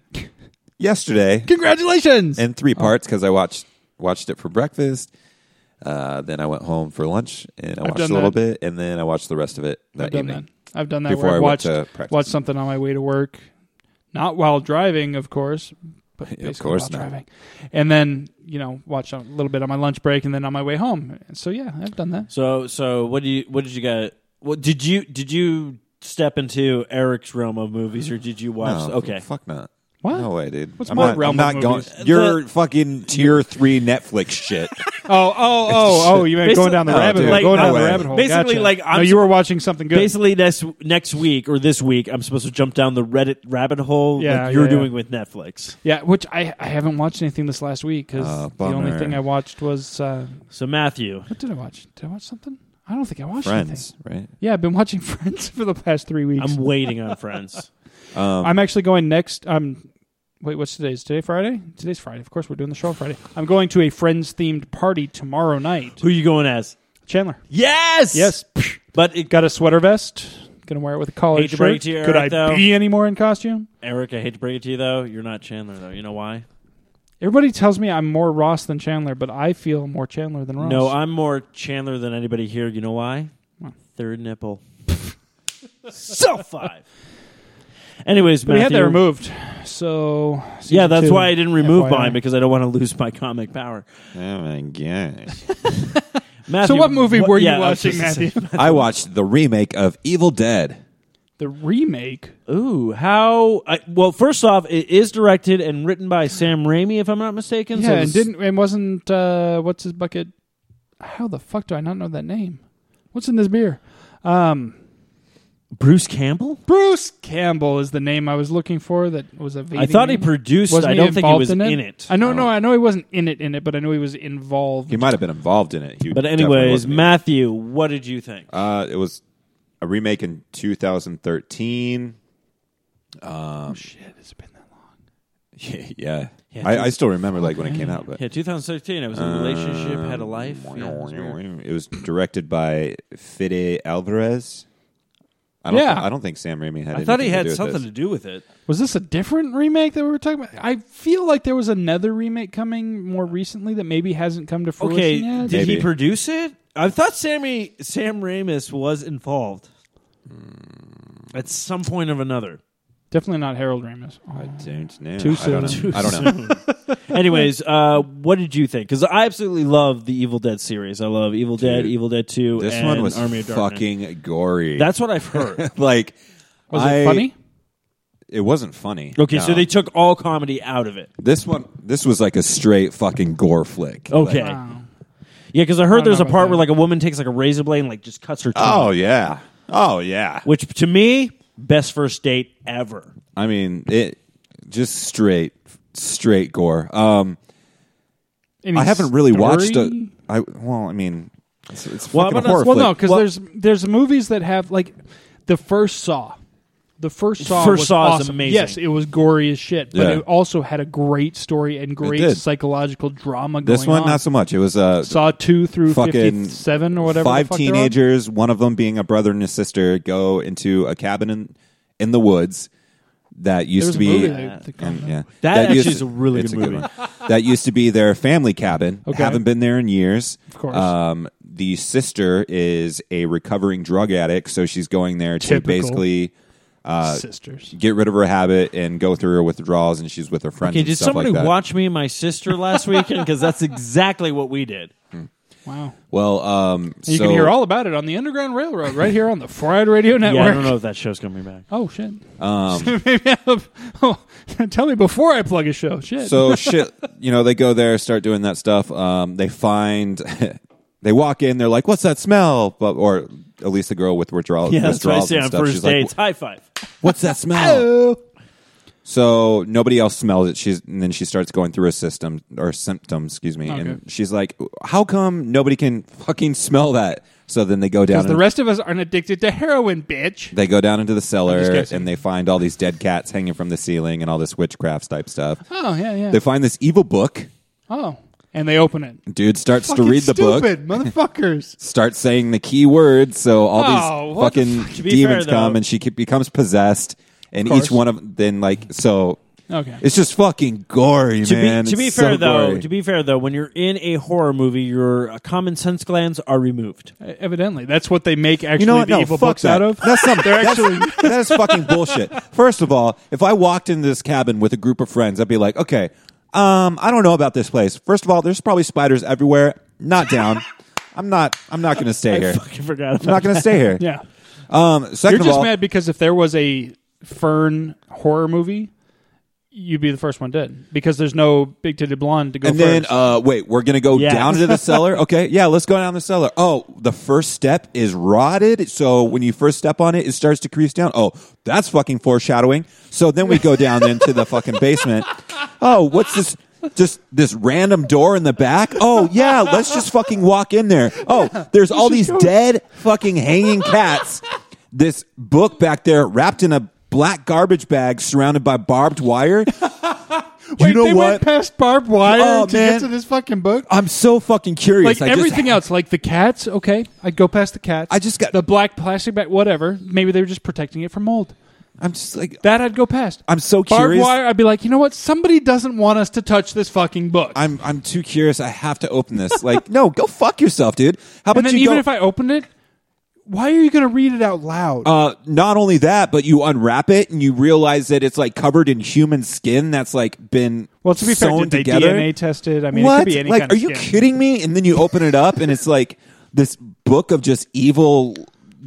Speaker 3: yesterday
Speaker 1: Congratulations.
Speaker 3: in three parts because I watched watched it for breakfast. Uh, then I went home for lunch and I watched
Speaker 1: done
Speaker 3: a little
Speaker 1: that.
Speaker 3: bit, and then I watched the rest of it that
Speaker 1: I've done
Speaker 3: evening.
Speaker 1: that. I've done that
Speaker 3: Before
Speaker 1: where
Speaker 3: I
Speaker 1: I
Speaker 3: went
Speaker 1: watched
Speaker 3: to practice.
Speaker 1: watched something on my way to work, not while driving, of course, but
Speaker 3: Of
Speaker 1: basically
Speaker 3: course
Speaker 1: while
Speaker 3: not.
Speaker 1: driving. And then you know, watch a little bit on my lunch break, and then on my way home. So yeah, I've done that.
Speaker 2: So so what do you what did you get? What did you did you step into Eric's realm of movies or did you watch?
Speaker 3: No,
Speaker 2: okay.
Speaker 3: fuck not.
Speaker 1: What?
Speaker 3: No way, dude.
Speaker 1: What's
Speaker 3: I'm
Speaker 1: my
Speaker 3: not,
Speaker 1: realm
Speaker 3: I'm
Speaker 1: of
Speaker 3: not
Speaker 1: movies?
Speaker 3: going. Your fucking tier three Netflix shit.
Speaker 1: Oh, oh, oh, oh! You meant going down the
Speaker 3: No,
Speaker 1: rabbit
Speaker 3: dude.
Speaker 1: hole.
Speaker 3: Like,
Speaker 1: going down
Speaker 3: no
Speaker 1: the
Speaker 3: way.
Speaker 1: rabbit hole.
Speaker 2: Basically,
Speaker 1: Gotcha.
Speaker 2: like, I'm
Speaker 1: no,
Speaker 2: s-
Speaker 1: you were watching something good.
Speaker 2: Basically, next next week or this week, I'm supposed to jump down the Reddit rabbit hole
Speaker 1: Yeah,
Speaker 2: like you're
Speaker 1: yeah, yeah.
Speaker 2: doing with Netflix.
Speaker 1: yeah, which I, I haven't watched anything this last week because
Speaker 3: Oh,
Speaker 1: the only
Speaker 3: bummer.
Speaker 1: thing I watched was uh,
Speaker 2: So Matthew,
Speaker 1: what did I watch? Did I watch something? I don't think I watched anything.
Speaker 3: Friends, right?
Speaker 1: Yeah, I've been watching Friends for the past three weeks.
Speaker 2: I'm waiting on Friends.
Speaker 3: Um,
Speaker 1: I'm actually going next. Um, wait, what's today? Is today Friday? Today's Friday. Of course, we're doing the show Friday. I'm going to a friends themed party tomorrow night.
Speaker 2: Who you going as?
Speaker 1: Chandler.
Speaker 2: Yes,
Speaker 1: Yes.
Speaker 2: But it,
Speaker 1: Got a sweater vest. Gonna wear it with a collared
Speaker 2: Hate to
Speaker 1: shirt.
Speaker 2: break it to you,
Speaker 1: Could I
Speaker 2: Eric, though.
Speaker 1: be any more in costume?
Speaker 2: Eric, I hate to break it to you though, you're not Chandler though. You know why?
Speaker 1: Everybody tells me I'm more Ross than Chandler, but I feel more Chandler than Ross.
Speaker 2: No, I'm more Chandler than anybody here. You know why?
Speaker 1: Why?
Speaker 2: Third nipple. so five. Anyways,
Speaker 1: but we had
Speaker 2: Matthew,
Speaker 1: that removed. So
Speaker 2: Yeah,
Speaker 1: season
Speaker 2: that's
Speaker 1: two,
Speaker 2: why I didn't remove
Speaker 1: FYI.
Speaker 2: mine because I don't want to lose my comic power.
Speaker 3: oh my god!
Speaker 2: Matthew,
Speaker 1: what movie were you
Speaker 2: yeah, I was
Speaker 1: watching,
Speaker 2: just gonna say-
Speaker 3: I watched the remake of Evil Dead.
Speaker 1: The remake.
Speaker 2: Ooh, how? I, well, first off, it is directed and written by Sam Raimi, if I'm not mistaken.
Speaker 1: Yeah,
Speaker 2: so
Speaker 1: and
Speaker 2: this-
Speaker 1: didn't and wasn't uh, what's his bucket? How the fuck do I not know that name? What's in this beer? Um,
Speaker 2: Bruce Campbell?
Speaker 1: Bruce Campbell is the name I was looking for. That was a.
Speaker 2: I thought he produced. it. I don't think he was in it. Oh.
Speaker 1: I know, no, I know he wasn't in it, in it, but I know he was involved.
Speaker 3: He might have been involved in it. He
Speaker 2: But
Speaker 3: definitely
Speaker 2: anyways,
Speaker 3: wasn't.
Speaker 2: Matthew, what did you think?
Speaker 3: Uh, it was a remake in 2013.
Speaker 1: oh shit, it's been that long.
Speaker 3: yeah,
Speaker 2: Yeah,
Speaker 3: I,
Speaker 2: dude.
Speaker 3: I still remember like when it came out, but um,
Speaker 2: Yeah, 2013. I was in a relationship, had a life. Yeah, it was weird.
Speaker 3: It was directed by Fede Alvarez. I don't
Speaker 1: Yeah.
Speaker 3: thi- I don't think Sam Raimi had.
Speaker 2: I thought he
Speaker 3: anything
Speaker 2: had
Speaker 3: to do with
Speaker 2: something
Speaker 3: this.
Speaker 2: to do with it.
Speaker 1: Was this a different remake that we were talking about? I feel like there was another remake coming more recently that maybe hasn't come to fruition
Speaker 2: Okay,
Speaker 1: yet.
Speaker 2: did he
Speaker 3: Maybe.
Speaker 2: produce it? I thought Sammy Sam Ramis was involved
Speaker 3: Hmm.
Speaker 2: at some point or another.
Speaker 1: Definitely not Harold Ramis. Oh.
Speaker 3: Don't know.
Speaker 1: Too
Speaker 3: I don't
Speaker 1: soon.
Speaker 3: know. I don't know.
Speaker 2: Anyways, uh, what did you think? Because I absolutely love the Evil Dead series. I love Evil Dead,
Speaker 3: Dude,
Speaker 2: Evil Dead Two.
Speaker 3: This
Speaker 2: and
Speaker 3: one was
Speaker 2: Army of Darkness.
Speaker 3: fucking gory.
Speaker 2: That's what I've heard.
Speaker 3: like
Speaker 1: was
Speaker 3: I-
Speaker 1: it funny?
Speaker 3: It wasn't funny.
Speaker 2: okay, so
Speaker 3: No.
Speaker 2: they took all comedy out of it.
Speaker 3: this one this was like a straight fucking gore flick.
Speaker 2: Okay,
Speaker 3: Like,
Speaker 1: Wow.
Speaker 2: yeah, because I heard
Speaker 1: don't
Speaker 2: there's
Speaker 1: know
Speaker 2: a
Speaker 1: about
Speaker 2: part
Speaker 1: that.
Speaker 2: where like a woman takes like a razor blade and like just cuts her. Tongue.
Speaker 3: oh yeah. Oh yeah.
Speaker 2: which to me, best first date ever.
Speaker 3: I mean, it just straight straight gore. Um
Speaker 1: Any
Speaker 3: I haven't really watched
Speaker 1: story?
Speaker 3: a. I well, I mean, it's, it's
Speaker 2: Well,
Speaker 3: fucking
Speaker 2: I'm
Speaker 3: a
Speaker 2: not-
Speaker 3: horror
Speaker 1: Well,
Speaker 3: flick.
Speaker 1: no, because
Speaker 2: Well-
Speaker 1: there's there's movies that have like the first Saw. The first Saw
Speaker 2: First
Speaker 1: was
Speaker 2: Saw is
Speaker 1: awesome.
Speaker 2: amazing.
Speaker 1: Yes, it was gory as shit, but
Speaker 3: Yeah.
Speaker 1: it also had a great story and great
Speaker 3: did.
Speaker 1: psychological drama going
Speaker 3: This one,
Speaker 1: on.
Speaker 3: not so much. It was uh,
Speaker 1: Saw 2 through
Speaker 3: Fucking
Speaker 1: 57 or whatever the
Speaker 3: five
Speaker 1: fuck they're on.
Speaker 3: teenagers, one of them being a brother and a sister, go into a cabin in, in the woods that
Speaker 1: There
Speaker 3: used
Speaker 1: was a
Speaker 3: to be.
Speaker 1: movie that- that-
Speaker 3: and, yeah,
Speaker 2: That actually
Speaker 3: used
Speaker 2: is a really
Speaker 3: it's
Speaker 2: good movie.
Speaker 3: one. that used to be their family cabin.
Speaker 1: Okay.
Speaker 3: Haven't been there in years. Of
Speaker 1: course.
Speaker 3: Um, the sister is a recovering drug addict, so she's going there to
Speaker 1: Typical.
Speaker 3: basically Uh,
Speaker 1: sisters.
Speaker 3: get rid of her habit and go through her withdrawals, and she's with her friends.
Speaker 2: Okay,
Speaker 3: and
Speaker 2: did
Speaker 3: stuff
Speaker 2: somebody
Speaker 3: like that.
Speaker 2: watch me and my sister last weekend? Because that's exactly what we did.
Speaker 1: Wow.
Speaker 3: Well, um,
Speaker 1: You
Speaker 3: so,
Speaker 1: can hear all about it on the Underground Railroad right here on the Fried Radio Network.
Speaker 2: Yeah, I don't know if that show's coming back.
Speaker 1: Oh shit.
Speaker 3: Um,
Speaker 1: Maybe I'll- oh, tell me before I plug a show. Shit.
Speaker 3: So shit, you know, they go there, start doing that stuff. Um, they find, they walk in, they're like, "What's that smell?" But or at least the girl with withdrawal,
Speaker 2: Yeah, that's what I
Speaker 3: withdrawals
Speaker 2: say
Speaker 3: and
Speaker 2: on
Speaker 3: stuff.
Speaker 2: first
Speaker 3: She's like,
Speaker 2: dates. Oh, High five.
Speaker 3: "What's that smell?" so nobody else smells it. She's and then she starts going through her system or symptoms, excuse me,
Speaker 1: Okay.
Speaker 3: and she's like, "How come nobody can fucking smell that?" So then they go down.
Speaker 1: Because the
Speaker 3: and-
Speaker 1: rest of us aren't addicted to heroin, bitch.
Speaker 3: they go down into the
Speaker 1: just
Speaker 3: cellar
Speaker 1: guessing.
Speaker 3: and they find all these dead cats hanging from the ceiling and all this witchcraft type stuff.
Speaker 1: Oh yeah, yeah.
Speaker 3: They find this evil book.
Speaker 1: oh, and they open it.
Speaker 3: Dude starts to
Speaker 1: Fucking
Speaker 3: read the book.
Speaker 1: stupid, motherfuckers.
Speaker 3: Start saying the key word, so all
Speaker 1: Oh,
Speaker 3: these
Speaker 1: what the
Speaker 3: fucking
Speaker 1: fuck?
Speaker 2: To be fair,
Speaker 3: demons
Speaker 2: though-
Speaker 3: come, and she ke- becomes possessed, and each
Speaker 1: course.
Speaker 3: one of then like so.
Speaker 1: Okay.
Speaker 3: it's just fucking gory,
Speaker 2: To
Speaker 3: man.
Speaker 2: be, to be
Speaker 3: It's
Speaker 2: fair
Speaker 3: so
Speaker 2: though,
Speaker 3: gory.
Speaker 2: to be fair though, when you're in a horror movie, your uh, common sense glands are removed.
Speaker 1: E-, Evidently, that's what they make actually
Speaker 3: you know what?
Speaker 1: the
Speaker 3: No,
Speaker 1: evil
Speaker 3: fuck
Speaker 1: books out
Speaker 3: that.
Speaker 1: of.
Speaker 3: That's something.
Speaker 1: They're
Speaker 3: that's,
Speaker 1: actually
Speaker 3: that is fucking bullshit. First of all, if I walked into this cabin with a group of friends, I'd be like, okay, um, I don't know about this place. First of all, there's probably spiders everywhere. Not down. I'm not. I'm not going to stay here.
Speaker 2: Fucking forgot
Speaker 3: I'm
Speaker 2: about
Speaker 3: not going to stay here.
Speaker 1: yeah.
Speaker 3: Um,
Speaker 1: You're
Speaker 3: second
Speaker 1: just
Speaker 3: of all,
Speaker 1: mad because if there was a Fern horror movie, you'd be the first one dead because there's no big titted blonde to go
Speaker 3: and
Speaker 1: first.
Speaker 3: then uh, wait, we're gonna go
Speaker 2: Yeah.
Speaker 3: down to the cellar. Okay, yeah, let's go down the cellar. Oh, the first step is rotted, so when you first step on it, it starts to crease down. Oh, that's fucking foreshadowing. So then we go down into the fucking basement. Oh, what's this? Just this random door in the back. Oh yeah, let's just fucking walk in there. Oh, there's all these dead fucking hanging cats. This book back there, wrapped in a black garbage bag, surrounded by barbed wire.
Speaker 1: Wait,
Speaker 3: you know
Speaker 1: they
Speaker 3: what?
Speaker 1: went past barbed wire
Speaker 3: Oh,
Speaker 1: to
Speaker 3: man.
Speaker 1: get to this fucking book.
Speaker 3: I'm so fucking curious.
Speaker 1: like
Speaker 3: I just-
Speaker 1: everything else, like the cats. Okay, I'd go past the cats.
Speaker 3: I just got-
Speaker 1: the black plastic bag. Whatever. Maybe they were just protecting it from mold.
Speaker 3: I'm just like
Speaker 1: That I'd go past.
Speaker 3: I'm so
Speaker 1: Barbed
Speaker 3: curious.
Speaker 1: wire. I'd be like, you know what? Somebody doesn't want us to touch this fucking book.
Speaker 3: I'm I'm too curious. I have to open this. Like, no, go fuck yourself, dude. How about
Speaker 1: and then
Speaker 3: you
Speaker 1: even
Speaker 3: go?
Speaker 1: if I opened it, why are you going to read it out loud?
Speaker 3: uh, not only that, but you unwrap it and you realize that it's like covered in human skin that's like been
Speaker 1: well, to be fair,
Speaker 3: sewn
Speaker 1: did they
Speaker 3: together.
Speaker 1: DNA tested? I mean, it
Speaker 3: what?
Speaker 1: could be any
Speaker 3: like,
Speaker 1: kind
Speaker 3: are
Speaker 1: of
Speaker 3: you
Speaker 1: skin.
Speaker 3: kidding me? And then you open it up and it's like this book of just evil,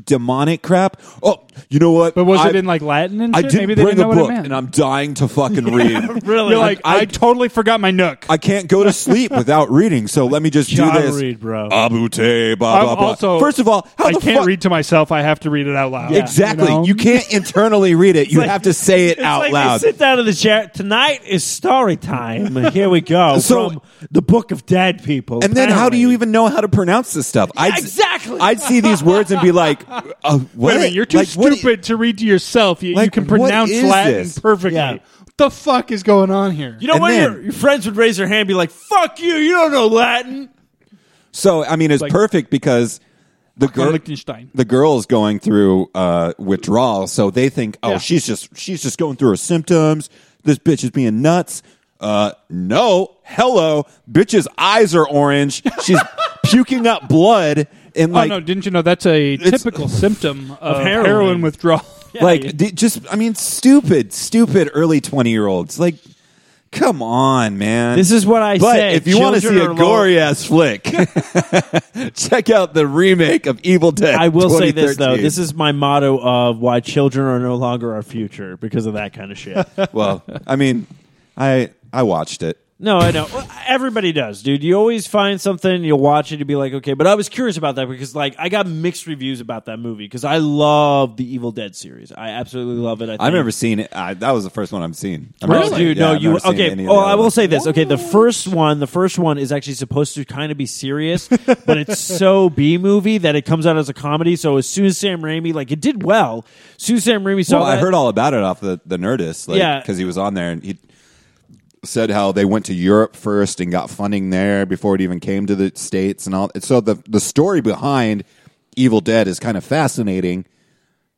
Speaker 3: demonic crap. Oh, you know what?
Speaker 1: But was
Speaker 3: I,
Speaker 1: it in like Latin and
Speaker 3: I
Speaker 1: shit?
Speaker 3: didn't
Speaker 1: Maybe they
Speaker 3: bring
Speaker 1: didn't know
Speaker 3: a
Speaker 1: what
Speaker 3: book,
Speaker 1: it meant.
Speaker 3: and I'm dying to fucking read.
Speaker 2: Really?
Speaker 1: You're like, I,
Speaker 3: I-
Speaker 1: totally forgot my nook.
Speaker 3: I can't go to sleep without reading, so let me just
Speaker 2: John
Speaker 3: do this.
Speaker 2: Reed, bro.
Speaker 3: Abute, blah
Speaker 1: I'm
Speaker 3: blah blah.
Speaker 1: also-
Speaker 3: First of all, how
Speaker 1: I
Speaker 3: the
Speaker 1: can't
Speaker 3: fuck?
Speaker 1: read to myself. I have to read it out loud.
Speaker 3: exactly. You,
Speaker 1: know?
Speaker 3: can't internally read it. You
Speaker 2: like-
Speaker 3: have to say it
Speaker 2: It's
Speaker 3: out
Speaker 2: like
Speaker 3: loud.
Speaker 2: They sit down in the chair. Tonight is story time. and Here we go
Speaker 3: So-
Speaker 2: from the book of dead people.
Speaker 3: and then, how do you
Speaker 2: apparently.
Speaker 3: even know how to pronounce this stuff? I'd,
Speaker 2: exactly.
Speaker 3: I'd see these words and be like, uh, what?
Speaker 1: Wait a minute, you're too
Speaker 3: Like, what-
Speaker 1: stupid to read to yourself. You, you
Speaker 3: Like,
Speaker 1: can
Speaker 3: what
Speaker 1: pronounce
Speaker 3: is
Speaker 1: Latin
Speaker 3: this?
Speaker 1: perfectly.
Speaker 2: Yeah.
Speaker 1: What the fuck is going on here?
Speaker 2: You know
Speaker 3: And
Speaker 2: when
Speaker 3: then-
Speaker 2: your, your friends would raise their hand, and be like, "Fuck you! You don't know Latin."
Speaker 3: So I mean, it's
Speaker 1: Like-
Speaker 3: perfect because the girl.
Speaker 1: Liechtenstein.
Speaker 3: The girl's going through uh, withdrawal, so they think, "Oh,
Speaker 1: Yeah.
Speaker 3: she's just she's just going through her symptoms. This bitch is being nuts." Uh, no, hello, bitch's eyes are orange. She's puking up blood and like
Speaker 1: oh no! Didn't you know that's a
Speaker 3: It's-
Speaker 1: typical symptom of,
Speaker 2: heroin.
Speaker 1: heroin. withdrawal?
Speaker 3: like d- just i mean stupid stupid early 20 year olds like come on man
Speaker 2: This is what I
Speaker 3: but
Speaker 2: say.
Speaker 3: if you want to see
Speaker 2: Children
Speaker 3: a
Speaker 2: are
Speaker 3: gory ass flick check out the remake of evil dead
Speaker 2: I will say this though.
Speaker 3: 2013.
Speaker 2: This is my motto of why children are no longer our future because of that kind of shit.
Speaker 3: well i mean i i watched it
Speaker 2: No, I know. Everybody does, dude. You always find something, you'll watch it, you'll be like, okay. But I was curious about that because, like, I got mixed reviews about that movie because I love the Evil Dead series. I absolutely love it. I think.
Speaker 3: I've never seen it. I, that was the first one I've seen. I've
Speaker 2: Really?
Speaker 3: never seen-
Speaker 2: Dude,
Speaker 3: yeah,
Speaker 2: no,
Speaker 3: I've
Speaker 2: you
Speaker 3: never seen
Speaker 2: okay?
Speaker 3: any of
Speaker 2: Oh,
Speaker 3: the
Speaker 2: I
Speaker 3: other
Speaker 2: will
Speaker 3: ones.
Speaker 2: say this. Okay, the first one, the first one is actually supposed to kind of be serious, but it's so B movie that it comes out as a comedy. So as soon as Sam Raimi, like, it did well. As soon as Sam Raimi saw
Speaker 3: Well, I
Speaker 2: that-
Speaker 3: heard all about it off the the Nerdist, like,
Speaker 2: Yeah.
Speaker 3: because he was on there and he said how they went to Europe first and got funding there before it even came to the states and all. So the the story behind Evil Dead is kind of fascinating.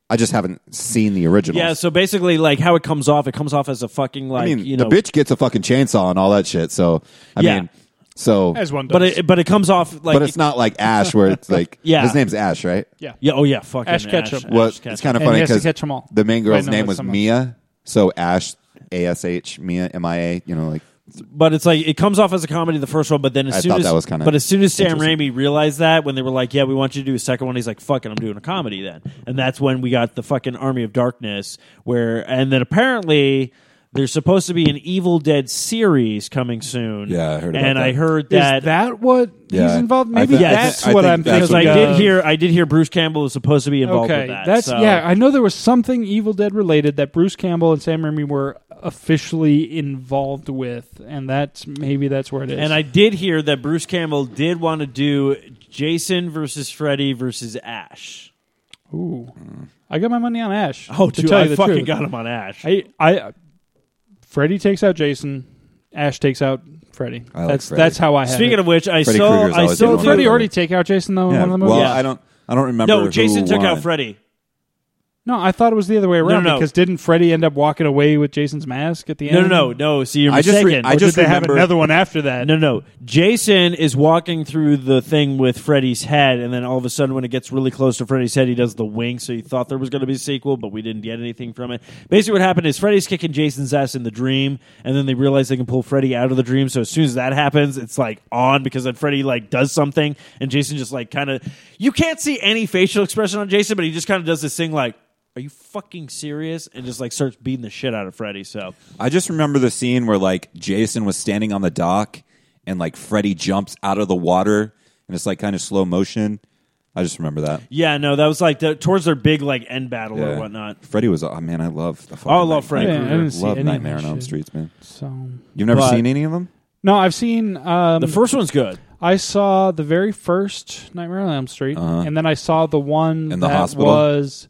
Speaker 3: I just haven't seen the original.
Speaker 2: Yeah, so basically, like how it comes off, it comes off as a fucking like
Speaker 3: I mean,
Speaker 2: you know,
Speaker 3: the bitch gets a fucking chainsaw and all that shit. So I
Speaker 2: Yeah.
Speaker 3: mean, so
Speaker 1: As one does.
Speaker 2: but it but it comes off like
Speaker 3: but it's not like Ash where it's like
Speaker 2: Yeah.
Speaker 3: his name's Ash, right?
Speaker 1: yeah.
Speaker 2: Yeah. Oh yeah. Fucking
Speaker 1: Ash Ketchum.
Speaker 3: Well,
Speaker 2: Ash
Speaker 3: it's
Speaker 2: Ketchum.
Speaker 3: kind of
Speaker 1: And he
Speaker 3: funny
Speaker 1: has to
Speaker 3: because
Speaker 1: catch 'em all.
Speaker 3: the main girl's
Speaker 1: I know
Speaker 3: name
Speaker 1: that
Speaker 3: was
Speaker 1: someone-
Speaker 3: Mia, so Ash, A S H, Mia, M I A. You know, like
Speaker 2: but it's like it comes off as a comedy the first one, but then as
Speaker 3: I
Speaker 2: soon
Speaker 3: thought
Speaker 2: as
Speaker 3: that was kinda
Speaker 2: but as soon as Sam
Speaker 3: interesting.
Speaker 2: Raimi realized that when they were like, yeah, we want you to do a second one, he's like, fucking, I'm doing a comedy then, and that's when we got the fucking Army of Darkness, where and then apparently. There's supposed to be an Evil Dead series coming soon.
Speaker 3: Yeah, I heard about
Speaker 2: and I
Speaker 3: that.
Speaker 2: heard
Speaker 1: Is
Speaker 2: that
Speaker 1: that, what
Speaker 3: Yeah.
Speaker 1: he's involved?
Speaker 3: I
Speaker 1: Maybe
Speaker 3: thi- I thi-
Speaker 1: that's
Speaker 3: I
Speaker 1: what
Speaker 3: think
Speaker 1: I'm
Speaker 3: that's
Speaker 1: thinking.
Speaker 2: because I
Speaker 1: of.
Speaker 2: did hear I did hear Bruce Campbell was supposed to be involved
Speaker 1: Okay,
Speaker 2: with that.
Speaker 1: that's
Speaker 2: so-
Speaker 1: yeah. I know there was something Evil Dead related that Bruce Campbell and Sam Raimi were officially involved with, and that's maybe that's where it is.
Speaker 2: And I did hear that Bruce Campbell did want to do Jason versus Freddy versus Ash.
Speaker 1: Ooh. I got my money on Ash.
Speaker 2: Oh,
Speaker 1: to
Speaker 2: dude,
Speaker 1: tell
Speaker 2: I
Speaker 1: you the
Speaker 2: fucking
Speaker 1: truth.
Speaker 2: got him on Ash.
Speaker 1: I, I, Freddy takes out Jason. Ash takes out Freddy.
Speaker 3: I like
Speaker 1: that's
Speaker 3: Freddy.
Speaker 1: that's how I have
Speaker 2: Speaking
Speaker 1: it.
Speaker 2: of which, I
Speaker 3: Freddy
Speaker 2: saw
Speaker 3: Krueger's
Speaker 2: I
Speaker 3: always
Speaker 2: saw
Speaker 3: been
Speaker 1: Did
Speaker 2: the-
Speaker 1: Freddy already take out Jason though in
Speaker 3: yeah.
Speaker 1: one of the movies.
Speaker 3: Well,
Speaker 2: Yeah.
Speaker 3: I don't, I don't remember.
Speaker 2: no, Jason
Speaker 3: who
Speaker 2: took
Speaker 3: won.
Speaker 2: out Freddy.
Speaker 1: no, I thought it was the other way
Speaker 2: no,
Speaker 1: around
Speaker 2: no.
Speaker 1: because didn't Freddy end up walking away with Jason's mask at the
Speaker 2: No,
Speaker 1: end?
Speaker 2: no, no, no. See, you're
Speaker 3: I just
Speaker 2: mistaken.
Speaker 3: re- I
Speaker 1: Or
Speaker 3: just
Speaker 1: did they have
Speaker 3: remember-
Speaker 1: another one after that?
Speaker 2: no, no. Jason is walking through the thing with Freddy's head, and then all of a sudden, when it gets really close to Freddy's head, he does the wink. So you thought there was going to be a sequel, but we didn't get anything from it. Basically, what happened is Freddy's kicking Jason's ass in the dream, and then they realize they can pull Freddy out of the dream. So as soon as that happens, it's like on because then Freddy like does something, and Jason just like kind of you can't see any facial expression on Jason, but he just kind of does this thing like. Are you fucking serious? And just like starts beating the shit out of Freddy. So
Speaker 3: I just remember the scene where like Jason was standing on the dock and like Freddy jumps out of the water and it's like kind of slow motion. I just remember that.
Speaker 2: yeah, no, that was like the, towards their big like end battle or
Speaker 3: Yeah.
Speaker 2: whatnot.
Speaker 3: Freddy was oh man, I love the. fucking
Speaker 2: I love
Speaker 3: Night-
Speaker 2: Freddy
Speaker 3: Night-
Speaker 1: Krueger. Yeah, I didn't see
Speaker 3: love
Speaker 1: any of
Speaker 3: Nightmare
Speaker 1: that
Speaker 3: on Elm
Speaker 1: shit.
Speaker 3: Street, man.
Speaker 1: So
Speaker 3: You've never
Speaker 2: But-
Speaker 3: seen any of them?
Speaker 1: no, I've seen um,
Speaker 2: The first one's good.
Speaker 1: I saw the very first Nightmare on Elm Street, and then I saw the one
Speaker 3: Uh-huh. In the
Speaker 1: that
Speaker 3: hospital?
Speaker 1: was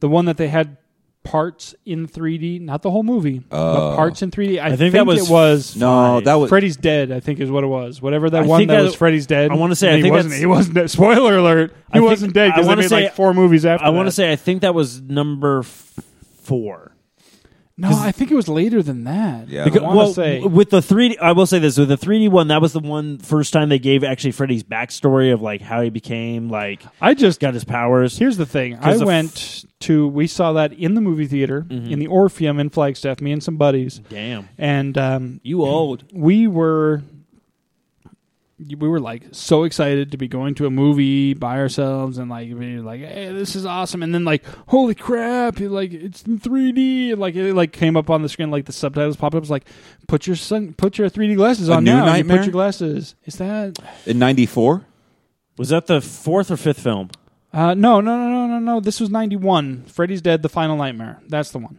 Speaker 1: the one that they had parts in 3D, not the whole movie, but parts in 3D. I,
Speaker 2: think
Speaker 1: think,
Speaker 2: that was
Speaker 1: it was
Speaker 3: Oh. No, that was
Speaker 1: Freddy's Dead. I think is what it was. Whatever that
Speaker 2: I
Speaker 1: one
Speaker 2: think
Speaker 1: that,
Speaker 2: that-
Speaker 1: was Freddy's Dead.
Speaker 2: I wanna say
Speaker 1: And
Speaker 2: I
Speaker 1: he
Speaker 2: think
Speaker 1: wasn't.
Speaker 2: that's-
Speaker 1: He wasn't. dead. Spoiler alert.
Speaker 2: I
Speaker 1: He
Speaker 2: think-
Speaker 1: wasn't dead
Speaker 2: I
Speaker 1: because they
Speaker 2: wanna
Speaker 1: made
Speaker 2: say-
Speaker 1: like four movies after.
Speaker 2: I want to
Speaker 1: that.
Speaker 2: say I think that was number f- four.
Speaker 1: no. I think it was later than that.
Speaker 3: Yeah.
Speaker 1: I
Speaker 3: Because-
Speaker 1: want to
Speaker 2: well,
Speaker 1: say.
Speaker 2: w- with the three, I will say this with the three D one. That was the one first time they gave actually Freddy's backstory of like how he became like
Speaker 1: I just
Speaker 2: got his powers.
Speaker 1: Here's the thing. I
Speaker 2: 'Cause the Mm-hmm. f-
Speaker 1: went to. We saw that in the movie theater in the Orpheum in Flagstaff. Me and some buddies,
Speaker 2: Damn,
Speaker 1: and um,
Speaker 2: you old.
Speaker 1: we were we were like so excited to be going to a movie by ourselves and like we were like hey this is awesome and then like holy crap it, like it's in 3D and like it like came up on the screen like the subtitles popped up it's like put your sun put your 3D glasses
Speaker 3: A
Speaker 1: on
Speaker 3: new
Speaker 1: now and you
Speaker 3: nightmare?
Speaker 1: put your glasses is that
Speaker 3: in '94.
Speaker 2: Was that the fourth or fifth film?
Speaker 1: uh no no no no no no this was 91 Freddy's Dead the Final Nightmare that's the one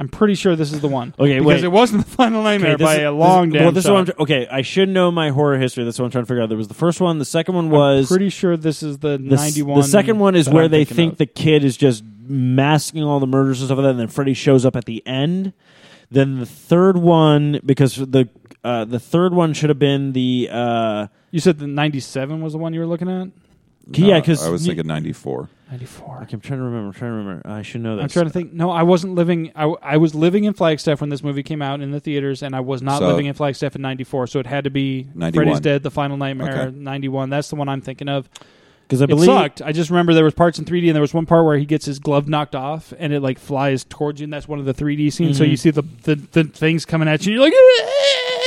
Speaker 1: I'm pretty sure this is the one
Speaker 2: Okay,
Speaker 1: because
Speaker 2: wait.
Speaker 1: it wasn't the Final Nightmare
Speaker 2: this
Speaker 1: by
Speaker 2: is-
Speaker 1: a long
Speaker 2: this,
Speaker 1: damn
Speaker 2: well, this is
Speaker 1: shot.
Speaker 2: what I'm, tr- okay, I should know my horror history. That's what I'm trying to figure out. There was the first one. The second one was
Speaker 1: pretty sure this is the,
Speaker 2: The, s-
Speaker 1: 91
Speaker 2: the second one is
Speaker 1: that
Speaker 2: where
Speaker 1: I'm
Speaker 2: they
Speaker 1: thinking
Speaker 2: think
Speaker 1: of.
Speaker 2: the kid is just masking all the murders and stuff like that, and then Freddy shows up at the end. Then the third one, because the uh, the third one should have been the uh,
Speaker 1: You said the 97 was the one you were looking at?
Speaker 2: yeah, because
Speaker 3: I was thinking '94.
Speaker 1: 94.
Speaker 2: I'm trying to remember. I'm trying to remember. I should know that.
Speaker 1: I'm trying to think. No, I wasn't living. I, I was living in Flagstaff when this movie came out in the theaters, and I was not
Speaker 3: So-
Speaker 1: living in Flagstaff in '94. So it had to be
Speaker 3: 91.
Speaker 1: Freddy's Dead, The Final Nightmare,
Speaker 3: Okay.
Speaker 1: '91. That's the one I'm thinking of.
Speaker 2: because I
Speaker 1: It
Speaker 2: believe
Speaker 1: sucked. I just remember there was parts in 3D, and there was one part where he gets his glove knocked off, and it like flies towards you, and that's one of the 3D scenes. So
Speaker 2: Mhm.
Speaker 1: you see the, the the things coming at you, and you're like.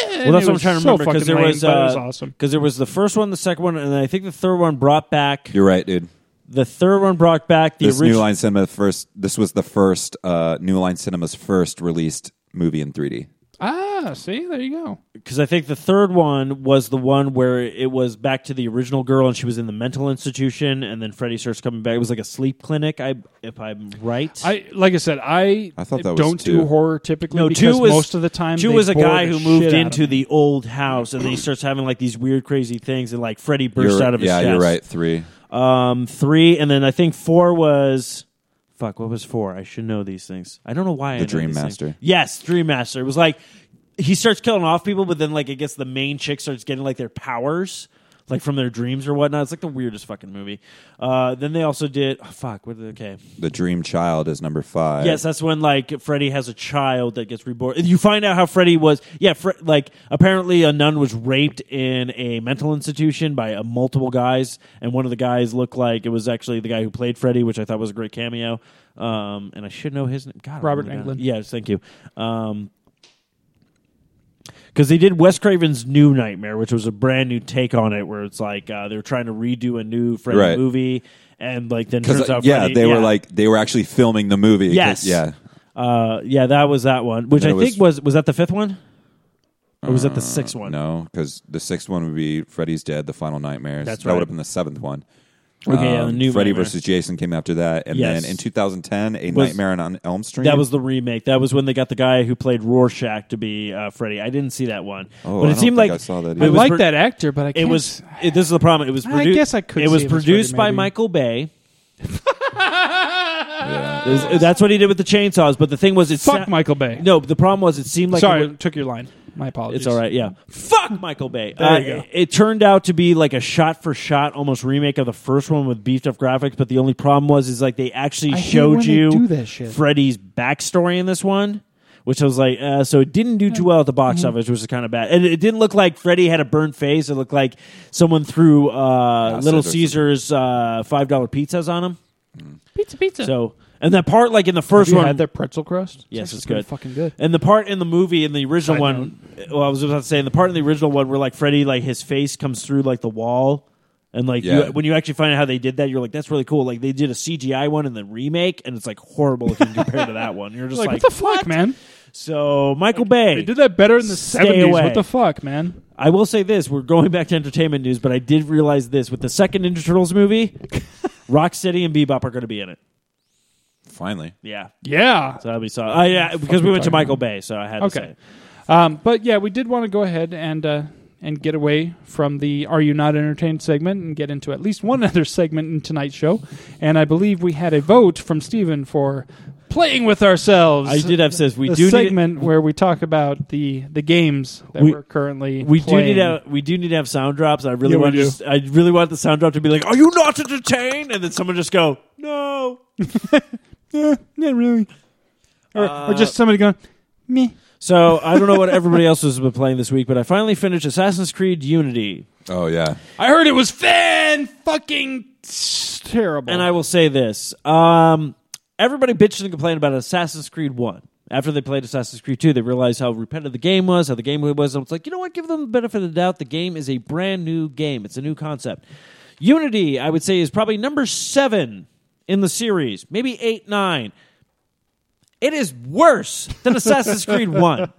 Speaker 2: Well, that's what I'm trying to remember because
Speaker 1: because
Speaker 2: there was
Speaker 1: it was uh,
Speaker 2: because
Speaker 1: awesome.
Speaker 2: there was the first one, the second one, and then I think the third one brought back
Speaker 3: You're right, dude.
Speaker 2: the third one brought back the
Speaker 3: this
Speaker 2: original.
Speaker 3: New Line Cinema first. This was the first uh, New Line Cinema's first released movie in 3D.
Speaker 1: Ah, see, there you go.
Speaker 2: because I think the third one was the one where it was back to the original girl and she was in the mental institution, and then Freddy starts coming back. It was like a sleep clinic, I if I'm right.
Speaker 1: I like I said, I,
Speaker 3: I thought that was
Speaker 1: don't
Speaker 3: two.
Speaker 1: do horror typically
Speaker 2: no,
Speaker 1: because
Speaker 2: two was
Speaker 1: most of the time
Speaker 2: Two
Speaker 1: they
Speaker 2: was a
Speaker 1: bore
Speaker 2: guy
Speaker 1: the
Speaker 2: who
Speaker 1: shit
Speaker 2: moved
Speaker 1: out of
Speaker 2: into
Speaker 1: me.
Speaker 2: the old house, and then he starts having like these weird, crazy things, and like Freddy bursts
Speaker 3: You're-
Speaker 2: out of his
Speaker 3: yeah,
Speaker 2: chest.
Speaker 3: you're right. Three.
Speaker 2: Um, three, and then I think four was. Fuck, what was four? I should know these things. I don't know why. I
Speaker 3: The
Speaker 2: know
Speaker 3: Dream
Speaker 2: these things.
Speaker 3: Master.
Speaker 2: Yes, Dream Master. It was like he starts killing off people, but then like I guess the main chick starts getting like their powers, like from their dreams or whatnot. It's like the weirdest fucking movie. Uh, then they also did. Oh, fuck. What? Did, okay.
Speaker 3: The Dream Child is number five.
Speaker 2: Yes, that's when like Freddy has a child that gets reborn. You find out how Freddy was. Yeah, Fre- like apparently a nun was raped in a mental institution by uh, multiple guys, and one of the guys looked like it was actually the guy who played Freddy, which I thought was a great cameo. Um, and I should know his name. God, I
Speaker 1: Robert
Speaker 2: wrote it down.
Speaker 1: Englund.
Speaker 2: Yes, thank you. Um, because they did Wes Craven's New Nightmare, which was a brand new take on it, where it's like uh, they're trying to redo a new Freddy
Speaker 3: Right.
Speaker 2: movie, and like then turns
Speaker 3: Because
Speaker 2: out
Speaker 3: yeah,
Speaker 2: Freddy-
Speaker 3: they were
Speaker 2: yeah.
Speaker 3: like they were actually filming the movie.
Speaker 2: Yes.
Speaker 3: 'cause- Yeah.
Speaker 2: Uh, yeah, that was that one, which
Speaker 3: Then
Speaker 2: I
Speaker 3: it Uh,
Speaker 2: think was was that the fifth one, or was that the sixth one?
Speaker 3: No, because the sixth one would be Freddy's Dead, The Final Nightmares.
Speaker 2: That's
Speaker 3: That
Speaker 2: right.
Speaker 3: would have been the seventh one. Um,
Speaker 2: Okay, yeah, the new
Speaker 3: Freddy
Speaker 2: Nightmare.
Speaker 3: versus Jason came after that, and
Speaker 2: Yes.
Speaker 3: then in 2010, A
Speaker 2: Was-
Speaker 3: Nightmare on Elm Street.
Speaker 2: That was the remake. That was when they got the guy who played Rorschach to be uh, Freddy. I didn't see that one,
Speaker 3: Oh,
Speaker 2: but
Speaker 3: I
Speaker 2: it
Speaker 3: don't
Speaker 2: seemed like
Speaker 3: think I saw that
Speaker 1: I
Speaker 3: either.
Speaker 2: was
Speaker 1: like
Speaker 2: pro-
Speaker 1: that actor, but I
Speaker 2: It
Speaker 1: can't
Speaker 2: was. It, this is the problem. It was.
Speaker 1: I
Speaker 2: produ-
Speaker 1: guess I could
Speaker 2: It
Speaker 1: see
Speaker 2: was
Speaker 1: it was
Speaker 2: produced
Speaker 1: Freddy,
Speaker 2: by
Speaker 1: maybe.
Speaker 2: Michael Bay. It was- that's what he did with the chainsaws. But the thing was, it
Speaker 1: fuck
Speaker 2: sou-
Speaker 1: Michael Bay.
Speaker 2: No, but the problem was it seemed like it
Speaker 1: sorry,
Speaker 2: was-
Speaker 1: took your line. My apologies.
Speaker 2: It's all right, yeah. Fuck Michael Bay. Uh,
Speaker 1: you go.
Speaker 2: It, it turned out to be like a shot for shot almost remake of the first one with beefed up graphics, but the only problem was is like they actually
Speaker 1: I hate
Speaker 2: showed
Speaker 1: when they
Speaker 2: you
Speaker 1: do that shit.
Speaker 2: Freddy's backstory in this one. Which I was like, uh, so it didn't do too well at the
Speaker 1: Mm-hmm.
Speaker 2: box office, which is kind of bad. And it didn't look like Freddy had a burnt face. It looked like someone threw uh,
Speaker 3: Acid
Speaker 2: Little
Speaker 3: or something.
Speaker 2: Caesars uh, five dollar pizzas on him.
Speaker 1: Pizza, pizza.
Speaker 2: So, and that part, like in the first
Speaker 1: Have you
Speaker 2: one,
Speaker 1: had their pretzel crust?
Speaker 2: Yes,
Speaker 1: actually
Speaker 2: it's
Speaker 1: pretty
Speaker 2: good.
Speaker 1: Fucking good.
Speaker 2: And the part in the movie in the original one, well, I was about to say, the part in the original one where like Freddy, like his face comes through like the wall, and like
Speaker 3: Yeah.
Speaker 2: you, when you actually find out how they did that, you're like, that's really cool. Like they did a CGI one in the remake, and it's like horrible looking compared to that one. You're just
Speaker 1: Like,
Speaker 2: like,
Speaker 1: what the fuck, man?
Speaker 2: so Michael Bay.
Speaker 1: They did that better in the
Speaker 2: Stay
Speaker 1: seventies.
Speaker 2: away.
Speaker 1: What the fuck, man?
Speaker 2: I will say this: we're going back to entertainment news, but I did realize this with the second Ninja Turtles movie, Rock City and Bebop are going to be in it.
Speaker 3: finally.
Speaker 2: Yeah,
Speaker 1: Yeah.
Speaker 2: so that'll be solid. I, yeah, because we went to
Speaker 1: talking
Speaker 2: Michael Bay, so I had to say.
Speaker 1: Okay.
Speaker 2: it.
Speaker 1: Um, but yeah, we did want to go ahead and uh, and get away from the "Are You Not Entertained?" segment and get into at least one other segment in tonight's show. And I believe we had a vote from Steven for playing with ourselves.
Speaker 2: I did have says we
Speaker 1: the
Speaker 2: do need,
Speaker 1: segment where we talk about the the games that
Speaker 2: We-
Speaker 1: we, are currently
Speaker 2: We
Speaker 1: playing.
Speaker 2: do need to we do need to have sound drops. I really
Speaker 1: Yeah, we
Speaker 2: want
Speaker 1: do.
Speaker 2: to, I really want the sound drop to be like, "Are you not entertained?" And then someone just go, "No."
Speaker 1: Eh, not really, or,
Speaker 2: Uh,
Speaker 1: or just somebody going me.
Speaker 2: So I don't know what everybody else has been playing this week, but I finally finished Assassin's Creed Unity,
Speaker 3: Oh yeah.
Speaker 1: I heard it was fan fucking terrible.
Speaker 2: and I will say this: um, everybody bitched and complained about Assassin's Creed One. After they played Assassin's Creed 2, they realized how repetitive the game was, how the gameplay was. And I was like, you know what? Give them the benefit of the doubt. The game is a brand new game, it's a new concept. Unity, I would say, is probably number seven in the series, maybe eight, nine. It is worse than Assassin's Creed 1.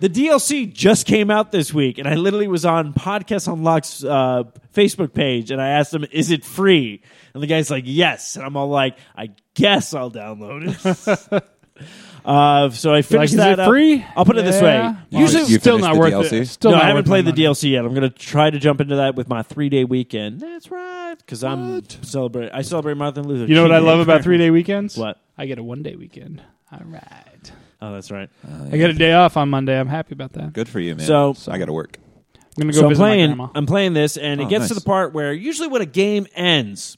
Speaker 2: The DLC just came out this week, and I literally was on Podcast Unlock's uh, Facebook page, and I asked him, "Is it free?" And the guy's like, "Yes," and I'm all like, "I guess I'll download it." uh, so I
Speaker 1: Like,
Speaker 2: finished
Speaker 1: is
Speaker 2: that.
Speaker 1: it
Speaker 2: up.
Speaker 1: free?
Speaker 2: I'll put it this
Speaker 1: Yeah.
Speaker 2: way:
Speaker 1: Well,
Speaker 2: usually,
Speaker 3: You
Speaker 1: still
Speaker 3: finished
Speaker 1: not
Speaker 3: the
Speaker 1: worth
Speaker 3: DLC?
Speaker 1: it. Still
Speaker 2: no,
Speaker 1: not
Speaker 2: I haven't
Speaker 1: worth
Speaker 2: played the
Speaker 1: money.
Speaker 2: DLC yet. I'm going to try to jump into that with my three day weekend. That's right, because I'm celebrate. I celebrate Martin Luther.
Speaker 1: You know what I
Speaker 2: King
Speaker 1: love
Speaker 2: Day.
Speaker 1: about three day weekends?
Speaker 2: What?
Speaker 1: I get a one day weekend. All right.
Speaker 2: Oh, that's right.
Speaker 1: I get a day off on Monday. I'm happy about that. I'm
Speaker 3: Good for you, man.
Speaker 2: So-
Speaker 3: I got to work.
Speaker 1: gonna go
Speaker 2: so I'm
Speaker 1: visit my
Speaker 2: playing.
Speaker 1: grandma.
Speaker 2: I'm playing this, and
Speaker 3: Oh,
Speaker 2: it gets to
Speaker 3: nice.
Speaker 2: the part where usually when a game ends,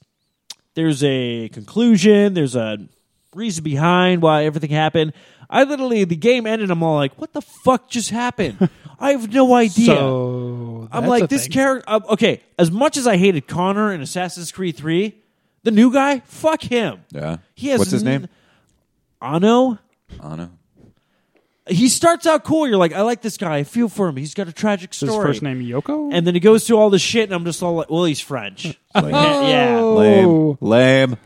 Speaker 2: there's a conclusion. There's a reason behind why everything happened. I literally the game ended. I'm all like, "What the fuck just happened? I have no idea."
Speaker 1: So
Speaker 2: I'm
Speaker 1: that's a
Speaker 2: like, this
Speaker 1: thing.
Speaker 2: character. Uh, okay, as much as I hated Connor in Assassin's Creed Three, the new guy, fuck him.
Speaker 3: Yeah.
Speaker 2: He has
Speaker 3: What's his
Speaker 2: n-
Speaker 3: name?
Speaker 2: Ano.
Speaker 3: Anna.
Speaker 2: He starts out cool. You're like, I like this guy. I feel for him. He's got a tragic
Speaker 1: Is
Speaker 2: story.
Speaker 1: his first name Yoko.
Speaker 2: And then he goes through all Oh. this shit, and I'm just all like, well, he's French.
Speaker 3: Lame.
Speaker 2: yeah.
Speaker 1: Oh.
Speaker 3: Lame. Lame.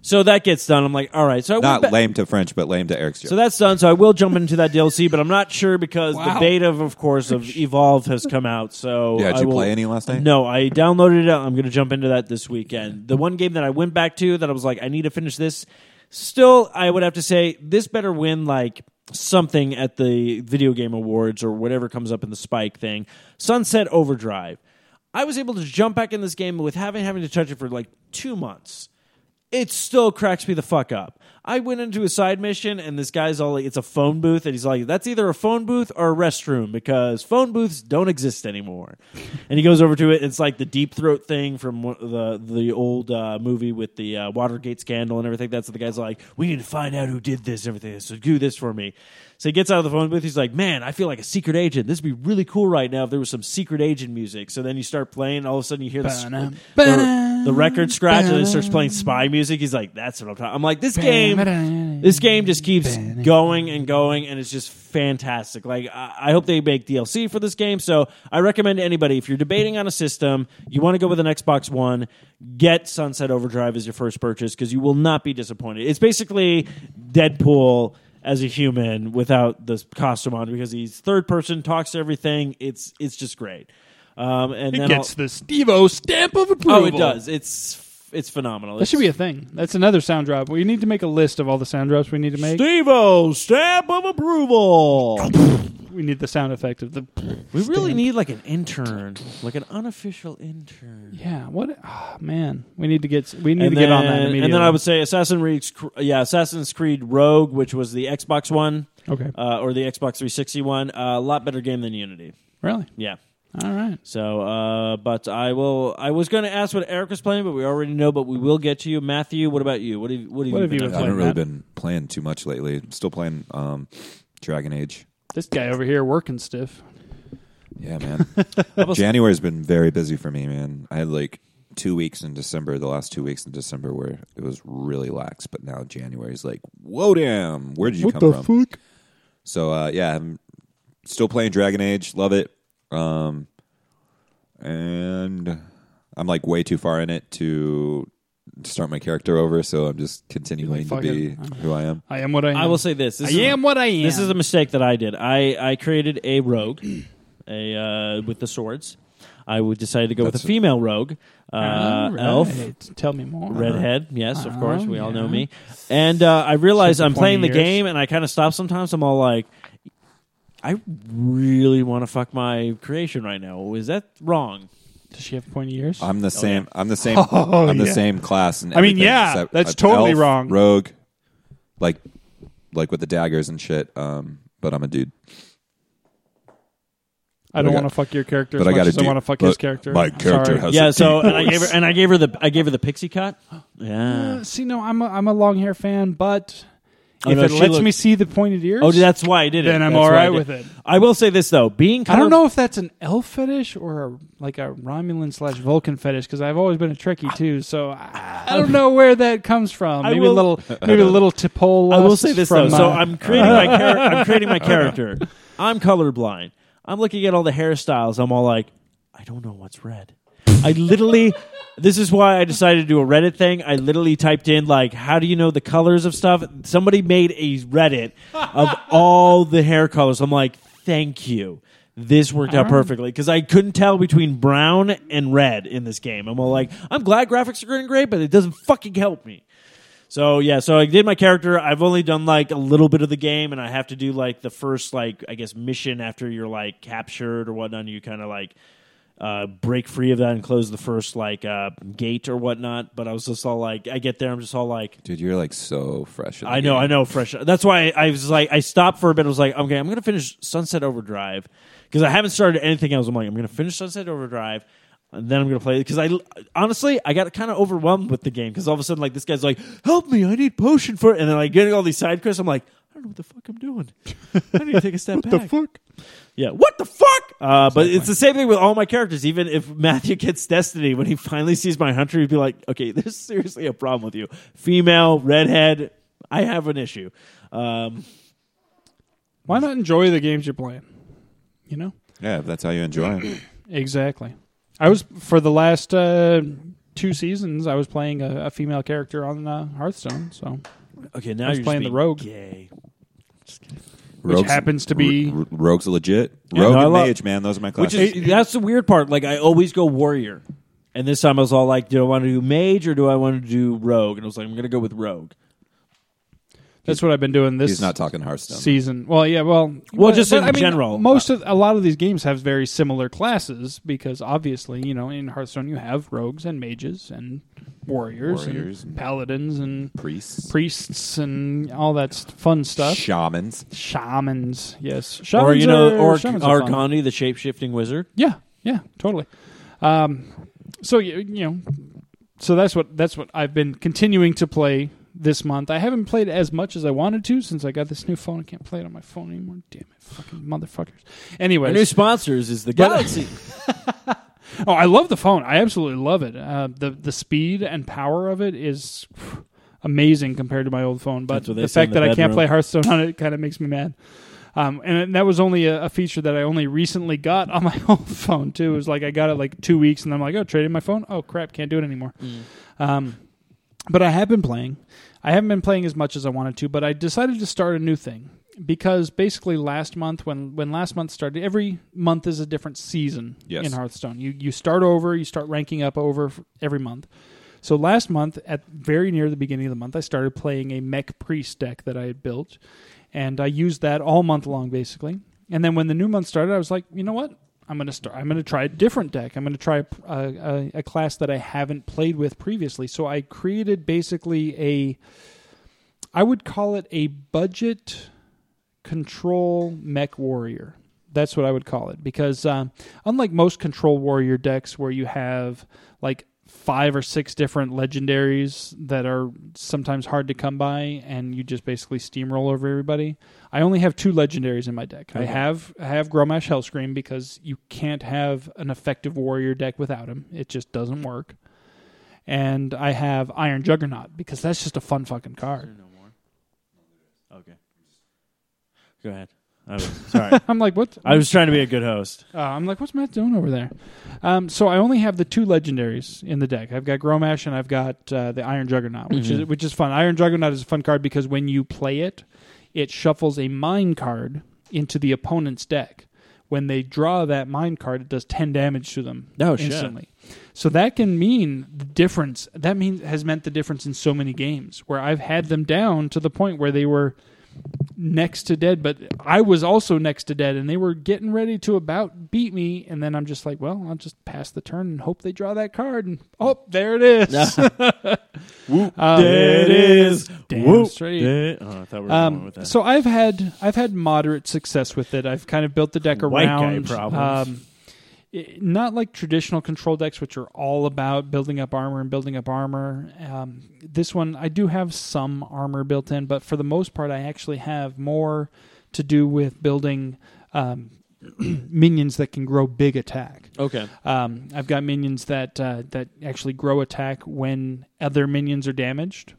Speaker 2: So that gets done. I'm like, all right. So I went
Speaker 3: Not
Speaker 2: back-
Speaker 3: lame to French, but lame to Eric's joke.
Speaker 2: So that's done. So I will jump into that DLC, but I'm not sure because
Speaker 1: Wow.
Speaker 2: the beta, of course, of Evolve has come out. So
Speaker 3: Yeah, did
Speaker 2: I
Speaker 3: you
Speaker 2: will-
Speaker 3: play any last night?
Speaker 2: No, I downloaded it. I'm going to jump into that this weekend. The one game that I went back to that I was like, I need to finish this. Still, I would have to say this better win like something at the video game awards or whatever comes up in the Spike thing. Sunset Overdrive. I was able to jump back in this game with having having to touch it for like two months it still cracks me the fuck up. I went into a side mission and this guy's all like, it's a phone booth. And he's like, that's either a phone booth or a restroom because phone booths don't exist anymore. and he goes over to it. It's like the deep throat thing from one- the, the old uh, movie with the uh, Watergate scandal and everything. That's what the guy's like, we need to find out who did this and everything. So do this for me. So he gets out of the phone booth. He's like, man, I feel like a secret agent. This would be really cool right now if there was some secret agent music. So then you start playing. All of a sudden you hear the,
Speaker 1: Ba-dum,
Speaker 2: the, the record scratch and then it starts playing spy music. He's like, that's what I'm talking. I'm like, this game, this game just keeps going and going, and it's just fantastic. Like, I, I hope they make DLC for this game. So I recommend to anybody if you're debating on a system, you want to go with an Xbox One, get Sunset Overdrive as your first purchase because you will not be disappointed. It's basically Deadpool. As a human, without the costume on, because he's third person, talks to everything. It's it's just great. Um, and
Speaker 6: It
Speaker 2: then
Speaker 6: gets
Speaker 2: I'll-
Speaker 6: the Stevo stamp of approval.
Speaker 2: Oh, it does. It's it's phenomenal.
Speaker 1: That should be a thing. That's another sound drop. We need to make a list of all the sound drops we need to make.
Speaker 2: Steve-O stamp of approval.
Speaker 1: We need the sound effect of the.
Speaker 2: We really need like an intern, like an unofficial intern.
Speaker 1: Yeah. What? Oh, man, we need to get. We need
Speaker 2: And
Speaker 1: to
Speaker 2: then,
Speaker 1: get on that immediately.
Speaker 2: and then I would say Assassin's Creed, yeah, Assassin's Creed Rogue, which was the Xbox one,
Speaker 1: Okay.
Speaker 2: uh, or the Xbox 360 one, uh, a lot better game than Unity.
Speaker 1: really.
Speaker 2: Yeah.
Speaker 1: All right.
Speaker 2: So, uh, but I will. I was going to ask what Eric was playing, but we already know. But we will get to you, Matthew. What about you? What have What have
Speaker 1: What
Speaker 2: you
Speaker 1: have
Speaker 2: been
Speaker 1: you
Speaker 2: up
Speaker 1: been
Speaker 3: I
Speaker 2: to?
Speaker 3: haven't really
Speaker 1: Matt.
Speaker 3: been playing too much lately. Still playing um, Dragon Age.
Speaker 1: This guy over here working stiff.
Speaker 3: Yeah, man. January's been very busy for me, man. I had like two weeks in December, the last two weeks in December where it was really lax, but now January's like, whoa, damn, where did you come from?
Speaker 1: fuck?
Speaker 3: So uh, yeah, I'm still playing Dragon Age. Love it. Um, and I'm like way too far in it to start my character over. So I'm just continuing to
Speaker 1: fuck
Speaker 3: be
Speaker 1: it.
Speaker 3: who I am.
Speaker 1: I am what I am.
Speaker 2: I will say this. this
Speaker 1: I
Speaker 2: is
Speaker 1: am what I am.
Speaker 2: This is a mistake that I did. I, I created a rogue, a uh, with the swords. I would decided to go with
Speaker 3: That's-
Speaker 2: a female rogue, uh,
Speaker 1: All Oh, right. Uh-huh.
Speaker 2: elf,
Speaker 1: Tell me more.
Speaker 2: redhead. Yes, of
Speaker 1: Oh,
Speaker 2: course, we all know
Speaker 1: yeah.
Speaker 2: me. And uh, I realized
Speaker 1: Since
Speaker 2: I'm
Speaker 1: 20
Speaker 2: playing the
Speaker 1: years.
Speaker 2: game, and I kind of stop sometimes. I'm all like, I really want to fuck my creation right now. Is that wrong?
Speaker 1: Does she have pointy ears?
Speaker 3: I'm the same. I'm the same.
Speaker 1: Oh,
Speaker 3: I'm the
Speaker 1: yeah.
Speaker 3: same class. And
Speaker 1: I mean, yeah, that's totally wrong.
Speaker 3: Rogue, like, like with the daggers and shit. Um, but I'm a dude.
Speaker 1: I don't
Speaker 3: I got-
Speaker 1: want to fuck your character
Speaker 3: but
Speaker 1: as
Speaker 3: I
Speaker 1: much
Speaker 3: gotta
Speaker 1: as I
Speaker 3: do-
Speaker 1: want to fuck
Speaker 3: but
Speaker 1: his character.
Speaker 3: my
Speaker 1: I'm
Speaker 3: character
Speaker 1: sorry.
Speaker 3: has- That's
Speaker 2: yeah.
Speaker 3: a
Speaker 2: So
Speaker 3: deep
Speaker 2: and I gave her and I gave her the I gave her the pixie cut. Yeah.
Speaker 1: Uh, See, no, I'm a, I'm a long hair fan, but
Speaker 2: Oh,
Speaker 1: if
Speaker 2: no,
Speaker 1: it
Speaker 2: she
Speaker 1: lets
Speaker 2: looked-
Speaker 1: me see the pointed ears,
Speaker 2: Oh, that's why I did it.
Speaker 1: Then I'm
Speaker 2: That's
Speaker 1: all
Speaker 2: why I
Speaker 1: right
Speaker 2: did-
Speaker 1: with it.
Speaker 2: I will say this though, being
Speaker 1: I
Speaker 2: kind
Speaker 1: don't
Speaker 2: of,
Speaker 1: know if that's an elf fetish or a, like a Romulan slash Vulcan fetish because I've always been a Trekkie too, so I, I don't know where that comes from.
Speaker 2: I
Speaker 1: Maybe
Speaker 2: will-
Speaker 1: a little, maybe a little Tipol.
Speaker 2: I will say this though.
Speaker 1: from,
Speaker 2: So
Speaker 1: uh,
Speaker 2: I'm creating my char- I'm creating my character. I'm colorblind. I'm looking at all the hairstyles. I'm all like, I don't know what's red. I literally. This is why I decided to do a Reddit thing. I literally typed in like, "How do you know the colors of stuff?" Somebody made a Reddit of all the hair colors. I'm like, "Thank you." This worked out perfectly because I couldn't tell between brown and red in this game. I'm all like, "I'm glad graphics are going great, but it doesn't fucking help me." So yeah, so I did my character. I've only done like a little bit of the game, and I have to do like the first like I guess mission after you're like captured or whatnot. You kind of like uh, break free of that and close the first like uh, gate or whatnot. But I was just all like, I get there, I'm just all like,
Speaker 3: Dude, you're like so fresh. in the
Speaker 2: I know,
Speaker 3: game.
Speaker 2: I know, fresh. That's why I, I was like, I stopped for a bit. I was like, okay, I'm gonna finish Sunset Overdrive because I haven't started anything else. I'm like, I'm gonna finish Sunset Overdrive. And then I'm gonna play because I honestly I got kind of overwhelmed with the game because all of a sudden like this guy's like help me I need potion for it and then like getting all these side quests I'm like I don't know what the fuck I'm doing I need to take a step back
Speaker 1: fuck?
Speaker 2: yeah, what the fuck? Uh, but it's the same thing with all my characters. Even if Matthew gets Destiny, when he finally sees my hunter, he'd be like, "Okay, there's seriously a problem with you, female, redhead. I have an issue." Um,
Speaker 1: Why not enjoy the games you're playing? You know.
Speaker 3: Yeah, if that's how you enjoy it.
Speaker 1: Exactly. I was for the last uh, two seasons, I was playing a, a female character on uh, Hearthstone. So
Speaker 2: Okay, now
Speaker 1: I was
Speaker 2: you're just
Speaker 1: playing the
Speaker 2: being
Speaker 1: rogue.
Speaker 2: Gay.
Speaker 1: Which happens to be-
Speaker 3: r- rogues legit.
Speaker 2: Yeah,
Speaker 3: Rogue
Speaker 2: no, I
Speaker 3: and
Speaker 2: love-
Speaker 3: mage, man. Those are my
Speaker 2: Which
Speaker 3: classes.
Speaker 2: is that's the weird part. Like I always go warrior, and this time I was all like, "Do I want to do mage or do I want to do rogue?" And I was like, "I'm gonna go with rogue."
Speaker 1: that's what I've been doing this
Speaker 3: He's not talking Hearthstone.
Speaker 1: season. Well, yeah, well,
Speaker 2: Well,
Speaker 1: but-
Speaker 2: just
Speaker 1: but
Speaker 2: in
Speaker 1: I mean,
Speaker 2: general.
Speaker 1: most of a lot of these games have very similar classes because obviously, you know, in Hearthstone you have rogues and mages and warriors,
Speaker 3: Warriors
Speaker 1: and
Speaker 3: and-
Speaker 1: paladins and
Speaker 3: priests,
Speaker 1: priests and all that st- fun stuff.
Speaker 3: shamans.
Speaker 1: Shamans, yes, shamans
Speaker 2: or you know,
Speaker 1: are,
Speaker 2: or
Speaker 1: shamans are fun.
Speaker 2: Argani, the shape shifting wizard.
Speaker 1: Yeah, yeah, totally. Um, so you, you know, so that's what that's what I've been continuing to play this month. I haven't played as much as I wanted to since I got this new phone. I can't play it on my phone anymore. Damn it, fucking motherfuckers.
Speaker 2: Our new
Speaker 1: Anyways,
Speaker 2: sponsors is the
Speaker 1: But-
Speaker 2: Galaxy.
Speaker 1: oh, I love the phone. I absolutely love it. Uh, the the speed and power of it is phew, amazing compared to my old phone. But
Speaker 2: That's what they
Speaker 1: the
Speaker 2: say
Speaker 1: fact
Speaker 2: in
Speaker 1: that
Speaker 2: the
Speaker 1: I can't
Speaker 2: bedroom.
Speaker 1: play Hearthstone on it kind of makes me mad. Um, and that was only a, a feature that I only recently got on my old phone too. It was like I got it like two weeks, and I'm like, oh, traded my phone. Oh crap, can't do it anymore.
Speaker 2: Mm.
Speaker 1: Um, but I have been playing. I haven't been playing as much as I wanted to, but I decided to start a new thing because basically last month when when last month started, every month is a different season
Speaker 3: Yes.
Speaker 1: in Hearthstone. You you start over, you start ranking up over f- every month. So last month, at very near the beginning of the month, I started playing a mech priest deck that I had built, and I used that all month long basically. And then when the new month started, I was like, you know what? I'm gonna start. I'm gonna try a different deck. I'm gonna try a, a, a class that I haven't played with previously. So I created basically a, I would call it a budget control mech warrior. That's what I would call it because um, unlike most control warrior decks, where you have like five or six different legendaries that are sometimes hard to come by, and you just basically steamroll over everybody. I only have two legendaries in my deck. I have I have Gromash Hellscream because you can't have an effective warrior deck without him. It just doesn't work. And I have Iron Juggernaut because that's just a fun fucking card.
Speaker 2: okay, go ahead. I was, sorry,
Speaker 1: I'm like, what?
Speaker 2: I was trying to be a good host.
Speaker 1: Uh, I'm like, what's Matt doing over there? Um, so I only have the two legendaries in the deck. I've got Gromash and I've got uh, the Iron Juggernaut, which is which is fun. Iron Juggernaut is a fun card because when you play it, it shuffles a mine card into the opponent's deck. When they draw that mine card, it does ten damage to them
Speaker 2: Oh, shit.
Speaker 1: instantly. So that can mean the difference. That means has meant the difference in so many games where I've had them down to the point where they were next to dead, but I was also next to dead, and they were getting ready to about beat me. And then I'm just like, well, I'll just pass the turn and hope they draw that card. And oh, there it is. Um,
Speaker 2: Uh, There it is.
Speaker 1: Damn straight.
Speaker 2: There- oh, I thought we were going
Speaker 1: Um,
Speaker 2: with that.
Speaker 1: so I've had I've had moderate success with it. I've kind of built the deck
Speaker 2: White guy
Speaker 1: around.
Speaker 2: problems.
Speaker 1: um, it- not like traditional control decks, which are all about building up armor and building up armor. Um, this one, I do have some armor built in, but for the most part, I actually have more to do with building um, minions that can grow big attack.
Speaker 2: okay,
Speaker 1: Um, I've got minions that uh, that actually grow attack when other minions are damaged,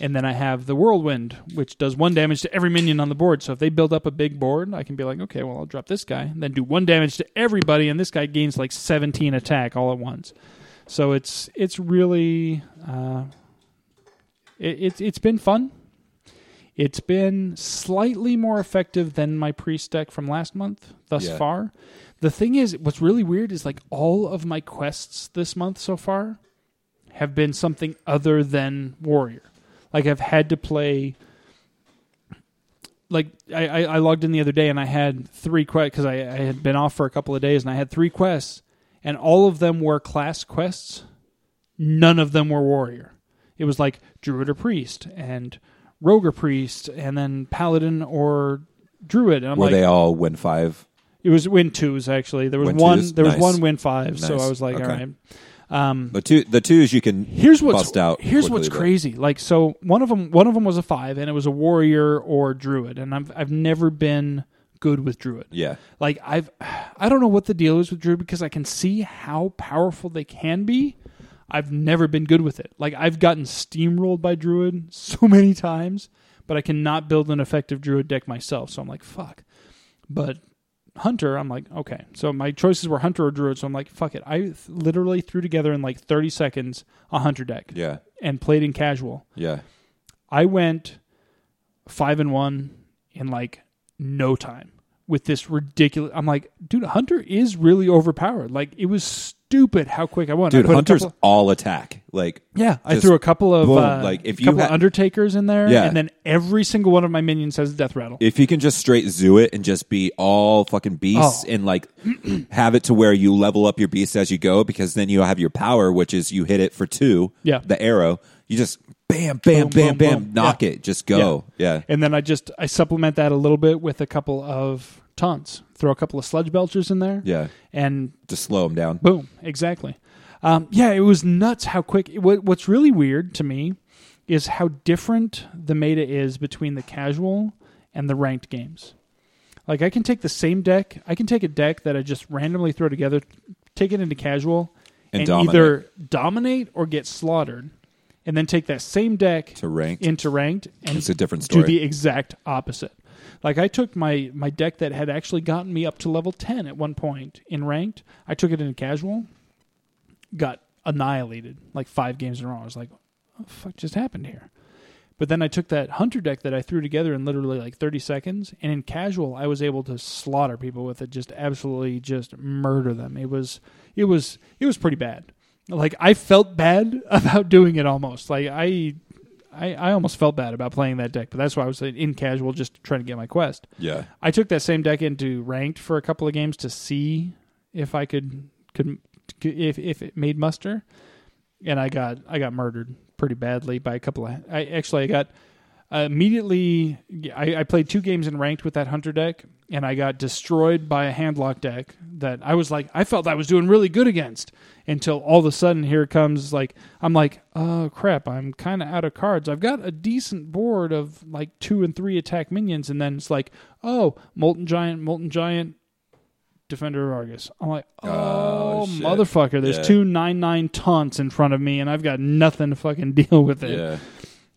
Speaker 1: and then I have the whirlwind, which does one damage to every minion on the board. So if they build up a big board, I can be like, okay, well I'll drop this guy, and then do one damage to everybody, and this guy gains like 17 attack all at once. So it's it's really uh, it, it's it's been fun. It's been slightly more effective than my priest deck from last month thus
Speaker 3: Yeah.
Speaker 1: far. The thing is, what's really weird is like all of my quests this month so far have been something other than warrior. Like I've had to play. Like I, I, I logged in the other day and I had three quests because I, I had been off for a couple of days and I had three quests and all of them were class quests. None of them were warrior. It was like druid or priest and rogue or priest and then paladin or druid. And I'm
Speaker 3: Were
Speaker 1: like,
Speaker 3: they all win five?
Speaker 1: it was win twos actually. There was
Speaker 3: Win
Speaker 1: one.
Speaker 3: twos?
Speaker 1: There was
Speaker 3: Nice.
Speaker 1: one win five. So
Speaker 3: Nice.
Speaker 1: I was like, all
Speaker 3: Okay.
Speaker 1: right. Um,
Speaker 3: The two, the twos you can
Speaker 1: here's what's
Speaker 3: bust out.
Speaker 1: here's
Speaker 3: quickly,
Speaker 1: what's
Speaker 3: but-
Speaker 1: crazy. Like so, one of them one of them was a five, and it was a warrior or druid, and I've I've never been good with druid.
Speaker 3: Yeah,
Speaker 1: Like I've I don't know what the deal is with druid because I can see how powerful they can be. I've never been good with it. Like I've gotten steamrolled by druid so many times, but I cannot build an effective druid deck myself. So I'm like, fuck. But Hunter, I'm like, okay. So my choices were Hunter or Druid. So I'm like, fuck it. I th- literally threw together in like 30 seconds a Hunter deck
Speaker 3: Yeah.
Speaker 1: and played in casual.
Speaker 3: Yeah.
Speaker 1: I went five and one in like no time with this ridiculous. I'm like, dude, Hunter is really overpowered. Like it was stupid how quick I won.
Speaker 3: Dude,
Speaker 1: I put a
Speaker 3: Hunter's
Speaker 1: couple-
Speaker 3: all attack. Like
Speaker 1: yeah, I
Speaker 3: just
Speaker 1: threw a couple of
Speaker 3: boom,
Speaker 1: uh,
Speaker 3: like, if you
Speaker 1: couple of
Speaker 3: had-
Speaker 1: Undertakers in there,
Speaker 3: Yeah.
Speaker 1: and then every single one of my minions has a death rattle.
Speaker 3: if you can just straight zoo it and just be all fucking beasts
Speaker 1: Oh.
Speaker 3: and like have it to where you level up your beasts as you go because then you have your power, which is you hit it for two.
Speaker 1: Yeah.
Speaker 3: The arrow. You just bam,
Speaker 1: Boom,
Speaker 3: bam, bam,
Speaker 1: boom,
Speaker 3: bam,
Speaker 1: boom.
Speaker 3: knock
Speaker 1: Yeah.
Speaker 3: it. Just go. Yeah.
Speaker 1: And then I just I supplement that a little bit with a couple of taunts. Throw a couple of sludge belchers in there.
Speaker 3: Yeah.
Speaker 1: And
Speaker 3: Just slow them down.
Speaker 1: Boom. Exactly. Um, yeah, it was nuts how quick. What, what's really weird to me is how different the meta is between the casual and the ranked games. Like, I can take the same deck, I can take a deck that I just randomly throw together, take it into casual,
Speaker 3: And
Speaker 1: and,
Speaker 3: dominate.
Speaker 1: either dominate or get slaughtered, and then take that same deck
Speaker 3: To ranked.
Speaker 1: into ranked and
Speaker 3: It's a different
Speaker 1: do
Speaker 3: story.
Speaker 1: the exact opposite. Like I took my my deck that had actually gotten me up to level 10 at one point in ranked. I took it into casual, got annihilated like 5 games in a row. I was like, "What the fuck just happened here?" But then I took that hunter deck that I threw together in literally like 30 seconds and in casual I was able to slaughter people with it just absolutely just murder them. It was it was it was pretty bad. Like I felt bad about doing it almost. Like I I, I almost felt bad about playing that deck, but that's why I was in casual just trying to get my quest.
Speaker 3: yeah.
Speaker 1: I took that same deck into ranked for a couple of games to see if I could could if if it made muster, and I got I got murdered pretty badly by a couple of. I actually I got I immediately. I, I played two games in ranked with that hunter deck, and I got destroyed by a handlock deck that I was like I felt I was doing really good against until all of a sudden here comes like I'm like oh crap I'm kind of out of cards I've got a decent board of like two and three attack minions and then it's like oh molten giant molten giant defender of Argus I'm like oh,
Speaker 3: Oh, shit.
Speaker 1: motherfucker there's
Speaker 3: Yeah.
Speaker 1: two nine nine taunts in front of me and I've got nothing to fucking deal with it
Speaker 3: Yeah.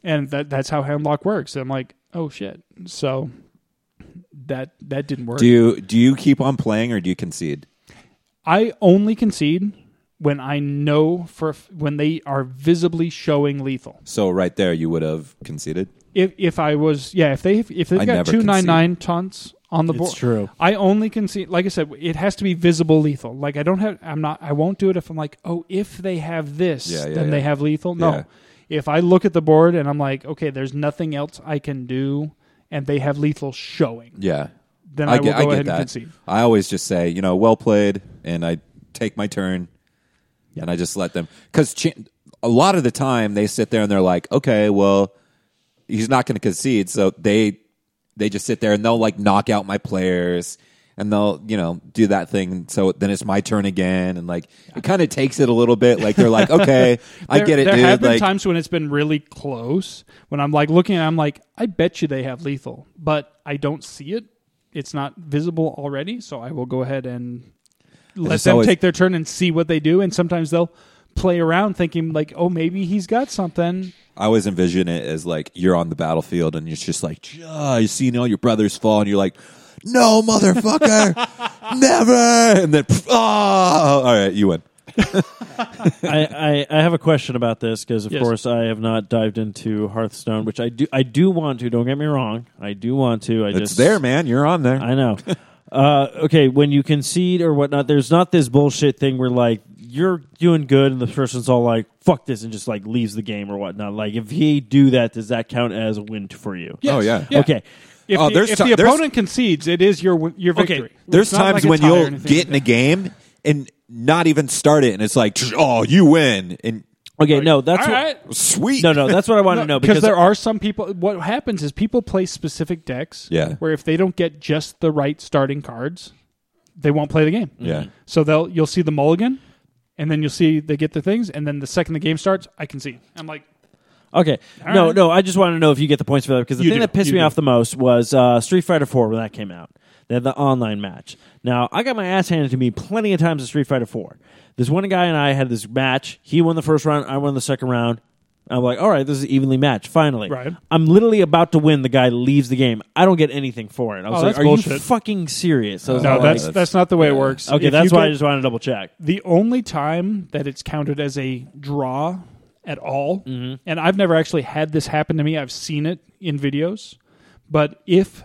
Speaker 1: and that that's how handlock works. I'm like, oh shit. So that that didn't work.
Speaker 3: Do you do you keep on playing or do you concede?
Speaker 1: I only concede when I know for a f- when they are visibly showing lethal.
Speaker 3: So right there you would have conceded.
Speaker 1: If if I was yeah, if they if they've
Speaker 3: I
Speaker 1: got
Speaker 3: never
Speaker 1: two nine nine taunts on the
Speaker 2: It's
Speaker 1: board,
Speaker 2: true.
Speaker 1: I only concede. Like I said, it has to be visible lethal. Like I don't have. I'm not. I won't do it if I'm like, oh, if they have this,
Speaker 3: Yeah, yeah,
Speaker 1: then they
Speaker 3: yeah.
Speaker 1: have lethal. No.
Speaker 3: Yeah.
Speaker 1: If I look at the board and I'm like, okay, there's nothing else I can do, and they have lethal showing.
Speaker 3: Yeah.
Speaker 1: then I, will
Speaker 3: get,
Speaker 1: go
Speaker 3: I
Speaker 1: ahead
Speaker 3: get that.
Speaker 1: and concede.
Speaker 3: I always just say, you know, well played, and I take my turn, and I just let them. Because ch- a lot of the time they sit there and they're like, okay, well, he's not going to concede, so they they just sit there and they'll like knock out my players. And they'll, you know, do that thing. So then it's my turn again, and like it kind of takes it a little bit. Like they're like, okay, I
Speaker 1: There-
Speaker 3: get it,
Speaker 1: There
Speaker 3: dude.
Speaker 1: have been
Speaker 3: like,
Speaker 1: times when it's been really close. When I'm like looking, I'm like, I bet you they have lethal, but I don't see it. It's not visible already, so I will go ahead and let
Speaker 3: just
Speaker 1: them
Speaker 3: always-
Speaker 1: take their turn and see what they do. And sometimes they'll play around, thinking like, oh, maybe he's got something.
Speaker 3: I always envision it as like you're on the battlefield and it's just like "Ah," you're seeing all your brothers fall and you're like, no motherfucker, never. And then, oh, all right, you win.
Speaker 2: I, I, I have a question about this because, of
Speaker 1: Yes.
Speaker 2: course, I have not dived into Hearthstone, which I do I do want to. Don't get me wrong, I do want to. I
Speaker 3: It's
Speaker 2: just
Speaker 3: there, man. You're on there.
Speaker 2: I know. uh, okay, when you concede or whatnot, there's not this bullshit thing where like you're doing good and the person's all like "fuck this" and just like leaves the game or whatnot. Like if he do that, does that count as a win for you?
Speaker 3: Oh, yeah.
Speaker 2: Okay.
Speaker 1: If,
Speaker 3: Oh,
Speaker 1: the,
Speaker 3: there's
Speaker 1: if
Speaker 3: ti-
Speaker 1: the
Speaker 3: there's-
Speaker 1: opponent concedes, it is your win- your victory. It's
Speaker 3: There's
Speaker 1: not like
Speaker 3: times
Speaker 1: a
Speaker 3: when
Speaker 1: tie or
Speaker 3: you'll
Speaker 1: anything
Speaker 3: get
Speaker 1: like
Speaker 3: in a game and not even start it, and it's like, oh, you win, and
Speaker 2: Okay. No, that's
Speaker 1: All
Speaker 2: what,
Speaker 1: right.
Speaker 3: sweet.
Speaker 2: no, no. That's what I want to know
Speaker 1: because
Speaker 2: because
Speaker 1: there are some people. What happens is people play specific decks.
Speaker 3: Yeah.
Speaker 1: Where if they don't get just the right starting cards, they won't play the game.
Speaker 3: Yeah.
Speaker 1: So they'll you'll see the mulligan, and then you'll see they get the things, and then the second the game starts, I can see. I'm like,
Speaker 2: Okay. no,
Speaker 1: right.
Speaker 2: no. I just want to know if you get the points for that because the
Speaker 1: You
Speaker 2: thing
Speaker 1: do.
Speaker 2: that pissed
Speaker 1: You
Speaker 2: me
Speaker 1: do.
Speaker 2: off the most was uh, Street Fighter Four when that came out. They had the online match. Now I got my ass handed to me plenty of times in Street Fighter Four. This one guy and I had this match. He won the first round. I won the second round. I'm like, all right, this is evenly matched. Finally,
Speaker 1: Right.
Speaker 2: I'm literally about to win. The guy leaves the game. I don't get anything for it. I was
Speaker 1: Oh,
Speaker 2: like,
Speaker 1: that's
Speaker 2: are you
Speaker 1: bullshit.
Speaker 2: fucking serious? I was
Speaker 1: No,
Speaker 2: like,
Speaker 1: that's
Speaker 3: that's-
Speaker 1: that's not the way it works.
Speaker 2: okay.
Speaker 1: If
Speaker 2: that's
Speaker 1: you
Speaker 2: why I
Speaker 1: get-
Speaker 2: just wanted to double check.
Speaker 1: the only time that it's counted as a draw at all,
Speaker 2: Mm-hmm.
Speaker 1: and I've never actually had this happen to me. I've seen it in videos, but if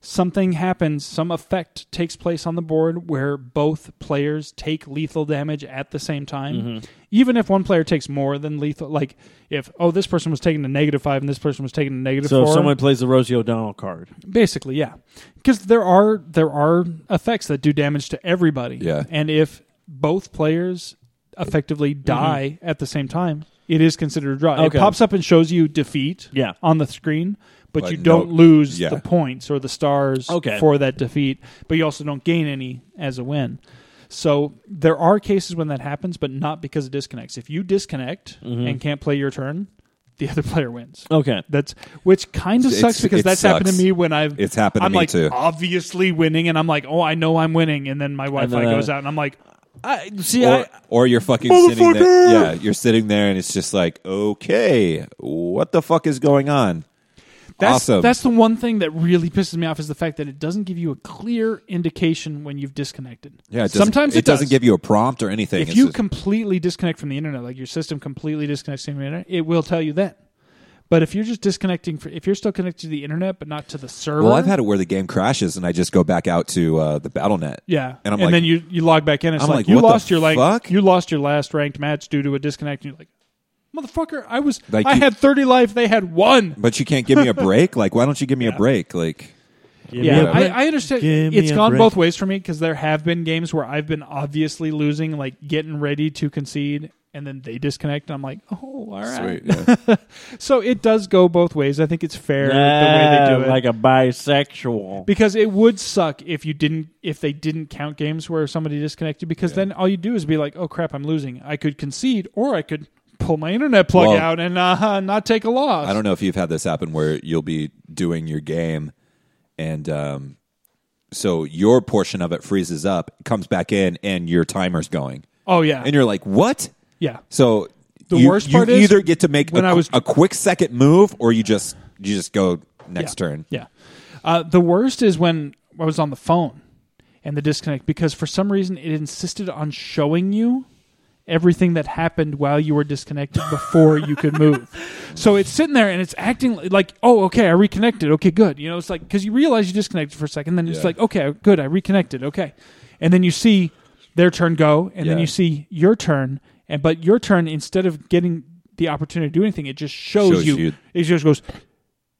Speaker 1: something happens, some effect takes place on the board where both players take lethal damage at the same time,
Speaker 2: Mm-hmm.
Speaker 1: even if one player takes more than lethal, like if oh this person was taking a negative five and this person was taking a negative
Speaker 2: So if
Speaker 1: four,
Speaker 2: someone plays the Rosie O'Donnell card,
Speaker 1: basically yeah because there are there are effects that do damage to everybody
Speaker 3: Yeah. Mm-hmm.
Speaker 1: and if both players effectively die at the same time it is considered a draw
Speaker 2: Okay.
Speaker 1: it pops up and shows you defeat
Speaker 2: Yeah.
Speaker 1: on the screen but,
Speaker 3: But
Speaker 1: you
Speaker 3: no-
Speaker 1: don't lose
Speaker 3: yeah.
Speaker 1: the points or the stars
Speaker 2: Okay.
Speaker 1: for that defeat but you also don't gain any as a win so there are cases when that happens but not because it disconnects if you disconnect
Speaker 3: Mm-hmm.
Speaker 1: and can't play your turn the other player wins
Speaker 2: okay,
Speaker 1: that's which kind of
Speaker 3: It's-
Speaker 1: sucks because
Speaker 3: it
Speaker 1: that's happened
Speaker 3: sucks.
Speaker 1: to me when I've
Speaker 3: It's happened to
Speaker 1: I'm
Speaker 3: me
Speaker 1: like "Oh,
Speaker 3: too.
Speaker 1: obviously winning, and I'm like, oh, I know I'm winning, and then my Wi-Fi
Speaker 2: then, uh,
Speaker 1: goes out, and I'm like,
Speaker 2: I see.
Speaker 3: or,
Speaker 2: I,
Speaker 3: or you're fucking sitting there. Yeah, you're sitting there, and it's just like, okay, what the fuck is going on?
Speaker 1: that's
Speaker 3: awesome.
Speaker 1: that's the one thing that really pisses me off is the fact that it doesn't give you a clear indication when you've disconnected.
Speaker 3: yeah, it doesn't-
Speaker 1: sometimes it,
Speaker 3: doesn't
Speaker 1: does.
Speaker 3: give you a prompt or anything.
Speaker 1: If
Speaker 3: It's
Speaker 1: you
Speaker 3: just-
Speaker 1: completely disconnect from the internet, like your system completely disconnects from the internet, it will tell you that. But if you're just disconnecting, for, if you're still connected to the internet but not to the server,
Speaker 3: well, I've had it where the game crashes, and I just go back out to uh, the BattleNet.
Speaker 1: Yeah,
Speaker 3: and I'm like,
Speaker 1: then you you log back in. It's
Speaker 3: I'm
Speaker 1: like,
Speaker 3: like,
Speaker 1: you
Speaker 3: what the
Speaker 1: lost your like
Speaker 3: fuck?
Speaker 1: you lost your last ranked match due to a disconnect. And you're like, motherfucker, I was
Speaker 3: Like
Speaker 1: I
Speaker 3: you-
Speaker 1: had 30 life. They had one.
Speaker 3: but you can't give me a break. Like, why don't you give me a break? Like,
Speaker 1: Yeah,
Speaker 3: a
Speaker 1: I, I understand.
Speaker 2: Give me
Speaker 1: It's
Speaker 2: a
Speaker 1: gone
Speaker 2: break.
Speaker 1: both ways for me because there have been games where I've been obviously losing, like getting ready to concede, and then they disconnect. And I'm like, oh, all right. So it does go both ways. I think it's fair the way they do it.
Speaker 2: like a bisexual.
Speaker 1: because it would suck if you didn't if they didn't count games where somebody disconnected because then all you do is be like oh crap i'm losing i could concede or i could pull my internet plug
Speaker 3: Well-
Speaker 1: out and uh, not take a loss
Speaker 3: I don't know if you've had this happen where you'll be doing your game and um, so your portion of it freezes up, comes back in, and your timer's going.
Speaker 1: oh yeah
Speaker 3: And you're like, what?
Speaker 1: yeah
Speaker 3: So
Speaker 1: The
Speaker 3: you,
Speaker 1: worst
Speaker 3: you
Speaker 1: part is
Speaker 3: either get to make
Speaker 1: when
Speaker 3: a,
Speaker 1: I was-
Speaker 3: a quick second move or you just you just go next
Speaker 1: yeah.
Speaker 3: turn.
Speaker 1: yeah uh, the worst is when i was on the phone and the disconnect because for some reason it insisted on showing you everything that happened while you were disconnected before you could move. So it's sitting there and it's acting li- like, oh, okay, I reconnected. Okay, good. You know, it's like, because you realize you disconnected for a second, then it's
Speaker 3: Yeah.
Speaker 1: like, okay, good, I reconnected. Okay. And then you see their turn go, and then
Speaker 3: Yeah.
Speaker 1: you see your turn, and but your turn, instead of getting the opportunity to do anything, it just shows,
Speaker 3: Shows
Speaker 1: you,
Speaker 3: you.
Speaker 1: It just goes,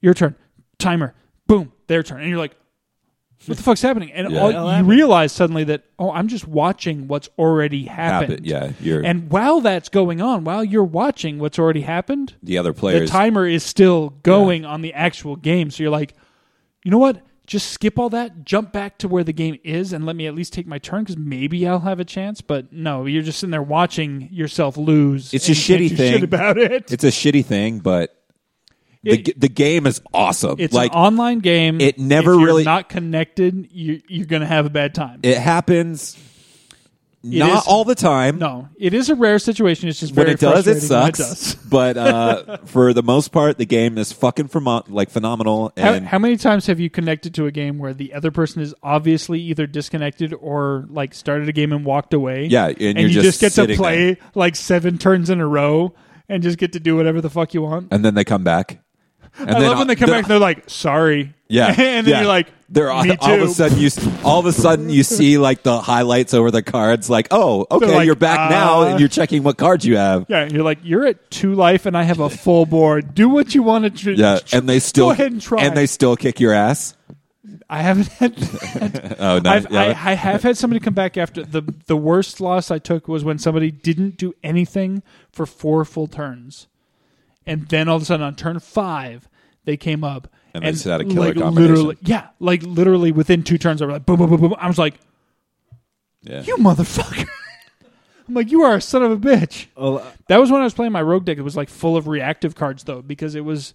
Speaker 1: your turn, timer, boom, their turn. And you're like, what the fuck's happening? And
Speaker 3: Yeah.
Speaker 1: all,
Speaker 3: Hell
Speaker 1: you
Speaker 2: happened.
Speaker 1: realize suddenly that, oh, I'm just watching what's already happened.
Speaker 3: Happen- yeah, you're-
Speaker 1: and while that's going on, while you're watching what's already happened,
Speaker 3: The other
Speaker 1: the
Speaker 3: players
Speaker 1: timer is still going on the actual game. So you're like, you know what? Just skip all that, jump back to where the game is, and let me at least take my turn because maybe I'll have a chance. But no, you're just sitting there watching yourself lose.
Speaker 3: It's
Speaker 1: and
Speaker 3: a
Speaker 1: you can't
Speaker 3: shitty
Speaker 1: do
Speaker 3: thing.
Speaker 1: Shit about it.
Speaker 3: it's a shitty thing, but the
Speaker 1: It-
Speaker 3: the the game is awesome.
Speaker 1: It's
Speaker 3: like
Speaker 1: an online game.
Speaker 3: it never
Speaker 1: If you're
Speaker 3: really-
Speaker 1: not connected. You, you're gonna have a bad time.
Speaker 3: it happens not
Speaker 1: is-
Speaker 3: all the time.
Speaker 1: no, it is a rare situation. It's just
Speaker 3: when
Speaker 1: very
Speaker 3: it does, it
Speaker 1: frustrating when
Speaker 3: sucks. but uh, for the most part, the game is fucking phenom- like phenomenal.
Speaker 1: How,
Speaker 3: And
Speaker 1: how many times have you connected to a game where the other person is obviously either disconnected or like started a game and walked away?
Speaker 3: Yeah, and
Speaker 1: you
Speaker 3: you're
Speaker 1: just,
Speaker 3: just
Speaker 1: get to
Speaker 3: sitting
Speaker 1: play like seven turns in a row and just get to do whatever the fuck you want.
Speaker 3: and then they come back. And
Speaker 1: I love when they come back and they're like, "Sorry,"
Speaker 3: Yeah,
Speaker 1: and then
Speaker 3: yeah.
Speaker 1: you're like,
Speaker 3: they're all,
Speaker 1: me
Speaker 3: all of
Speaker 1: too."
Speaker 3: a sudden you s- all of a sudden you see like the highlights over the cards. Like, oh, okay,
Speaker 1: like,
Speaker 3: you're back now,
Speaker 1: uh,
Speaker 3: and you're checking what cards you have.
Speaker 1: Yeah, you're like, "You're at two life and I have a full board. Do what you want to." Tr-
Speaker 3: Yeah, and they still
Speaker 1: go ahead and try.
Speaker 3: they still kick your ass.
Speaker 1: I haven't had. that.
Speaker 3: Oh no,
Speaker 1: I've,
Speaker 3: yeah.
Speaker 1: I, I have had somebody come back after the the worst loss I took was when somebody didn't do anything for four full turns, and then all of a sudden on turn five they came up
Speaker 3: And they just had a killer
Speaker 1: like,
Speaker 3: combination.
Speaker 1: Literally, yeah, like literally within two turns, I was like boom, boom, boom, boom. I was like,
Speaker 3: Yeah.
Speaker 1: you motherfucker! I'm like, you are a son of a bitch.
Speaker 3: uh,
Speaker 1: That was when I was playing my rogue deck. It was like full of reactive cards though, because it was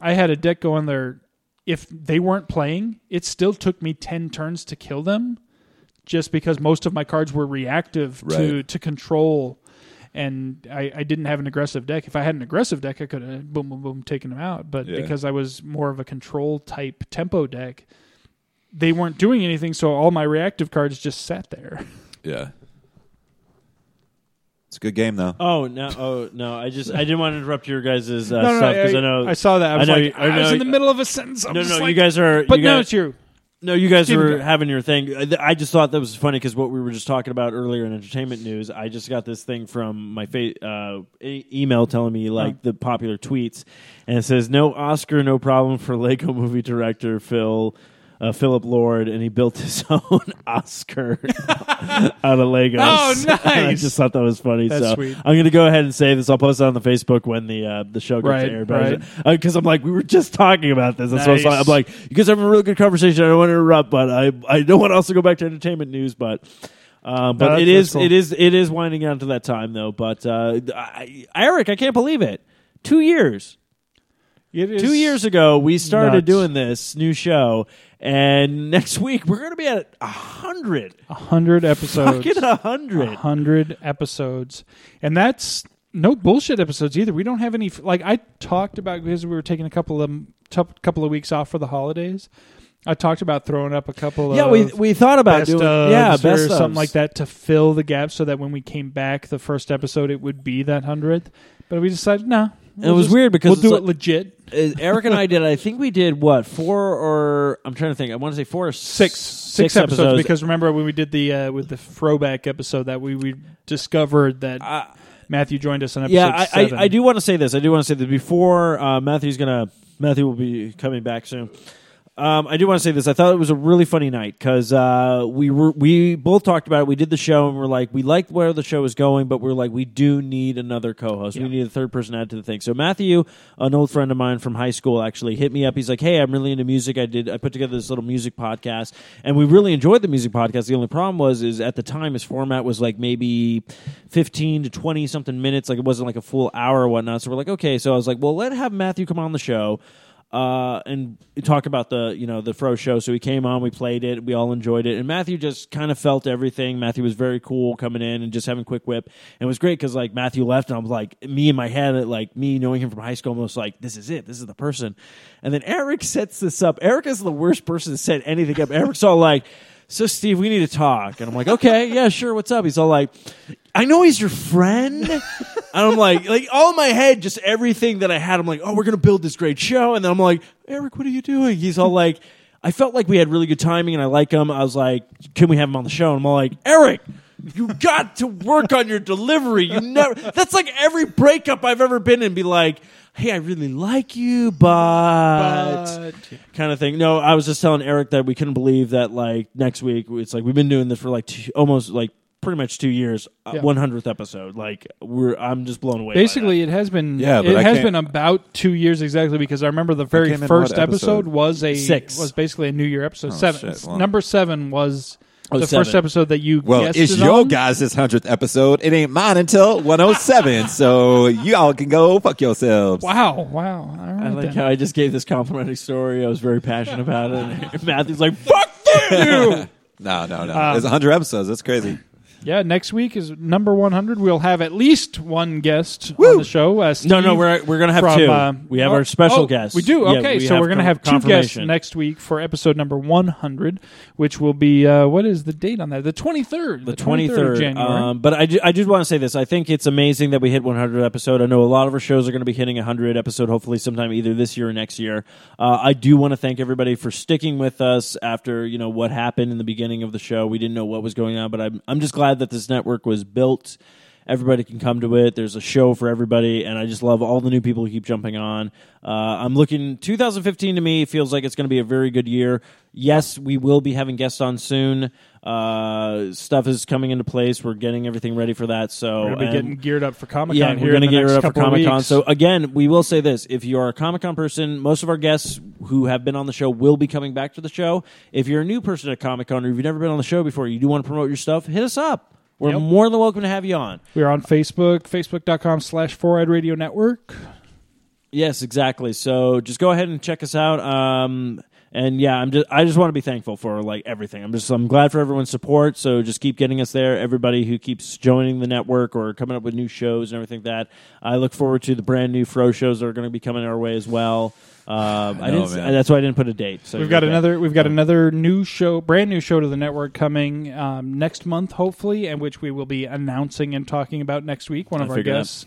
Speaker 1: I had a deck going there. If they weren't playing, it still took me ten turns to kill them, just because most of my cards were reactive to
Speaker 3: Right.
Speaker 1: to control. and I, I didn't have an aggressive deck. If I had an aggressive deck, I could have boom, boom, boom, taken them out. But
Speaker 3: Yeah.
Speaker 1: because I was more of a control type tempo deck, they weren't doing anything. So all my reactive cards just sat there.
Speaker 3: Yeah. It's a good game though.
Speaker 2: Oh no! Oh no! I just I didn't want to interrupt your guys'
Speaker 1: No,
Speaker 2: uh,
Speaker 1: no,
Speaker 2: stuff because I, know
Speaker 1: I saw that. I
Speaker 2: I
Speaker 1: was
Speaker 2: know you-
Speaker 1: like,
Speaker 2: I
Speaker 1: I, was
Speaker 2: know
Speaker 1: in the
Speaker 2: you-
Speaker 1: middle of a sentence. I'm
Speaker 2: No,
Speaker 1: just
Speaker 2: no,
Speaker 1: like,
Speaker 2: you guys are.
Speaker 1: But
Speaker 2: you
Speaker 1: no,
Speaker 2: guys-
Speaker 1: it's you.
Speaker 2: No, you guys
Speaker 1: Keep it
Speaker 2: were
Speaker 1: going.
Speaker 2: having your thing. I I just thought that was funny because what we were just talking about earlier in entertainment news, I just got this thing from my fa- uh, e- email telling me like
Speaker 1: Oh.
Speaker 2: the popular tweets, and it says no Oscar, no problem for Lego movie director Phil. Uh, Philip Lord, and he built his own Oscar out of Legos.
Speaker 1: Oh,
Speaker 2: I
Speaker 1: nice.
Speaker 2: just thought that was funny.
Speaker 1: That's
Speaker 2: so
Speaker 1: sweet.
Speaker 2: I'm going to go ahead and save this. I'll post it on the Facebook when the uh, the show gets
Speaker 1: Right,
Speaker 2: aired.
Speaker 1: right.
Speaker 2: Because I'm like, we were just talking about this. That's what I was
Speaker 1: Nice.
Speaker 2: talking- I'm like, you guys have a really good conversation. I don't want to interrupt, but I I don't want to also go back to entertainment news, but. Uh, but
Speaker 1: that's-
Speaker 2: it is
Speaker 1: that's cool.
Speaker 2: it is it is winding down to that time though. But uh, I, Eric, I can't believe it. Two years,
Speaker 1: It is-
Speaker 2: two years ago, we started
Speaker 1: nuts.
Speaker 2: doing this new show, and next week we're going to be at a hundred,
Speaker 1: a hundred episodes.
Speaker 2: fucking a hundred.
Speaker 1: 100 episodes. And that's no bullshit episodes either. We don't have any like I talked about because we were taking a couple of t- couple of weeks off for the holidays. I talked about throwing up a couple
Speaker 2: Yeah,
Speaker 1: of
Speaker 2: we we thought about
Speaker 1: best
Speaker 2: doing
Speaker 1: ofs
Speaker 2: yeah,
Speaker 1: or
Speaker 2: best
Speaker 1: something
Speaker 2: ofs.
Speaker 1: like that to fill the gap so that when we came back the first episode it would be that 100th. But we decided no.
Speaker 2: it was weird because
Speaker 1: we'll do
Speaker 2: it's
Speaker 1: it legit.
Speaker 2: Uh, Eric and I did. I think we did what four or I'm trying to think. I want to say four or
Speaker 1: Six,
Speaker 2: six,
Speaker 1: six episodes, because remember when we did the uh, with the throwback episode that we, we discovered that
Speaker 2: I-
Speaker 1: Matthew joined us on episode
Speaker 2: yeah, I, I,
Speaker 1: seven.
Speaker 2: I do want to say this. I do want to say that before uh, Matthew's gonna Matthew will be coming back soon. Um, I do want to say this. I thought it was a really funny night because uh, we were we both talked about it. We did the show and we're like we liked where the show was going, but we're like we do need another co-host. We need a third person to add to the thing. So Matthew, an old friend of mine from high school, actually hit me up. He's like, "Hey, I'm really into music. I did I put together this little music podcast, and we really enjoyed the music podcast. The only problem was is at the time his format was like maybe 15 to 20 something minutes. Like it wasn't like a full hour or whatnot. So we're like, okay. So I was like, well, let have Matthew come on the show uh, and talk about the you know the Fro show. So he came on, we played it, we all enjoyed it, and Matthew just kind of felt everything. Matthew was very cool coming in and just having quick whip, and it was great because like Matthew left, and I'm like me in my head, like me knowing him from high school, I'm almost like this is it, this is the person. And then Eric sets this up. Eric is the worst person to set anything up. Eric's all like. So Steve, we need to talk, and I'm like, okay, yeah, sure, what's up? He's all like, I know he's your friend, and I'm like, like all in my head, just everything that I had, I'm like, oh, we're gonna build this great show, and then I'm like, Eric, what are you doing? He's all like, I felt like we had really good timing, and I like him. I was like, can we have him on the show? And I'm all like, Eric. You got to work on your delivery. You never. That's like every breakup I've ever been in. Be like, hey, I really like you,
Speaker 1: Uh,
Speaker 2: but kind of thing. No, I was just telling Eric that we couldn't believe that like next week it's like we've been doing this for like two, almost like pretty much two years. uh,
Speaker 1: Yeah.
Speaker 2: One hundredth episode. Like we're I'm just blown away. by
Speaker 1: Basically, it has been
Speaker 3: Yeah, but
Speaker 1: it
Speaker 3: I
Speaker 1: has
Speaker 3: can't-
Speaker 1: been about two years exactly because I remember the very
Speaker 3: came in
Speaker 1: first
Speaker 3: what episode?
Speaker 1: episode Oh, was a
Speaker 2: Six.
Speaker 1: was basically a New Year episode seven.
Speaker 3: shit, wow.
Speaker 1: Number seven was the
Speaker 2: Oh, seven.
Speaker 1: first episode that you
Speaker 3: Well,
Speaker 1: guessed
Speaker 3: it's
Speaker 1: it
Speaker 3: your
Speaker 1: on.
Speaker 3: guys' hundredth episode. It ain't mine until one oh seven. so y'all can go fuck yourselves.
Speaker 1: Wow, wow! All right,
Speaker 2: that. I like
Speaker 1: then.
Speaker 2: how I just gave this complimentary story. I was very passionate about it. And Matthew's like, "Fuck you!"
Speaker 3: No, no, no.
Speaker 1: Um,
Speaker 3: There's hundred episodes. That's crazy.
Speaker 1: yeah, next week is number one hundred. We'll have at least one guest on the show. Uh, Steve
Speaker 2: no, no, we're we're gonna have
Speaker 1: from,
Speaker 2: two.
Speaker 1: uh,
Speaker 2: we have
Speaker 1: oh,
Speaker 2: our special
Speaker 1: oh,
Speaker 2: guest.
Speaker 1: We do.
Speaker 2: Yeah,
Speaker 1: Okay,
Speaker 2: we
Speaker 1: so we're gonna
Speaker 2: con-
Speaker 1: have two guests
Speaker 2: confirmation.
Speaker 1: next week for episode number one hundred, which will be uh, what is the date on that? The twenty third.
Speaker 2: the
Speaker 1: twenty third of January.
Speaker 2: Um, but I, ju- I just want to say this. I think it's amazing that we hit 100 episode. I know a lot of our shows are going to be hitting 100 episode. Hopefully, sometime either this year or next year. Uh, I do want to thank everybody for sticking with us after you know what happened in the beginning of the show. We didn't know what was going on, but I'm I'm just glad that this network was built. Everybody can come to it. There's a show for everybody, and I just love all the new people who keep jumping on. Uh, I'm looking 2015 to me feels like it's going to be a very good year. Yes, we will be having guests on soon. Uh, stuff is coming into place. We're getting everything ready for that. So
Speaker 1: We're gonna
Speaker 2: and-
Speaker 1: be getting geared up for Comic Con.
Speaker 2: yeah,
Speaker 1: here
Speaker 2: we're going to
Speaker 1: in the
Speaker 2: get
Speaker 1: next
Speaker 2: rid up for
Speaker 1: couple of
Speaker 2: Comic Con.
Speaker 1: weeks.
Speaker 2: So again, we will say this: if you are a Comic Con person, most of our guests who have been on the show will be coming back to the show. If you're a new person at Comic Con or if you've never been on the show before, you do want to promote your stuff, hit us up. We're
Speaker 1: Yep.
Speaker 2: more than welcome to have you on.
Speaker 1: we are on Facebook, facebook.com slash Four Eyed Radio Network.
Speaker 2: Yes, exactly. So just go ahead and check us out. Um, And yeah, I'm just I just want to be thankful for like everything. I'm just I'm glad for everyone's support. So just keep getting us there. Everybody who keeps joining the network or coming up with new shows and everything like that. I look forward to the brand new Fro shows that are going to be coming our way as well. Um, I,
Speaker 7: know,
Speaker 2: didn't.
Speaker 7: man.
Speaker 2: That's why I didn't put a date. So
Speaker 1: We've got
Speaker 2: okay.
Speaker 1: another. We've got another new show, brand new show to the network coming um, next month, hopefully, and which we will be announcing and talking about next week. One of
Speaker 2: I
Speaker 1: our
Speaker 2: figured that.
Speaker 1: guests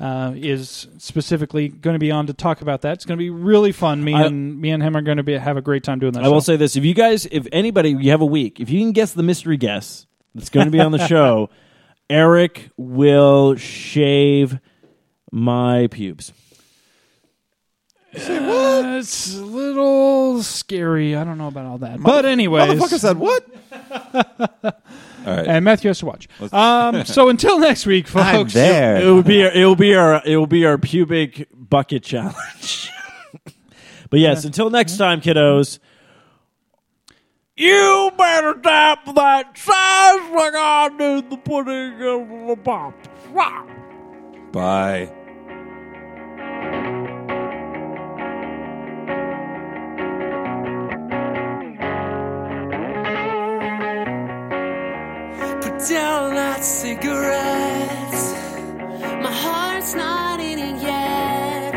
Speaker 1: uh, is specifically going to be on to talk about that. It's going to be really fun. Me
Speaker 2: I-
Speaker 1: and me and him are going to be have a great time doing that.
Speaker 2: I will
Speaker 1: show.
Speaker 2: say this: if you guys, if anybody, you have a week. If you can guess the mystery guess that's going to be on the show, Eric will shave my pubes.
Speaker 1: Uh, it's a little scary. I don't know about all that, but anyways,
Speaker 3: Motherfucker said what? All right.
Speaker 1: and Matthew has to watch. Um, so until next week, folks.
Speaker 3: I'm there.
Speaker 2: It will be our, it will be our it will be our pubic bucket challenge. but yes, until next time, kiddos. You better tap that size like I do the pudding of the pop. Rock.
Speaker 3: Bye.
Speaker 5: Put down that cigarette. My heart's not in it yet.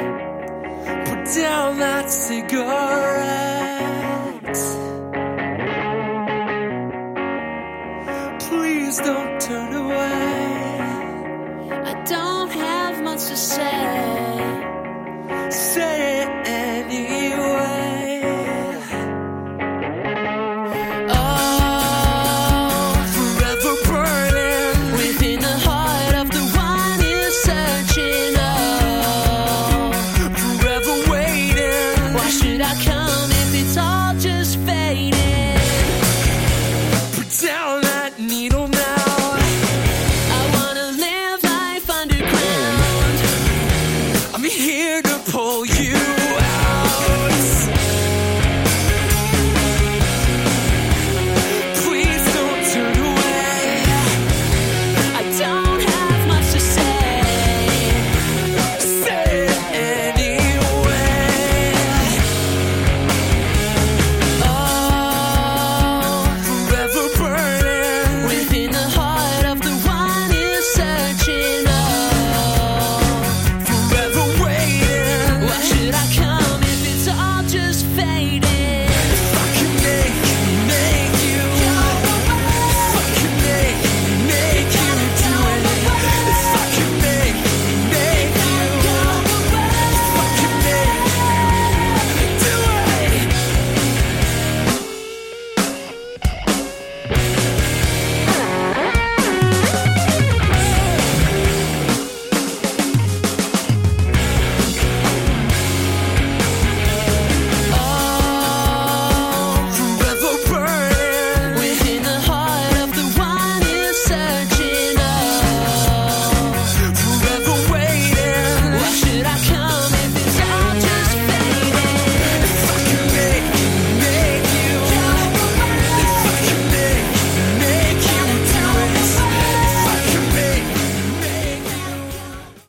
Speaker 5: Put down that cigarette. Please don't turn away.
Speaker 8: I don't have much to say.
Speaker 5: Say Oh,